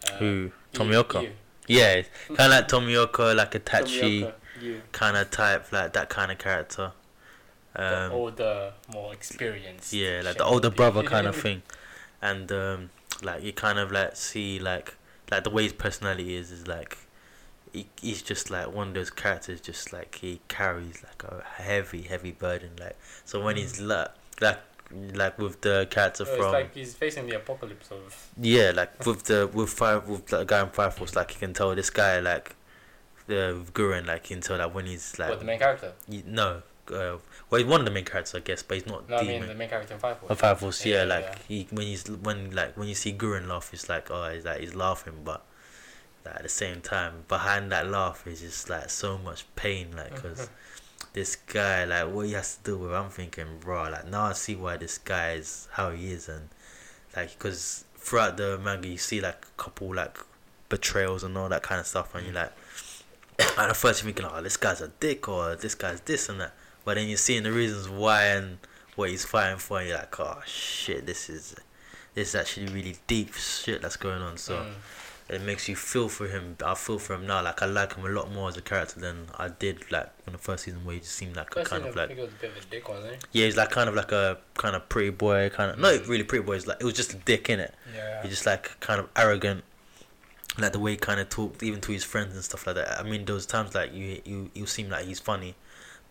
Speaker 2: Uh,
Speaker 4: Who?
Speaker 2: Yu-
Speaker 4: Tomioka.
Speaker 2: Yu.
Speaker 4: Yeah, kind of like Tomioka, like a Tachi
Speaker 2: Tomioka, Yu.
Speaker 4: kind of type, like that kind of character.
Speaker 2: The
Speaker 4: Um,
Speaker 2: older, more experienced.
Speaker 4: yeah, like the
Speaker 2: Shinobi. <laughs>
Speaker 4: older brother kind of thing, and um, like you kind of like see like like the way his personality is is like he, he's just like one of those characters, just like he carries like a heavy heavy burden. Like so when he's like like like with the character
Speaker 2: Mm. Oh, it's
Speaker 4: from
Speaker 2: like he's facing the apocalypse of.
Speaker 4: Yeah, like with the with five with the guy in Five Force, like you can tell this guy like the Gurren, like you can tell that when he's like
Speaker 2: what the main character?
Speaker 4: you- no, uh, well he's one of the main characters I guess, but he's not
Speaker 2: No,
Speaker 4: the
Speaker 2: I mean
Speaker 4: main.
Speaker 2: the main character in Five Force.
Speaker 4: Of Five Force, yeah,
Speaker 2: Yeah,
Speaker 4: like
Speaker 2: yeah.
Speaker 4: he when he's when like when you see Gurren laugh, it's like oh, he's like he's laughing, but like, at the same time behind that laugh is just like so much pain,
Speaker 2: <laughs>
Speaker 4: like because. This guy, like, what he has to deal with, I'm thinking, bro, like, now I see why this guy is how he is, and like because throughout the manga you see like a couple like betrayals and all that kind of stuff and you're
Speaker 2: Mm.
Speaker 4: like <coughs> and at first you're thinking oh this guy's a dick or this guy's this and that but then you're seeing the reasons why and what he's fighting for and you're like oh shit this is this is actually really deep shit that's going on so
Speaker 2: Mm.
Speaker 4: it makes you feel for him I feel for him now like I like him a lot more as a character than I did like in the first season where he just seemed like a
Speaker 2: First
Speaker 4: kind
Speaker 2: season,
Speaker 4: of
Speaker 2: I
Speaker 4: like
Speaker 2: think it was a bit of a dick, wasn't it?
Speaker 4: yeah he's like kind of like a kind of pretty boy kind of not
Speaker 2: Mhm.
Speaker 4: really pretty boy it's like it was just a dick in it
Speaker 2: Yeah.
Speaker 4: He's just like kind of arrogant, like the way he kind of talked even to his friends and stuff like that. I mean, those times like you you you seem like he's funny,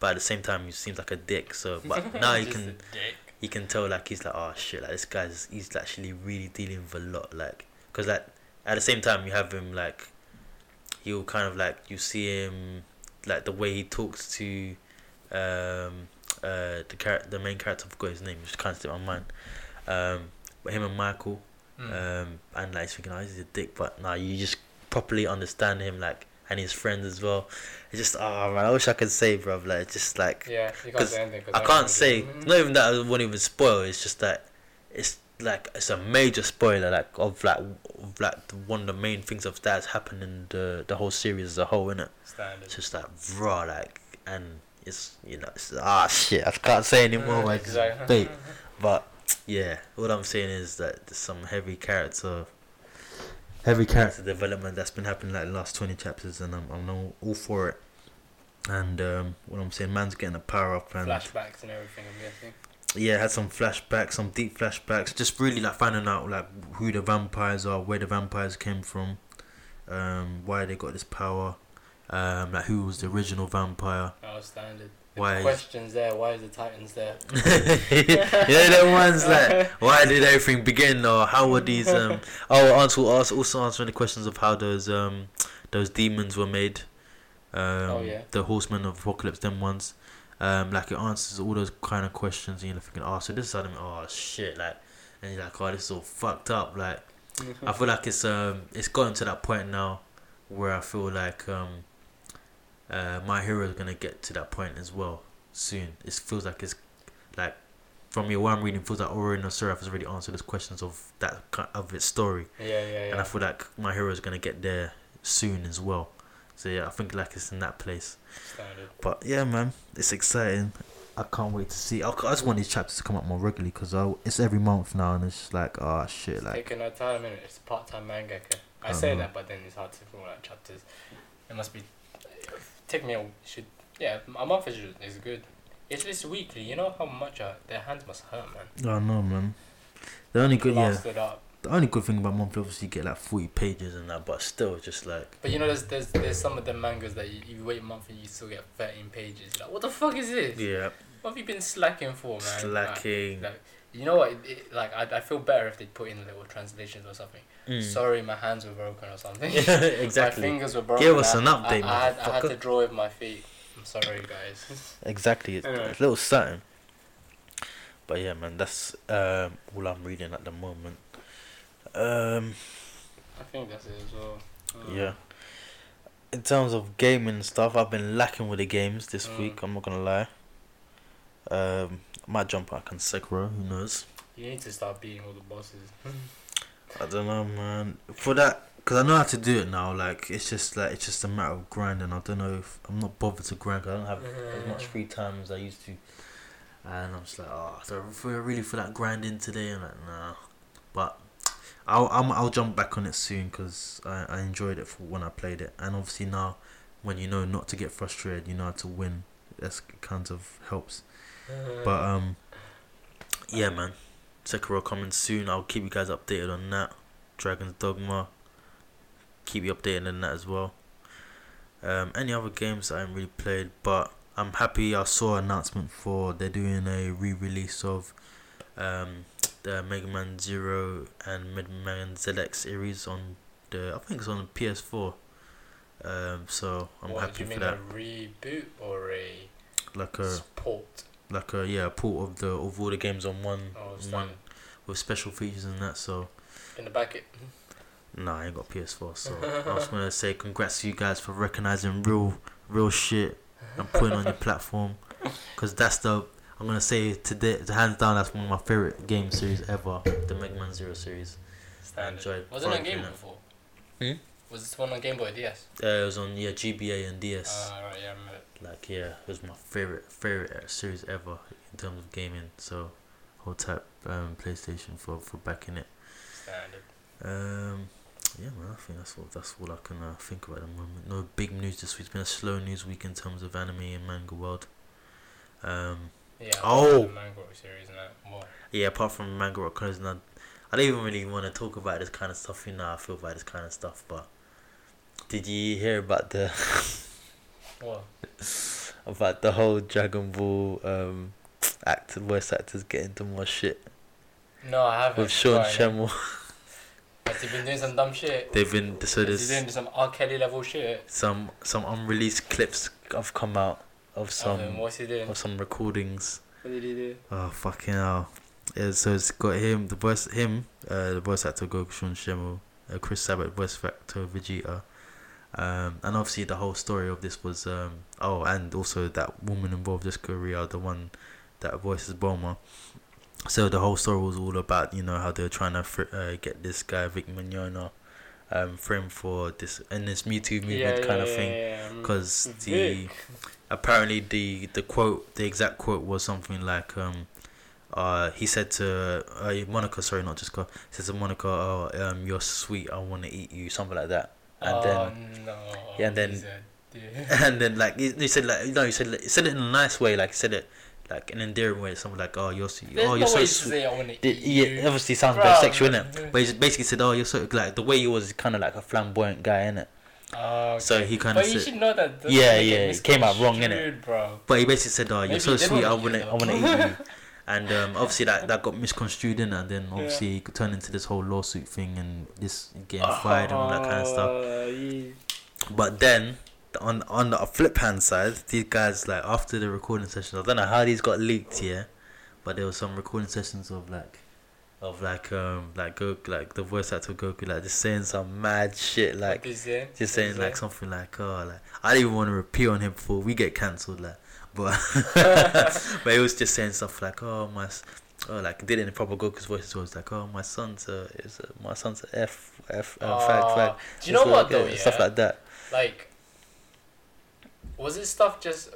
Speaker 4: but at the same time you seems like a dick. So, but now you
Speaker 2: Just a
Speaker 4: can
Speaker 2: dick.
Speaker 4: you can tell like he's like oh shit like this guy's he's actually really dealing with a lot like because like at the same time you have him like you kind of like you see him like the way he talks to um uh the character the main character I forgot his name it's kind of slipped my mind um but him and Michael
Speaker 2: Mm.
Speaker 4: Uh, um, and like he's thinking, oh, he's a dick, but now you just properly understand him, like,
Speaker 1: and his friends as well. It's just oh man, I wish I could say, bruv. Like it's just like
Speaker 2: Yeah, you can't
Speaker 1: Cause
Speaker 2: say anything. 'cause
Speaker 1: I can't
Speaker 2: remember-
Speaker 1: say. Not even that I won't even spoil. It's just that it's like it's a major spoiler, like of like w- of, like the- one of the main things of that's happened in the the whole series as a whole, innit?
Speaker 2: Standard.
Speaker 1: It's just like raw, like and it's you know it's ah shit. I can't say anymore. Like, it's
Speaker 2: Exactly.
Speaker 1: bait. But yeah, what I'm saying is that there's some heavy character, heavy character development that's been happening like the last twenty chapters, and I'm I'm all- all for it. And um, what I'm saying, man's getting a power up, and
Speaker 2: <laughs> Flashbacks and everything, I'm guessing.
Speaker 1: yeah, had some flashbacks, some deep flashbacks. Just really like finding out like who the vampires are, where the vampires came from, um, why they got this power, um, like who was the original vampire.
Speaker 2: Oh, standard. The
Speaker 1: Why is-
Speaker 2: questions there. Why is the Titans
Speaker 1: <laughs>
Speaker 2: there?
Speaker 1: you know the ones like
Speaker 2: <laughs>
Speaker 1: why did everything begin or how were these um oh also also answering the questions of how those um those demons were made um
Speaker 2: Oh, yeah.
Speaker 1: the horsemen of apocalypse them ones um like it answers all those kind of questions and you're thinking oh so this is anime oh shit like and you're like oh this is all fucked up like I feel like it's um it's gotten to that point now where I feel like um uh my hero is gonna get to that point as well soon. It feels like it's like from your what I'm reading it feels like Orion Seraph has already answered those questions of that ki- of its story,
Speaker 2: yeah, yeah,
Speaker 1: and I
Speaker 2: yeah.
Speaker 1: feel like my hero is gonna get there soon as well. So yeah, I think like it's in that place.
Speaker 2: Standard.
Speaker 1: But yeah, man, it's exciting. I can't wait to see. I, I just want these chapters to come out more regularly because it's every month now, and it's just like, oh shit, like Oh,
Speaker 2: Taking our time in it. It's part time mangaka. I
Speaker 1: I
Speaker 2: say
Speaker 1: know.
Speaker 2: that, but then it's hard to pull out chapters. It must be. Take me a. Should, yeah, a month is, is good. At least weekly, you know how much uh, their hands must hurt, man.
Speaker 1: I don't know, man. The only good, yeah.
Speaker 2: Plastered up.
Speaker 1: The only good thing about monthly, obviously, you get like forty pages and that, but still, just like
Speaker 2: But you know, there's there's, there's some of the mangas that you, you wait a month and you still get 13 pages. Like, what the fuck is this?
Speaker 1: yeah,
Speaker 2: What have you been slacking for, man? Like,
Speaker 1: slacking.
Speaker 2: like, you know what? It, it, like, I, I feel better if they put in little translations or something.
Speaker 1: Mm.
Speaker 2: Sorry, my hands were broken
Speaker 1: <laughs>
Speaker 2: or something. <laughs>
Speaker 1: Yeah, exactly.
Speaker 2: My fingers were broken.
Speaker 1: Give us
Speaker 2: I-
Speaker 1: an update,
Speaker 2: I, I, had, I had to
Speaker 1: motherfucker.
Speaker 2: draw with my feet. I'm sorry, guys. <laughs>
Speaker 1: Exactly, it's
Speaker 2: Anyway.
Speaker 1: it's a little something. But yeah, man, that's um, all I'm reading at the moment. Um,
Speaker 2: I think that's it as well. Mm.
Speaker 1: yeah. In terms of gaming and stuff, I've been lacking with the games this
Speaker 2: Mm.
Speaker 1: week. I'm not gonna lie. Um, I might jump back on Sekiro. Who knows?
Speaker 2: You need to start beating all the bosses. <laughs>
Speaker 1: I don't know, man. For that, because I know how to do it now. Like it's just like it's just a matter of grinding. I don't know if I'm not bothered to grind. 'cause I don't have as much
Speaker 2: <laughs>
Speaker 1: free time as I used to, and I'm just like, oh, so I feel- really feel like grinding today. I'm like, nah, but I'll I'm, I'll jump back on it soon because I, I enjoyed it for when I played it, and obviously now when you know not to get frustrated, you know how to win. That's kind of helps. But um, yeah, man, Sekiro coming soon. I'll keep you guys updated on that. Dragon's Dogma. Keep you updated on that as well. Um, any other games I haven't really played, but I'm happy I saw an announcement for they're doing a re-release of um, the Mega Man Zero and Mega Man ZX series on the I think it's on the PS4. Um, so I'm
Speaker 2: what, do
Speaker 1: happy
Speaker 2: you
Speaker 1: for
Speaker 2: mean
Speaker 1: that.
Speaker 2: a reboot or a
Speaker 1: Like a
Speaker 2: sport?
Speaker 1: like a yeah a port of the of all the games on one
Speaker 2: Oh,
Speaker 1: on one
Speaker 2: standard.
Speaker 1: with special features and that. So
Speaker 2: In the back, it.
Speaker 1: nah, I ain't got PS4. So I just wanna say congrats to you guys for recognizing real real shit and putting on your platform, cause that's the I'm gonna say today hands down that's one of my favorite game series ever, the Mega Man Zero series.
Speaker 2: Standard.
Speaker 1: enjoyed
Speaker 2: Was it on
Speaker 1: Frog
Speaker 2: Game Boy
Speaker 1: Cleaner.
Speaker 2: before?
Speaker 1: Hmm?
Speaker 2: Was this one on Game Boy DS?
Speaker 1: Uh, it was on yeah GBA and DS.
Speaker 2: Uh, right, yeah, I remember.
Speaker 1: like yeah, it was my favorite favorite uh, series ever in terms of gaming. So hold tight, um, PlayStation for for backing it.
Speaker 2: Standard.
Speaker 1: Um, yeah, man, I think that's all. That's all I can uh, think about at the moment. No big news this week. It's been a slow news week in terms of anime and manga world. Um,
Speaker 2: Yeah. I
Speaker 1: Oh.
Speaker 2: remember The Mango series now. What?
Speaker 1: yeah, apart from manga world, cause not, I don't even really want to talk about this kind of stuff. You know, how I feel about this kind of stuff. But did you hear about the <laughs>
Speaker 2: What?
Speaker 1: about the whole Dragon Ball um actor voice actors getting to more shit
Speaker 2: No, I haven't.
Speaker 1: with Sean
Speaker 2: Right.
Speaker 1: Shemmel?
Speaker 2: Has he been doing some dumb
Speaker 1: <laughs>
Speaker 2: shit?
Speaker 1: They've been so
Speaker 2: Has he
Speaker 1: there's
Speaker 2: doing some R. Kelly level shit?
Speaker 1: some some unreleased clips have come out of
Speaker 2: Some. Um,
Speaker 1: some
Speaker 2: what's he doing?
Speaker 1: of some recordings.
Speaker 2: What did he do?
Speaker 1: Oh fucking hell! Yeah, so it's got him, the voice, him, uh, the voice actor Goku Sean Shemmel, uh, Chris Sabat, voice actor Vegeta, Um, and obviously, the whole story of this was um, oh, and also that woman involved, this Korea, the one that voices Bulma. So the whole story was all about you know how they're trying to fr- uh, get this guy Vic Mignogna um, framed for this and this Me Too movement kind of thing because
Speaker 2: Mm-hmm.
Speaker 1: the apparently the the quote the exact quote was something like um uh he said to uh, Monica sorry not Jessica says to Monica oh um you're sweet I want to eat you something like that <laughs> and then
Speaker 2: Oh, no.
Speaker 1: yeah, and then- Oh,
Speaker 2: he's a
Speaker 1: <laughs>
Speaker 2: dick.
Speaker 1: and then like he, he said like no he said like, he said it in a nice way like said it like an endearing way something like oh you're sweet
Speaker 2: There's
Speaker 1: oh
Speaker 2: no
Speaker 1: you're so
Speaker 2: way to
Speaker 1: sweet
Speaker 2: say I want to
Speaker 1: Did-
Speaker 2: eat you.
Speaker 1: yeah, obviously sounds
Speaker 2: Bruh.
Speaker 1: very sexual, innit? But he basically said, "Oh, you're so like the way he was kind of like a flamboyant guy, innit?"
Speaker 2: Oh,
Speaker 1: So
Speaker 2: okay.
Speaker 1: he kind of
Speaker 2: But you
Speaker 1: said,
Speaker 2: should know that. doesn't
Speaker 1: Yeah,
Speaker 2: make
Speaker 1: yeah, it came out wrong, innit?
Speaker 2: misconstrued, bro.
Speaker 1: But he basically said, "Oh, you're
Speaker 2: Maybe
Speaker 1: so
Speaker 2: he did
Speaker 1: sweet. I
Speaker 2: want
Speaker 1: want
Speaker 2: to
Speaker 1: to,
Speaker 2: eat
Speaker 1: I want to eat you." <laughs> And um, obviously that, that got misconstrued in, and then obviously it could turn into this whole lawsuit thing and this getting fired and all that kind of stuff.
Speaker 2: Oh, he-
Speaker 1: But then on on the flip hand side, these guys like after the recording sessions, I don't know how these got leaked here, but there was some recording sessions of like. Of like um like Goku like the voice actor Goku like just saying some mad shit like
Speaker 2: he's in,
Speaker 1: just
Speaker 2: he's
Speaker 1: saying
Speaker 2: in.
Speaker 1: like <laughs>
Speaker 2: <laughs>
Speaker 1: something like oh like I didn't even want to repeat on him before we get cancelled like but but he was just saying stuff like oh my s- oh like did it in a proper Goku's voice so it was like oh my son's a is a, my son's a f f uh, fag
Speaker 2: Oh,
Speaker 1: fag
Speaker 2: Do you know
Speaker 1: It's
Speaker 2: what
Speaker 1: like,
Speaker 2: though?
Speaker 1: uh,
Speaker 2: Yeah?
Speaker 1: stuff like that
Speaker 2: like was it stuff just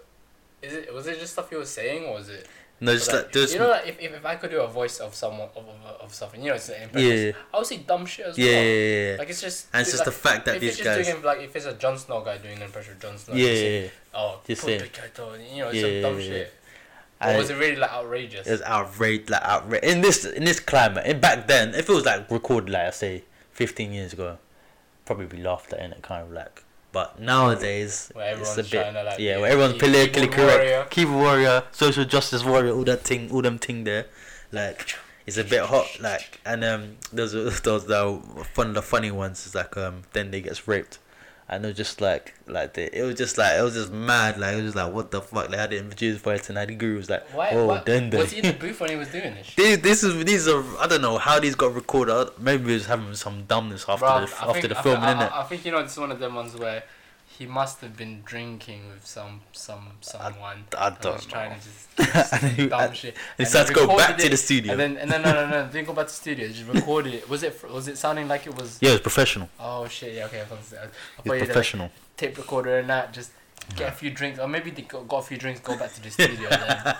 Speaker 2: is it was it just stuff you were saying or was it
Speaker 1: no just
Speaker 2: like,
Speaker 1: like just
Speaker 2: you know like, if, if, if I could do a voice of someone of, of, of something you know it's an
Speaker 1: yeah
Speaker 2: impression
Speaker 1: yeah
Speaker 2: I would say dumb shit as
Speaker 1: yeah,
Speaker 2: well
Speaker 1: yeah, yeah.
Speaker 2: like it's just
Speaker 1: and it's just
Speaker 2: like,
Speaker 1: the fact that
Speaker 2: if it's
Speaker 1: these
Speaker 2: just
Speaker 1: guys
Speaker 2: doing like if it's a Jon Snow guy doing an impression of Jon Snow
Speaker 1: yeah
Speaker 2: you say,
Speaker 1: yeah, yeah.
Speaker 2: oh
Speaker 1: Just
Speaker 2: put the
Speaker 1: saying.
Speaker 2: cat on," you know it's
Speaker 1: Yeah,
Speaker 2: some
Speaker 1: yeah,
Speaker 2: dumb
Speaker 1: yeah,
Speaker 2: shit
Speaker 1: I-
Speaker 2: or was it really like outrageous
Speaker 1: It's outrage, like outrage. In this in this climate, in back then, if it was like recorded, like I say, fifteen years ago, probably be laughed at in it, kind of like. But nowadays,
Speaker 2: Where
Speaker 1: it's a
Speaker 2: everyone's
Speaker 1: bit
Speaker 2: trying to, like,
Speaker 1: yeah,
Speaker 2: be
Speaker 1: where
Speaker 2: a
Speaker 1: everyone's
Speaker 2: key-
Speaker 1: politically
Speaker 2: keyboard
Speaker 1: correct,
Speaker 2: warrior.
Speaker 1: keyboard warrior, social justice warrior, all that thing, all them thing there, like. It's a bit hot, like, and um, there's those <laughs> the fun, the funny ones is like um, then they gets raped, and it was just like, like the, it was just like it was just mad, like it was just like what the fuck, like I didn't produce for it, and I guru was like,
Speaker 2: why,
Speaker 1: oh,
Speaker 2: why
Speaker 1: then
Speaker 2: was he in the booth when he was doing this shit?
Speaker 1: these, this is these are I don't know how these got recorded. Maybe we was having some dumbness after
Speaker 2: Bruh,
Speaker 1: the
Speaker 2: I
Speaker 1: after
Speaker 2: think-
Speaker 1: the
Speaker 2: I
Speaker 1: filming,
Speaker 2: thi- I,
Speaker 1: innit?
Speaker 2: I, I think you know it's one of them ones where he must have been drinking with some some someone.
Speaker 1: I
Speaker 2: and was
Speaker 1: don't
Speaker 2: trying
Speaker 1: know.
Speaker 2: to
Speaker 1: <laughs>
Speaker 2: just do some dumb shit.
Speaker 1: It
Speaker 2: and
Speaker 1: starts
Speaker 2: he
Speaker 1: to go back
Speaker 2: recorded
Speaker 1: to
Speaker 2: it,
Speaker 1: the studio.
Speaker 2: And then and then no no
Speaker 1: <laughs>
Speaker 2: no didn't go back to studio. Just recorded it. Was it fr- was it sounding like it was?
Speaker 1: yeah, it's professional.
Speaker 2: Oh shit! Yeah okay. I thought it was- I
Speaker 1: It's
Speaker 2: thought you did like,
Speaker 1: professional.
Speaker 2: tape recorder and that just. Get a few drinks, or maybe they got got a few drinks. Go back
Speaker 1: <laughs>
Speaker 2: to the studio. then.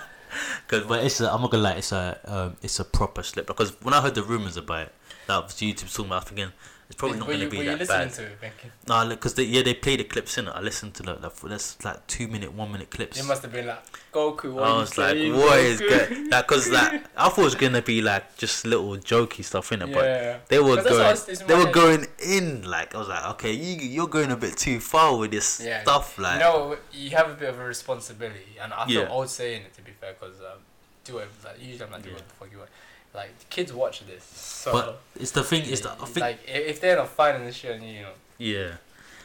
Speaker 1: Cause, but it's a, I'm not gonna lie, it's a um, it's a proper slip because when I heard the rumors about it, that was YouTube talking about again. It's probably
Speaker 2: Were
Speaker 1: not
Speaker 2: you-
Speaker 1: gonna
Speaker 2: were
Speaker 1: be
Speaker 2: you
Speaker 1: that
Speaker 2: listening
Speaker 1: bad.
Speaker 2: to it? Becky?
Speaker 1: No, look, cause they, yeah, they play the clips in it. I listened to like, like that's like two minute, one minute clips.
Speaker 2: It must have been like Goku. What
Speaker 1: I
Speaker 2: are you
Speaker 1: was like,
Speaker 2: saying,
Speaker 1: what is
Speaker 2: Goku?"
Speaker 1: good? Like, cause
Speaker 2: <laughs>
Speaker 1: like I thought it was gonna be like just little jokey stuff in it, but
Speaker 2: Yeah.
Speaker 1: They were
Speaker 2: 'Cause that's
Speaker 1: going.
Speaker 2: how it's- it's
Speaker 1: They were
Speaker 2: my-
Speaker 1: going in. Like I was like, okay, you you're going a bit too far with this
Speaker 2: Yeah.
Speaker 1: stuff. Like
Speaker 2: no, you have a bit of a responsibility, and I feel
Speaker 1: Yeah.
Speaker 2: old saying it to be fair, because um, do whatever like usually I'm like do
Speaker 1: Yeah.
Speaker 2: what the fuck you want. Like the kids watch this, so
Speaker 1: But it's the thing. It's the I think
Speaker 2: like i- if they're not finding this shit, you know,
Speaker 1: yeah,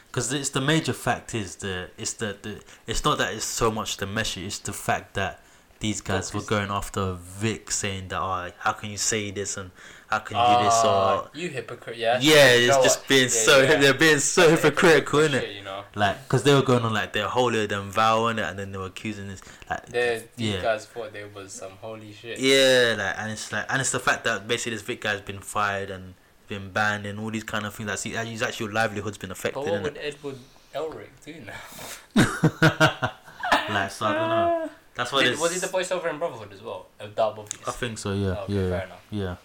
Speaker 1: because it's the major fact is the it's the, the it's not that it's so much the message. It's the fact that these guys were
Speaker 2: Focus.
Speaker 1: going after Vic, saying that, oh, how can you say this and how can you do this
Speaker 2: Ah,
Speaker 1: or
Speaker 2: you hypocrite, yeah,
Speaker 1: yeah,
Speaker 2: You know
Speaker 1: it's just
Speaker 2: what?
Speaker 1: being
Speaker 2: Yeah,
Speaker 1: so
Speaker 2: yeah.
Speaker 1: they're being
Speaker 2: <laughs>
Speaker 1: so
Speaker 2: It's
Speaker 1: hypocritical,
Speaker 2: hypocritical
Speaker 1: innit?
Speaker 2: shit, You know,
Speaker 1: Like, because they were going on like they're holier than vow and and then they were accusing this like
Speaker 2: They- these
Speaker 1: yeah.
Speaker 2: guys thought there was some holy shit.
Speaker 1: Yeah, like and it's like and it's the fact that basically this Vic guy's been fired and been banned and all these kind of things. That's his, his actual livelihood's been affected.
Speaker 2: But what
Speaker 1: innit?
Speaker 2: would Edward Elric do now?
Speaker 1: like, so I don't know. That's what
Speaker 2: Did,
Speaker 1: it's.
Speaker 2: was he the voiceover in Brotherhood as well? A dub, obviously.
Speaker 1: I think so. Yeah.
Speaker 2: Okay,
Speaker 1: yeah.
Speaker 2: fair enough.
Speaker 1: Yeah.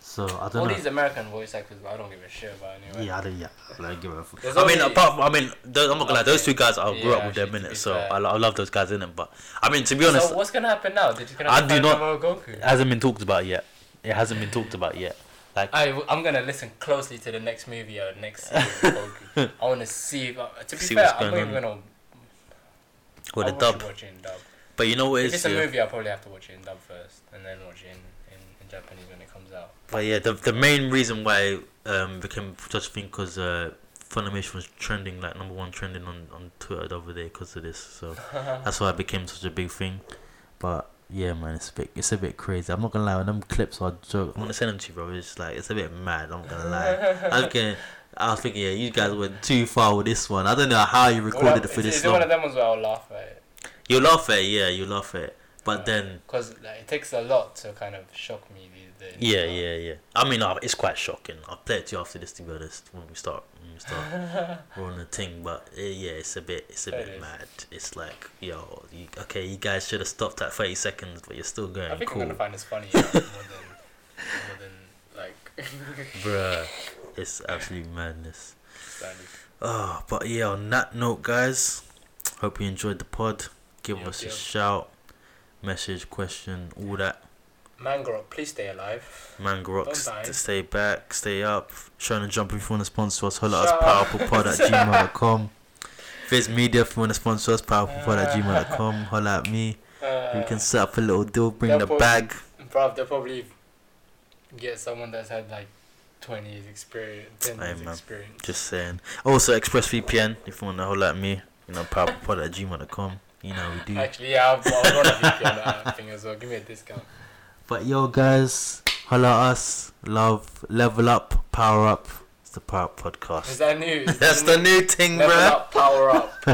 Speaker 1: So I don't
Speaker 2: All
Speaker 1: know.
Speaker 2: these American voice actors, I don't give a shit about anyway.
Speaker 1: Yeah, I don't. Yeah, like give a. F-
Speaker 2: There's
Speaker 1: I mean,
Speaker 2: only-
Speaker 1: apart from I mean, those, I'm not gonna lie. Those
Speaker 2: Okay.
Speaker 1: two guys, I grew
Speaker 2: Yeah,
Speaker 1: up with them
Speaker 2: actually,
Speaker 1: in
Speaker 2: to be
Speaker 1: it, so
Speaker 2: fair.
Speaker 1: I, lo- I love those guys in it. But I mean, to be honest,
Speaker 2: so what's gonna happen now? They're just gonna
Speaker 1: I
Speaker 2: have
Speaker 1: do
Speaker 2: to
Speaker 1: not-
Speaker 2: find Goku.
Speaker 1: it hasn't been talked about yet. It hasn't been talked about yet. Like,
Speaker 2: I, am gonna listen closely to the next movie or next series
Speaker 1: <laughs>
Speaker 2: of Goku. I wanna see. If, uh, to be
Speaker 1: See
Speaker 2: fair,
Speaker 1: what's
Speaker 2: I'm not
Speaker 1: going
Speaker 2: even gonna.
Speaker 1: with
Speaker 2: I
Speaker 1: a
Speaker 2: won't
Speaker 1: dub,
Speaker 2: be watching dub.
Speaker 1: but you know what it
Speaker 2: Oh, If
Speaker 1: is.
Speaker 2: it's a
Speaker 1: yeah?
Speaker 2: movie, I probably have to watch it in dub first, and then watch it in, in, in Japanese when it comes out.
Speaker 1: But yeah, the the main reason why um became such a thing because uh, Funimation was trending like number one trending on on Twitter the other day because of this,
Speaker 2: <laughs>
Speaker 1: so that's why it became such a big thing. But yeah, man, it's a bit it's a bit crazy. I'm not
Speaker 2: <laughs>
Speaker 1: gonna lie, when them clips are joke. I'm gonna send them to you, bro. It's like it's a bit mad. I'm not gonna lie. Okay,
Speaker 4: I was thinking, yeah, you guys went too far with this one. I don't know how you recorded it for
Speaker 2: it's,
Speaker 4: this
Speaker 2: it's one of
Speaker 4: long.
Speaker 2: them ones where I'll laugh at it.
Speaker 4: You laugh at it, yeah, you laugh at it. But then,
Speaker 2: Because like, it takes a lot to kind of shock me these days.
Speaker 4: yeah, yeah, yeah. I mean, uh, it's quite shocking. I'll play it to you after this, to be honest, when we start, when we start
Speaker 2: <laughs>
Speaker 4: on the thing. But uh,
Speaker 1: eh,
Speaker 4: yeah, it's a bit, it's a
Speaker 2: It
Speaker 4: bit
Speaker 2: is.
Speaker 4: mad. It's like, yo, you, okay, you guys should have stopped at thirty seconds, but you're still going.
Speaker 2: I think
Speaker 4: cool.
Speaker 2: I'm gonna find
Speaker 1: <laughs>
Speaker 2: this funny yeah, more than more than like <laughs>
Speaker 4: Bruh, it's absolute madness.
Speaker 2: standard.
Speaker 4: Oh, but yeah, on that note, guys, hope you enjoyed the pod. Give
Speaker 2: Yep,
Speaker 4: us a
Speaker 2: yep.
Speaker 4: shout, message, question, all that.
Speaker 2: Mangrove, please stay alive.
Speaker 4: Manga rocks
Speaker 2: Don't die.
Speaker 4: to stay back, stay up. Trying to jump if you want to sponsor us, holla at
Speaker 2: Shut
Speaker 4: us,
Speaker 2: up.
Speaker 4: powerfulpod at gmail.com. Viz Media if you want to sponsor us, powerfulpod at gmail.com. Holla at me.
Speaker 2: Uh,
Speaker 4: we can set up a little deal, bring the
Speaker 2: Double-
Speaker 4: bag.
Speaker 2: bruv, they'll probably get someone that's had like 20 years experience, 10
Speaker 4: Hey,
Speaker 2: years
Speaker 4: man.
Speaker 2: experience.
Speaker 4: Just saying. Also, ExpressVPN if you want to holla at me. You know, powerfulpod at gmail.com. You know, we do.
Speaker 2: Actually, yeah, I'll, I'll run a VP on that thing as well. Give me a discount.
Speaker 4: But yo, guys, holla at us. Love, level up, power up. It's the Power Up
Speaker 2: Is
Speaker 4: Podcast. <laughs>
Speaker 2: that new? Is
Speaker 4: That's the new thing,
Speaker 2: Level
Speaker 4: bruh.
Speaker 2: up, power up.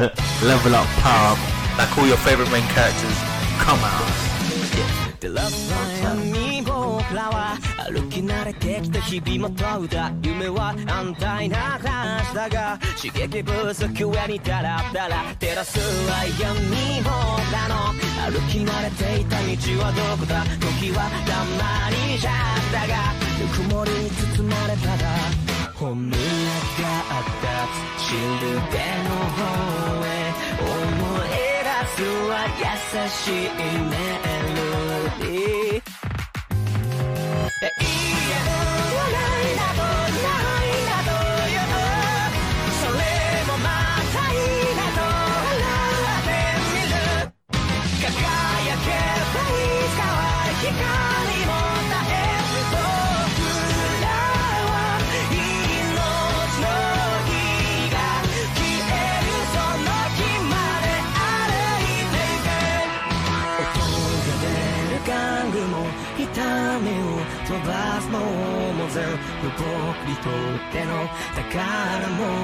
Speaker 4: level up, power up. Like all your favorite main characters, come out. Get the love.
Speaker 5: に僕らは歩き慣れてきた日々も問うた夢は安泰な話だが刺激不足上にダラダラ照らすは闇僕らの歩き慣れていた道はどこだ時はたまにじゃったがぬくもりに包まれたら本音があった知る手の方へ思い出すは優しいメロディー「いいやないなどないなどよ」「それもまたいいなと笑ってみる」「輝けばいつかは光も絶える」「僕らは命の火が消えるその日まで歩いていて」音が出る玩具も痛みを飛ばすもうも全部僕にとっての宝物